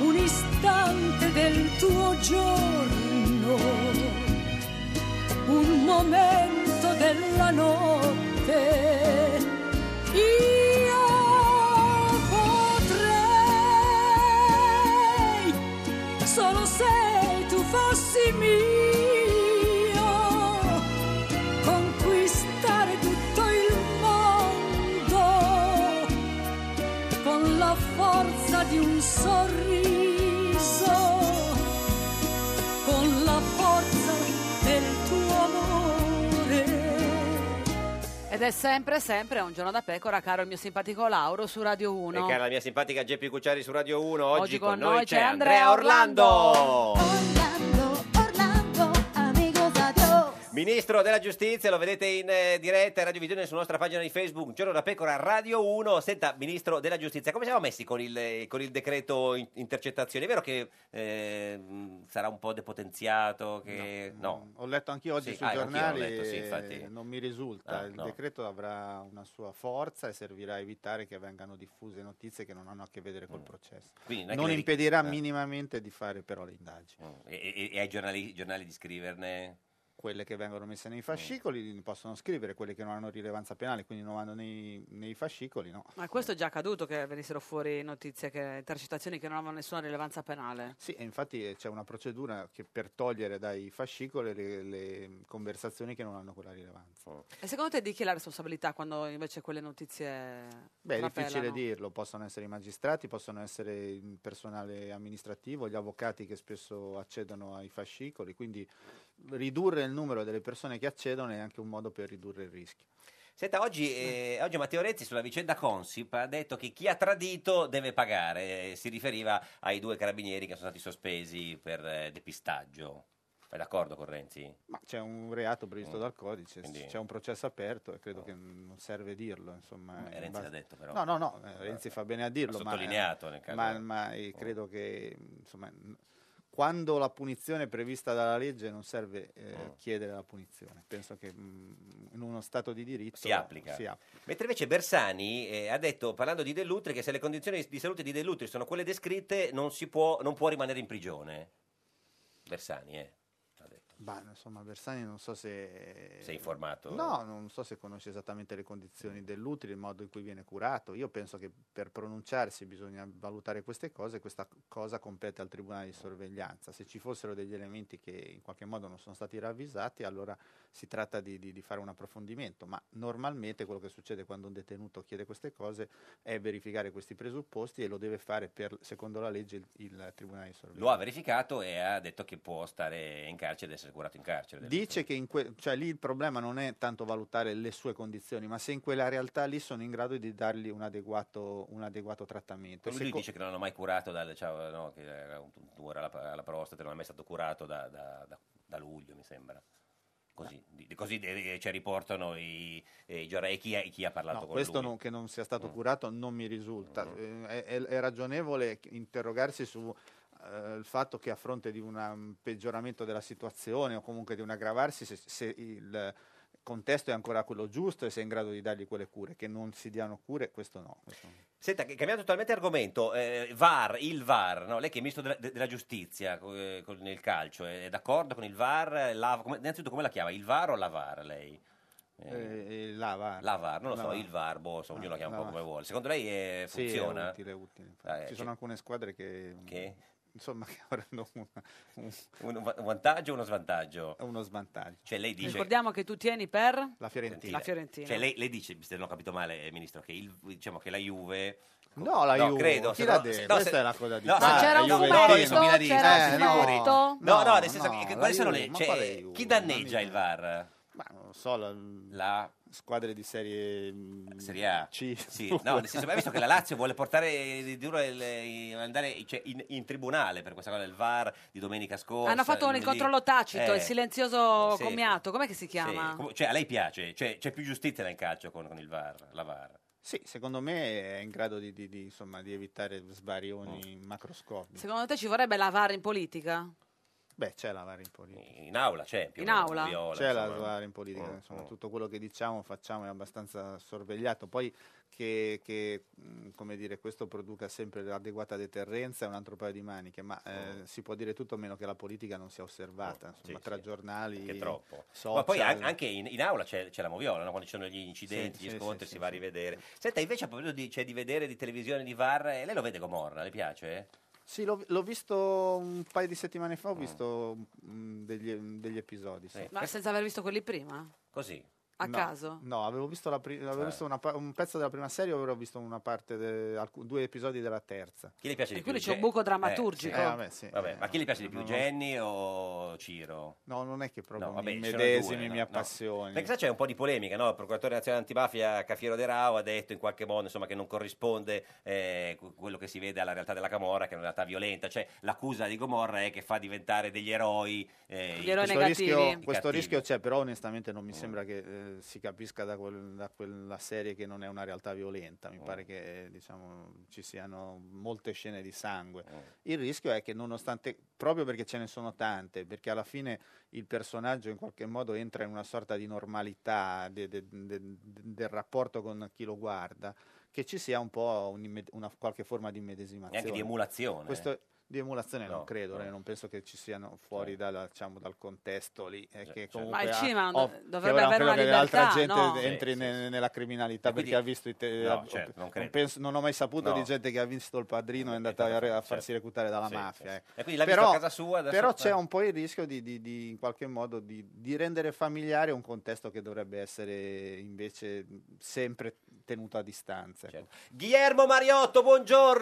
Speaker 16: un istante del tuo giorno, un momento della notte. Io potrei, solo se tu fossi mio, conquistare tutto il mondo con la forza di un sorriso, con la forza del tuo amore.
Speaker 1: Ed è sempre, sempre un giorno da pecora, caro il mio simpatico Lauro su Radio
Speaker 2: E
Speaker 1: 1.
Speaker 2: cara la mia simpatica Geppi Cucciari su Radio 1. Oggi,
Speaker 1: Oggi
Speaker 2: con, noi c'è Andrea Orlando.
Speaker 7: amigos, adiós.
Speaker 2: Ministro della Giustizia, lo vedete in eh, diretta in radiovisione sulla nostra pagina di Facebook, Giorno da Pecora Radio 1. Senta, Ministro della Giustizia, come siamo messi con il, eh, con il decreto in- intercettazioni? È vero che eh, mh, sarà un po' depotenziato? Che... No.
Speaker 9: Ho letto anch'io oggi
Speaker 2: Sì,
Speaker 9: sui
Speaker 2: ah, anch'io l'ho
Speaker 9: giornali
Speaker 2: letto, sì,
Speaker 9: e
Speaker 2: infatti.
Speaker 9: non mi risulta.
Speaker 2: Ah,
Speaker 9: il
Speaker 2: no.
Speaker 9: decreto avrà una sua forza e servirà a evitare che vengano diffuse notizie che non hanno a che vedere col processo.
Speaker 2: Mm. Quindi non è
Speaker 9: non
Speaker 2: che Mm. le-
Speaker 9: impedirà
Speaker 2: eh.
Speaker 9: minimamente di fare però le indagini.
Speaker 2: E, e- e ai giornali, giornali di scriverne?
Speaker 9: Quelle che vengono messe
Speaker 2: Mm.
Speaker 9: nei fascicoli ne possono scrivere, quelle che non hanno rilevanza penale, quindi non vanno nei, nei fascicoli, no.
Speaker 1: Ma questo è già accaduto che venissero fuori notizie, che, intercettazioni che non avevano nessuna rilevanza penale.
Speaker 9: Sì, e infatti eh, c'è una procedura che per togliere dai fascicoli le, le conversazioni che non hanno quella rilevanza.
Speaker 2: Mm.
Speaker 1: E secondo te di chi è la responsabilità quando invece quelle notizie
Speaker 9: Beh, è
Speaker 1: trapelano?
Speaker 9: difficile dirlo, possono essere i magistrati, possono essere il personale amministrativo, gli avvocati che spesso accedono ai fascicoli, quindi ridurre il numero delle persone che accedono è anche un modo per ridurre il rischio.
Speaker 2: Senta, oggi, eh, oggi Matteo Renzi sulla vicenda Consip ha detto che chi ha tradito deve pagare. Eh, Si riferiva ai due carabinieri che sono stati sospesi per eh, depistaggio. È d'accordo con Renzi?
Speaker 9: Ma c'è un reato previsto
Speaker 2: Mm.
Speaker 9: dal codice,
Speaker 2: Quindi-
Speaker 9: c'è un processo aperto e credo che non serve dirlo. Insomma,
Speaker 2: Eh,
Speaker 9: in
Speaker 2: Renzi
Speaker 9: base-
Speaker 2: l'ha detto, però.
Speaker 9: No, no, no, eh, Renzi fa bene a dirlo.
Speaker 2: Ha
Speaker 9: ma-
Speaker 2: sottolineato nel caso. Mm.
Speaker 9: Ma, ma, eh, credo che insomma, n- quando la punizione è prevista dalla legge non serve eh,
Speaker 2: Mm.
Speaker 9: chiedere la punizione. Penso che mm, in uno stato di diritto
Speaker 2: Si applica.
Speaker 9: si applica.
Speaker 2: Mentre invece Bersani eh, ha detto, parlando di Dell'Utri, che se le condizioni di salute di Dell'Utri sono quelle descritte, non, si può, non può rimanere in prigione. Bersani, eh.
Speaker 9: Bah, insomma, Bersani non so se...
Speaker 2: Sei informato?
Speaker 9: No, non so se conosce esattamente le condizioni dell'utile, il modo in cui viene curato. Io penso che per pronunciarsi bisogna valutare queste cose, questa cosa compete al Tribunale di sorveglianza. Se ci fossero degli elementi che in qualche modo non sono stati ravvisati, allora si tratta di, di- di fare un approfondimento, ma normalmente quello che succede quando un detenuto chiede queste cose è verificare questi presupposti e lo deve fare per- secondo la legge il, il Tribunale di Sorveglianza.
Speaker 2: Lo ha verificato e ha detto che può stare in carcere ed essere curato in carcere.
Speaker 9: Dice che in que- cioè, lì il problema non è tanto valutare le sue condizioni, ma se in quella realtà lì sono in grado di dargli un adeguato, un adeguato trattamento.
Speaker 2: Lui
Speaker 9: Seco-
Speaker 2: dice che non hanno mai curato, dal, cioè, no, che era un tumore alla, alla prostata, non è mai stato curato da, da- da- da luglio, mi sembra. Così, di- di- così eh, ci riportano i, i giornali e chi, ha- chi ha parlato
Speaker 9: No,
Speaker 2: con
Speaker 9: questo
Speaker 2: lui. Mm.
Speaker 9: non- che non sia stato curato non mi risulta. Eh, È, è- è ragionevole interrogarsi sul fatto che a fronte di una- un mm, peggioramento della situazione o comunque di un aggravarsi, se, se il contesto è ancora quello giusto e se è in grado di dargli quelle cure, che non si diano cure, questo no. questo no.
Speaker 2: Senta, che- cambiando totalmente argomento, eh, VAR, il VAR, no? lei che è ministro della, de- della giustizia co- eh, con- nel calcio, è, è d'accordo con il VAR? La- come- innanzitutto come la chiama? Il VAR o la VAR lei?
Speaker 9: Eh, la VAR.
Speaker 2: La VAR, non lo
Speaker 9: La
Speaker 2: so,
Speaker 9: VAR. Ah,
Speaker 2: il VAR, boh, insomma, ognulo la chiama un
Speaker 9: la
Speaker 2: po' come
Speaker 9: VAR.
Speaker 2: vuole. Secondo lei eh,
Speaker 9: Sì, è
Speaker 2: funziona?
Speaker 9: utile, è utile,
Speaker 2: Eh,
Speaker 9: Ci
Speaker 2: c'è-
Speaker 9: sono alcune squadre che...
Speaker 2: Che?
Speaker 9: Insomma, <laughs> che avranno una- un,
Speaker 2: un va- un vantaggio o uno svantaggio?
Speaker 9: Uno svantaggio.
Speaker 2: Cioè lei dice...
Speaker 17: Ricordiamo che tu tieni per
Speaker 9: La
Speaker 2: Fiorentina.
Speaker 17: La Fiorentina.
Speaker 2: Cioè lei, lei dice, se non ho capito male, eh, ministro, che, il- diciamo che la Juve...
Speaker 9: No, la Juve,
Speaker 2: credo,
Speaker 9: chi
Speaker 2: se
Speaker 9: l'ha
Speaker 2: no-
Speaker 9: detto?
Speaker 2: se- no,
Speaker 9: Questa
Speaker 2: se-
Speaker 9: è la cosa di
Speaker 2: no,
Speaker 9: Ma
Speaker 2: se-
Speaker 9: c'era un
Speaker 2: no,
Speaker 9: fumetto,
Speaker 2: no, io sono milanista,
Speaker 9: c'era un
Speaker 2: eh, figuri.
Speaker 9: fumetto.
Speaker 2: No, no,
Speaker 9: No,
Speaker 2: nel senso
Speaker 9: no,
Speaker 2: che
Speaker 9: la
Speaker 2: quali sono le...
Speaker 9: Juve, ma
Speaker 2: cioè,
Speaker 9: quale Juve?
Speaker 2: chi danneggia il VAR?
Speaker 9: Ma non lo so, la, squadre di serie,
Speaker 2: Serie A.
Speaker 9: C.
Speaker 2: Sì, no, nel senso, ma hai visto che la Lazio vuole portare di duro il- il- andare cioè, in, in tribunale per questa cosa del VAR di domenica scorsa.
Speaker 17: Hanno fatto un
Speaker 2: lunedì.
Speaker 17: controllo tacito,
Speaker 2: Eh,
Speaker 17: il silenzioso
Speaker 2: sì.
Speaker 17: commiato, com'è che si
Speaker 2: sì.
Speaker 17: chiama?
Speaker 2: Com- Cioè, a lei piace, Cioè, c'è più giustizia nel calcio con, con il VAR, la VAR.
Speaker 9: Sì, secondo me è in grado di, di- di, insomma, di evitare sbarioni macroscopici.
Speaker 17: Secondo te ci vorrebbe la VAR in politica?
Speaker 9: Beh, c'è la VAR in politica.
Speaker 2: In aula c'è, più
Speaker 17: In o meno, aula?
Speaker 2: Viola,
Speaker 9: c'è la
Speaker 2: insomma.
Speaker 9: VAR in politica,
Speaker 2: Mm,
Speaker 9: insomma,
Speaker 2: mm.
Speaker 9: tutto quello che diciamo, facciamo è abbastanza sorvegliato. Poi che, che, mh, come dire, questo produca sempre l'adeguata deterrenza è un altro paio di maniche, ma eh, si può dire tutto meno che la politica non sia osservata,
Speaker 2: Oh,
Speaker 9: insomma, tra giornali,
Speaker 2: Che troppo.
Speaker 9: social.
Speaker 2: Ma poi an- anche in, in aula c'è, c'è la moviola, no? quando ci sono gli incidenti,
Speaker 9: Sì,
Speaker 2: gli
Speaker 9: sì,
Speaker 2: scontri,
Speaker 9: sì,
Speaker 2: si
Speaker 9: sì,
Speaker 2: va a rivedere. Senta, invece a proposito di, cioè, di vedere di televisione di VAR, eh, lei lo vede Gomorra, le piace?
Speaker 9: Sì, l'ho, l'ho visto un paio di settimane fa, ho
Speaker 2: Mm.
Speaker 9: visto mh, degli, degli episodi. sì.
Speaker 2: Eh,
Speaker 17: Ma senza aver visto quelli prima?
Speaker 2: Così.
Speaker 17: A
Speaker 9: No,
Speaker 17: caso?
Speaker 9: No, avevo visto, la pri- avevo
Speaker 2: Ah.
Speaker 9: visto una pa- un pezzo della prima serie, avevo visto una parte de- alcu- due episodi della terza.
Speaker 2: Chi le piace di
Speaker 17: E quello
Speaker 2: più?
Speaker 17: c'è un
Speaker 2: Ge-
Speaker 17: buco
Speaker 2: eh,
Speaker 17: drammaturgico.
Speaker 2: sì.
Speaker 9: Eh, vabbè, sì.
Speaker 2: Vabbè, ma chi le piace di più,
Speaker 9: no, no.
Speaker 2: Jenny o Ciro?
Speaker 9: No, non è che proprio
Speaker 2: No, vabbè,
Speaker 9: mi
Speaker 2: ci sono
Speaker 9: medesimi,
Speaker 2: due, no,
Speaker 9: mi
Speaker 2: no.
Speaker 9: appassioni.
Speaker 2: Perché sa, c'è un po' di polemica, no? Il procuratore nazionale antimafia Cafiero De Rao ha detto in qualche modo insomma, che non corrisponde eh, cu- quello che si vede alla realtà della Camorra, che è una realtà violenta. Cioè, l'accusa di Gomorra è che fa diventare degli eroi. eh, i-
Speaker 9: questo rischio,
Speaker 2: i
Speaker 9: questo
Speaker 2: cattivi.
Speaker 9: rischio c'è, però onestamente
Speaker 2: Mm.
Speaker 9: non mi sembra che eh, si capisca da, quel- da quella serie che non è una realtà violenta.
Speaker 2: Mm.
Speaker 9: Mi pare che eh, diciamo, ci siano molte scene di sangue.
Speaker 2: Mm.
Speaker 9: Il rischio è che nonostante, proprio perché ce ne sono tante, perché alla fine il personaggio in qualche modo entra in una sorta di normalità de- de- de- del rapporto con chi lo guarda, che ci sia un po' un'imme- una, qualche forma di immedesimazione.
Speaker 2: Neanche di emulazione.
Speaker 9: Questo- di emulazione
Speaker 2: No,
Speaker 9: non credo,
Speaker 2: no. Cioè.
Speaker 9: eh, non penso che ci siano fuori dalla- diciamo, dal contesto lì. eh, che
Speaker 2: certo.
Speaker 9: comunque
Speaker 17: Ma il
Speaker 9: ha-
Speaker 17: cinema
Speaker 9: ov-
Speaker 17: dovrebbe
Speaker 9: che
Speaker 17: avere
Speaker 9: ora non credo
Speaker 17: una
Speaker 9: che l'altra
Speaker 17: libertà,
Speaker 9: gente
Speaker 17: no?
Speaker 9: entri
Speaker 2: Sì,
Speaker 9: ne- nella criminalità
Speaker 2: E quindi-
Speaker 9: perché ha visto i te-
Speaker 2: No,
Speaker 9: ha-
Speaker 2: certo, non credo.
Speaker 9: penso- non ho mai saputo
Speaker 2: No.
Speaker 9: di gente che ha visto il padrino e è andata a, a farsi reclutare dalla
Speaker 2: certo. Sì,
Speaker 9: mafia.
Speaker 2: sì,
Speaker 9: ecco.
Speaker 2: sì. E quindi l'ha visto
Speaker 9: però,
Speaker 2: a casa sua, adesso-
Speaker 9: però c'è un po' il rischio di, di- di- in qualche modo di, di rendere familiare un contesto che dovrebbe essere invece sempre tenuto a distanza. ecco.
Speaker 2: Certo. Guillermo Mariotto,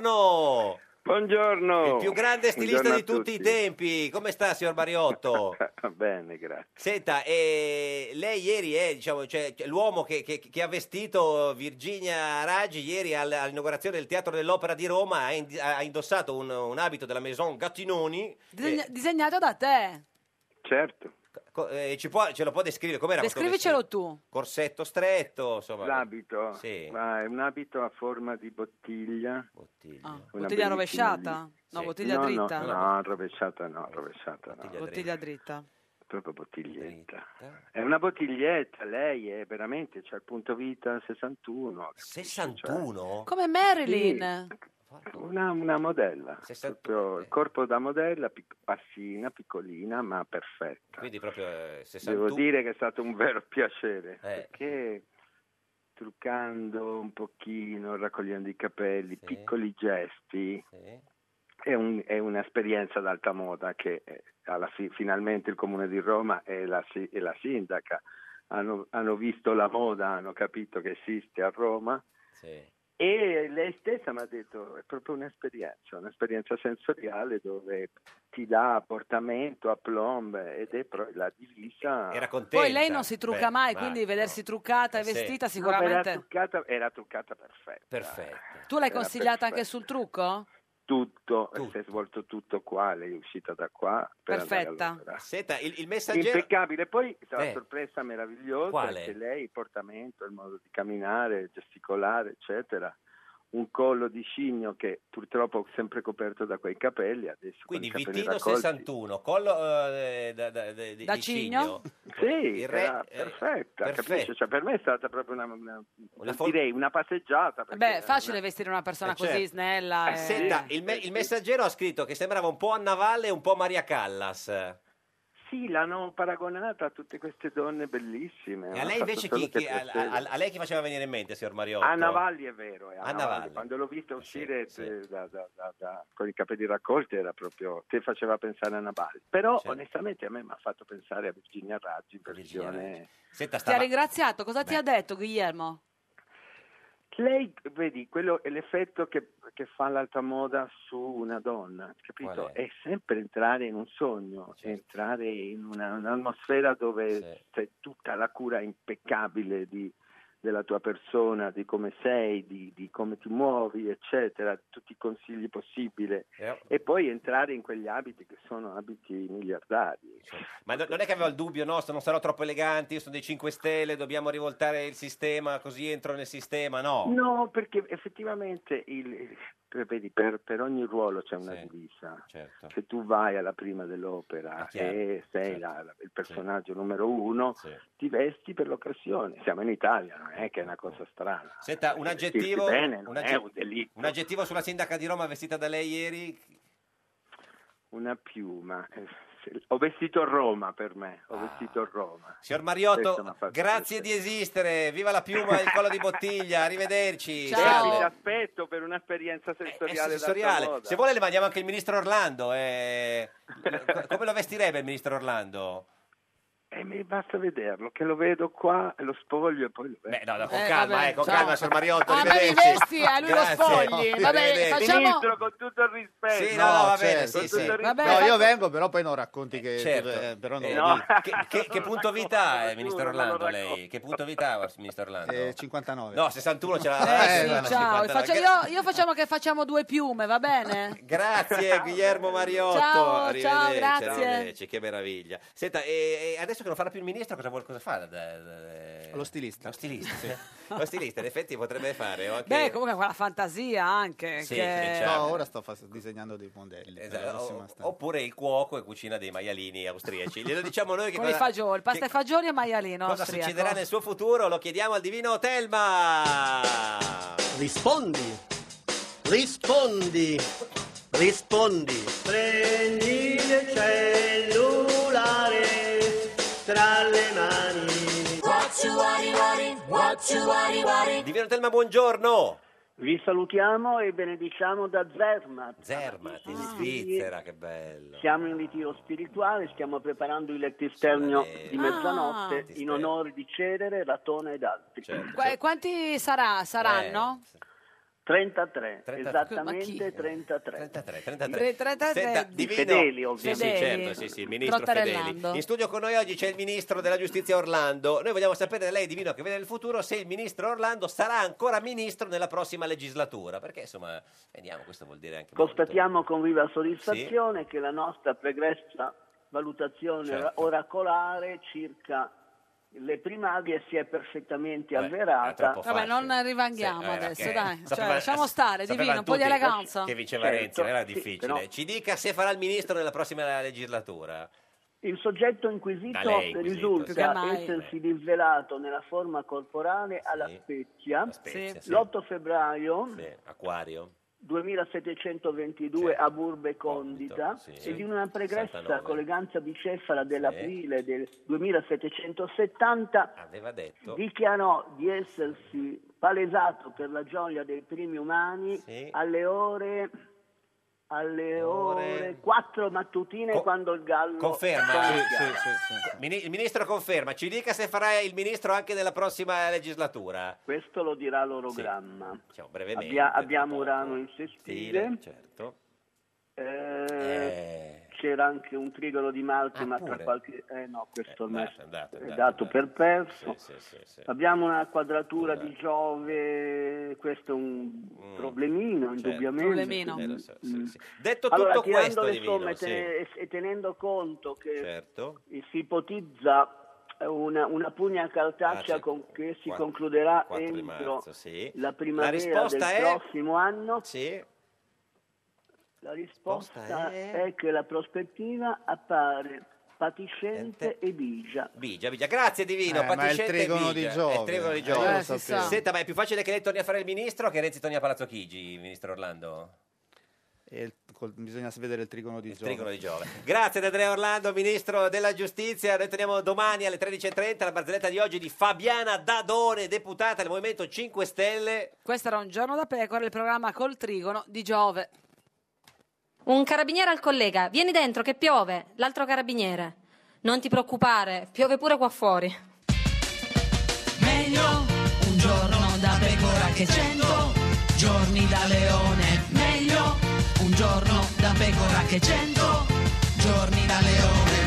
Speaker 2: buongiorno!
Speaker 18: Buongiorno!
Speaker 2: Il più grande stilista
Speaker 18: Buongiorno a
Speaker 2: di tutti, i
Speaker 18: tutti.
Speaker 2: tempi. Come sta, signor
Speaker 18: <laughs>
Speaker 2: Mariotto?
Speaker 18: Bene, grazie.
Speaker 2: Senta, eh, lei ieri è diciamo, cioè, l'uomo che, che- che ha vestito Virginia Raggi ieri al- all'inaugurazione del Teatro dell'Opera di Roma, ha, ind- ha indossato un, un abito della Maison Gattinoni.
Speaker 17: Disegna- disegnato da te.
Speaker 18: Certo.
Speaker 2: eh, ci può- ce lo può descrivere? Com'era questo
Speaker 17: Descrivicelo tu.
Speaker 2: vestito? Corsetto stretto, insomma.
Speaker 18: L'abito
Speaker 2: Sì.
Speaker 18: ma è un abito a forma di bottiglia.
Speaker 2: Bottiglia,
Speaker 17: Bottiglia rovesciata? No, bottiglia
Speaker 18: no,
Speaker 17: dritta.
Speaker 18: No, no, rovesciata no, rovesciata no.
Speaker 17: Bottiglia dritta.
Speaker 18: Proprio bottiglietta. È una bottiglietta, lei è veramente, c'è il punto vita Cioè, 61.
Speaker 2: 61?
Speaker 17: Come Marilyn.
Speaker 18: Una, una modella, proprio il corpo da modella, pic- bassina, piccolina, ma perfetta.
Speaker 2: Quindi proprio eh, 61.
Speaker 18: Devo dire che è stato un vero piacere,
Speaker 2: Eh.
Speaker 18: perché truccando un pochino, raccogliendo i capelli, piccoli gesti,
Speaker 2: Sì.
Speaker 18: è, un- è un'esperienza d'alta moda che eh, alla fi- finalmente il Comune di Roma e la, si- e la sindaca hanno, hanno visto la moda, hanno capito che esiste a Roma e lei stessa mi ha detto è proprio un'esperienza, un'esperienza sensoriale dove ti dà apportamento, aplomb ed è pro- la divisa.
Speaker 2: Era contenta.
Speaker 17: Poi lei non si trucca mai, quindi vedersi
Speaker 2: Eh,
Speaker 17: truccata e
Speaker 18: Sì.
Speaker 17: vestita
Speaker 18: No, era
Speaker 17: sicuramente...
Speaker 18: truccata, era truccata perfetta.
Speaker 17: Tu l'hai
Speaker 18: Era
Speaker 17: consigliata anche
Speaker 18: perfetta.
Speaker 17: sul trucco?
Speaker 18: tutto, si è svolto tutto qua, lei è uscita da qua. Per andare
Speaker 17: Perfetta.
Speaker 18: all'opera.
Speaker 2: Senta, il, il messaggero...
Speaker 18: Impeccabile. Poi la
Speaker 2: Eh.
Speaker 18: sorpresa meravigliosa
Speaker 2: Quale?
Speaker 18: è che lei, il portamento, il modo di camminare, gesticolare, eccetera, un collo di cigno che purtroppo sempre coperto da quei capelli, adesso
Speaker 2: Quindi
Speaker 18: con i capelli
Speaker 2: Vitino
Speaker 18: raccolti.
Speaker 2: 61, collo eh, da, da, da- di-
Speaker 18: Da
Speaker 2: di cigno.
Speaker 18: Sì,
Speaker 2: Il re- eh,
Speaker 18: era perfetta,
Speaker 2: perfetto.
Speaker 18: capisce? Cioè, per me è stata proprio una, una-
Speaker 2: fol-
Speaker 18: direi una passeggiata. perché
Speaker 17: Beh,
Speaker 18: era
Speaker 17: facile vestire una persona
Speaker 2: Eh, certo.
Speaker 17: così snella.
Speaker 2: Eh,
Speaker 17: e-
Speaker 2: Senta, il, me- il messaggero ha scritto che sembrava un po' Anna Valle e un po' Maria Callas. E
Speaker 18: Sì, l'hanno paragonata a tutte queste donne bellissime.
Speaker 2: a
Speaker 18: hanno
Speaker 2: lei
Speaker 18: fatto
Speaker 2: invece
Speaker 18: solo
Speaker 2: chi, chi-
Speaker 18: che
Speaker 2: a,
Speaker 18: piacere.
Speaker 2: a- a lei chi faceva venire in mente, signor Mariotto?
Speaker 18: Anna Valli è vero, è Anna,
Speaker 2: Anna
Speaker 18: Valli.
Speaker 2: Valli.
Speaker 18: Quando l'ho vista uscire eh, da- da- da- da- con i capelli raccolti era proprio ti faceva pensare a Anna Valli. Però
Speaker 2: Certo.
Speaker 18: onestamente a me mi ha fatto pensare a Virginia Raggi in versione
Speaker 2: Senta,
Speaker 17: Ti ha ringraziato, cosa ti
Speaker 18: Beh.
Speaker 17: ha detto Guillermo?
Speaker 18: Lei, vedi, quello è l'effetto che, che fa l'alta moda su una donna, capito?
Speaker 2: Qual è? Certo.
Speaker 18: È? sempre entrare in un sogno, entrare in una- un'atmosfera dove c'è tutta la cura impeccabile di- della tua persona, di come sei, di, di come ti muovi, eccetera, tutti i consigli possibili.
Speaker 2: Eh, oh.
Speaker 18: E poi entrare in quegli abiti che sono abiti miliardari.
Speaker 2: Ma no- non è che aveva il dubbio, no, sto- non sarò troppo eleganti, io sono dei 5 Stelle, dobbiamo rivoltare il sistema, così entro nel sistema, no.
Speaker 18: No, perché effettivamente il- per, vedi, per- per ogni ruolo c'è una divisa. Se tu vai alla prima
Speaker 2: certo. Ah,
Speaker 18: dell'opera
Speaker 2: chiaro, Certo.
Speaker 18: e sei la- la- il personaggio numero uno, ti vesti per l'occasione. Siamo in Italia, non è che è una
Speaker 2: Certo.
Speaker 18: cosa strana.
Speaker 2: Senta, un
Speaker 18: Vestirsi
Speaker 2: aggettivo,
Speaker 18: bene non
Speaker 2: un,
Speaker 18: è
Speaker 2: agge-
Speaker 18: un delitto.
Speaker 2: un aggettivo sulla sindaca di Roma vestita da lei ieri.
Speaker 18: Una piuma. Eh, se- Ho vestito Roma per me, ho vestito Roma.
Speaker 2: Ah. Signor
Speaker 18: Questo mi ha
Speaker 2: Mariotto,
Speaker 18: fatto
Speaker 2: grazie di esistere, viva la piuma e il collo di bottiglia, arrivederci.
Speaker 18: Grazie, ti aspetto per un'esperienza
Speaker 2: Eh, È
Speaker 18: sensoriale. d'alta
Speaker 2: sensoriale.
Speaker 18: moda.
Speaker 2: Se vuole le mandiamo anche il ministro Orlando. eh. Co- Come lo vestirebbe il ministro Orlando?
Speaker 18: E Eh, mi basta vederlo, che lo vedo qua, lo spoglio e poi lo vedo.
Speaker 2: Beh, no, no, con
Speaker 18: Eh,
Speaker 2: calma,
Speaker 18: vabbè,
Speaker 2: eh, con
Speaker 18: ciao.
Speaker 2: calma, signor Mariotto.
Speaker 18: A me mi
Speaker 2: arrivederci.
Speaker 18: vesti, a lui lo
Speaker 2: Grazie.
Speaker 18: spogli. Vabbè,
Speaker 2: Arrivederci.
Speaker 18: facciamo- Ministro, con tutto il rispetto.
Speaker 2: Sì, no, no, va bene,
Speaker 18: certo.
Speaker 2: sì,
Speaker 18: Con
Speaker 2: sì.
Speaker 18: tutto il
Speaker 2: Vabbè,
Speaker 9: no, io
Speaker 2: fatto-
Speaker 9: vengo, però poi non racconti che...
Speaker 2: Certo.
Speaker 9: eh, però non
Speaker 2: Eh,
Speaker 9: lo
Speaker 2: no.
Speaker 9: dico.
Speaker 2: che, che- che punto vita è, ministro Orlando, lei? Che punto vita ha, ministro Orlando?
Speaker 9: Eh, 59.
Speaker 2: No, 61 ce l'ha. Ah,
Speaker 9: Eh,
Speaker 2: ce l'ha
Speaker 9: sì,
Speaker 2: la
Speaker 17: Ciao,
Speaker 2: 59.
Speaker 17: faccio-
Speaker 2: Gra-
Speaker 17: io, io facciamo che facciamo due piume, va bene?
Speaker 2: Grazie Guillermo Mariotto,
Speaker 17: Ciao, ciao,
Speaker 2: arrivederci,
Speaker 17: grazie.
Speaker 2: arrivederci, che meraviglia. Senta, e, e adesso che non farà più il ministro, cosa vuol cosa fa? Lo stilista. Lo stilista, Lo stilista, in effetti
Speaker 17: <laughs>
Speaker 2: potrebbe fare. o anche-
Speaker 17: Beh, comunque quella fantasia anche. che-
Speaker 2: Sì, sì, certo.
Speaker 9: No, Cioè, ora sto fas- disegnando dei modelli. per
Speaker 2: Esatto,
Speaker 9: la prossima
Speaker 2: o-
Speaker 9: stagione.
Speaker 2: oppure il cuoco e cucina dei maialini austriaci. Glielo diciamo
Speaker 17: <laughs>
Speaker 2: noi che
Speaker 17: Con
Speaker 2: cosa,
Speaker 17: i fagioli, pasta e fagioli e ecco. maialino
Speaker 2: cosa
Speaker 17: austriaco.
Speaker 2: succederà nel suo futuro, lo chiediamo al divino Telma.
Speaker 19: Rispondi, rispondi, rispondi. Prendi il cellulare tra le mani.
Speaker 2: Divino Telma, buongiorno.
Speaker 19: Vi salutiamo e benediciamo da Zermatt. Ah,
Speaker 2: Zermatt, in Svizzera, che bello.
Speaker 19: Siamo in ritiro spirituale, stiamo preparando il lettisternio di
Speaker 17: Ah.
Speaker 19: mezzanotte in onore di Cerere, Ratona ed altri.
Speaker 2: Certo.
Speaker 17: Qu- quanti sarà- saranno?
Speaker 2: Eh,
Speaker 19: 33,
Speaker 17: 33. Ma
Speaker 19: esattamente 33.
Speaker 2: 33,
Speaker 17: Tre-
Speaker 2: 33.
Speaker 17: tre-
Speaker 2: Senta,
Speaker 17: tre-
Speaker 2: divino.
Speaker 19: Fedeli,
Speaker 2: Sì, sì,
Speaker 19: ovviamente.
Speaker 2: certo, sì, sì, il ministro Fedeli.
Speaker 17: Trotterellando.
Speaker 2: In studio con noi oggi c'è il ministro della giustizia Orlando. Noi vogliamo sapere da lei, divino, che vede nel futuro, se il ministro Orlando sarà ancora ministro nella prossima legislatura. Perché, insomma, vediamo, questo vuol dire anche...
Speaker 19: Constatiamo con viva soddisfazione che la nostra pregressa valutazione
Speaker 2: Certo.
Speaker 19: oracolare circa le primarie si è perfettamente avverata.
Speaker 2: troppo
Speaker 17: Vabbè, non rivanghiamo
Speaker 19: Sì, eh,
Speaker 17: adesso,
Speaker 19: perché
Speaker 17: dai. Cioè,
Speaker 2: Sapeva-
Speaker 17: lasciamo stare,
Speaker 2: sapevano
Speaker 17: divino, un po' di
Speaker 2: tutti
Speaker 17: eleganza.
Speaker 2: Che vinceva Renzi, non era difficile. Ci dica se farà il ministro nella prossima legislatura.
Speaker 19: Il soggetto inquisito
Speaker 2: Da lei inquisito, sì. Più che
Speaker 19: risulta
Speaker 2: mai.
Speaker 19: essersi disvelato nella forma corporale alla Spezia,
Speaker 2: Spezia, sì.
Speaker 19: l'8 febbraio
Speaker 2: Sì, Acquario.
Speaker 19: 2722 a Burbe Condita e di una pregressa
Speaker 2: 69.
Speaker 19: colleganza bicefala dell'aprile del 2770
Speaker 2: Aveva detto...
Speaker 19: dichiarò di essersi palesato per la gioia dei primi umani alle ore alle
Speaker 2: Ore-
Speaker 19: ore 4 mattutine quando il gallo
Speaker 2: Conferma.
Speaker 19: canta.
Speaker 2: Mini- il ministro conferma, ci dica se farà il ministro anche nella prossima legislatura.
Speaker 19: Questo lo dirà l'orogramma.
Speaker 2: Diciamo brevemente.
Speaker 19: Abbia- abbiamo Urano in sestile,
Speaker 2: Stile, certo.
Speaker 19: eh, c'era anche un trigono di Marte,
Speaker 2: Ah,
Speaker 19: ma
Speaker 2: pure.
Speaker 19: tra qualche... Eh no, questo ormai
Speaker 2: Andato, Ah, andato,
Speaker 19: è
Speaker 2: andato,
Speaker 19: dato
Speaker 2: andato.
Speaker 19: per perso.
Speaker 2: Sì, sì, sì, sì.
Speaker 19: Abbiamo una quadratura di Giove, questo è un
Speaker 2: Mm.
Speaker 19: problemino, indubbiamente. Mm.
Speaker 2: Problemino. Eh, lo so, sì, sì. Detto
Speaker 19: Allora,
Speaker 2: tutto
Speaker 19: tirando
Speaker 2: questo,
Speaker 19: le
Speaker 2: Divino,
Speaker 19: somme
Speaker 2: sì.
Speaker 19: te- e tenendo conto che
Speaker 2: Certo.
Speaker 19: si ipotizza una, una pugna caltacea
Speaker 2: Ah, c'è-
Speaker 19: con- che si
Speaker 2: quattro-
Speaker 19: concluderà
Speaker 2: 4 di
Speaker 19: entro
Speaker 2: marzo, sì.
Speaker 19: la primavera
Speaker 2: risposta
Speaker 19: del
Speaker 2: è-
Speaker 19: prossimo anno. La risposta,
Speaker 2: Risposta
Speaker 19: è... che la prospettiva appare fatiscente e bigia.
Speaker 2: Bigia, Bigia. Grazie Divino,
Speaker 19: Eh, ma è il
Speaker 2: Patricente e
Speaker 19: trigono
Speaker 2: Bigia.
Speaker 19: di Giove.
Speaker 2: È il trigono di
Speaker 19: Eh,
Speaker 2: Giove.
Speaker 19: lo si sa.
Speaker 2: Senta, ma è più facile che lei torni a fare il ministro che Renzi torni a Palazzo Chigi, ministro Orlando?
Speaker 9: E il- col- bisogna vedere il trigono di Giove.
Speaker 2: trigono di Giove. Grazie ad Andrea Orlando, ministro della giustizia. Noi torniamo domani alle 13.30 la barzelletta di oggi di Fabiana Dadone, deputata del Movimento 5 Stelle.
Speaker 17: Questo era un giorno da pecora, il programma col trigono di Giove.
Speaker 20: Un carabiniere al collega, vieni dentro che piove. L'altro carabiniere, non ti preoccupare, piove pure qua fuori.
Speaker 16: Meglio un giorno da pecora che cento giorni da leone. Meglio un giorno da pecora che cento giorni da leone.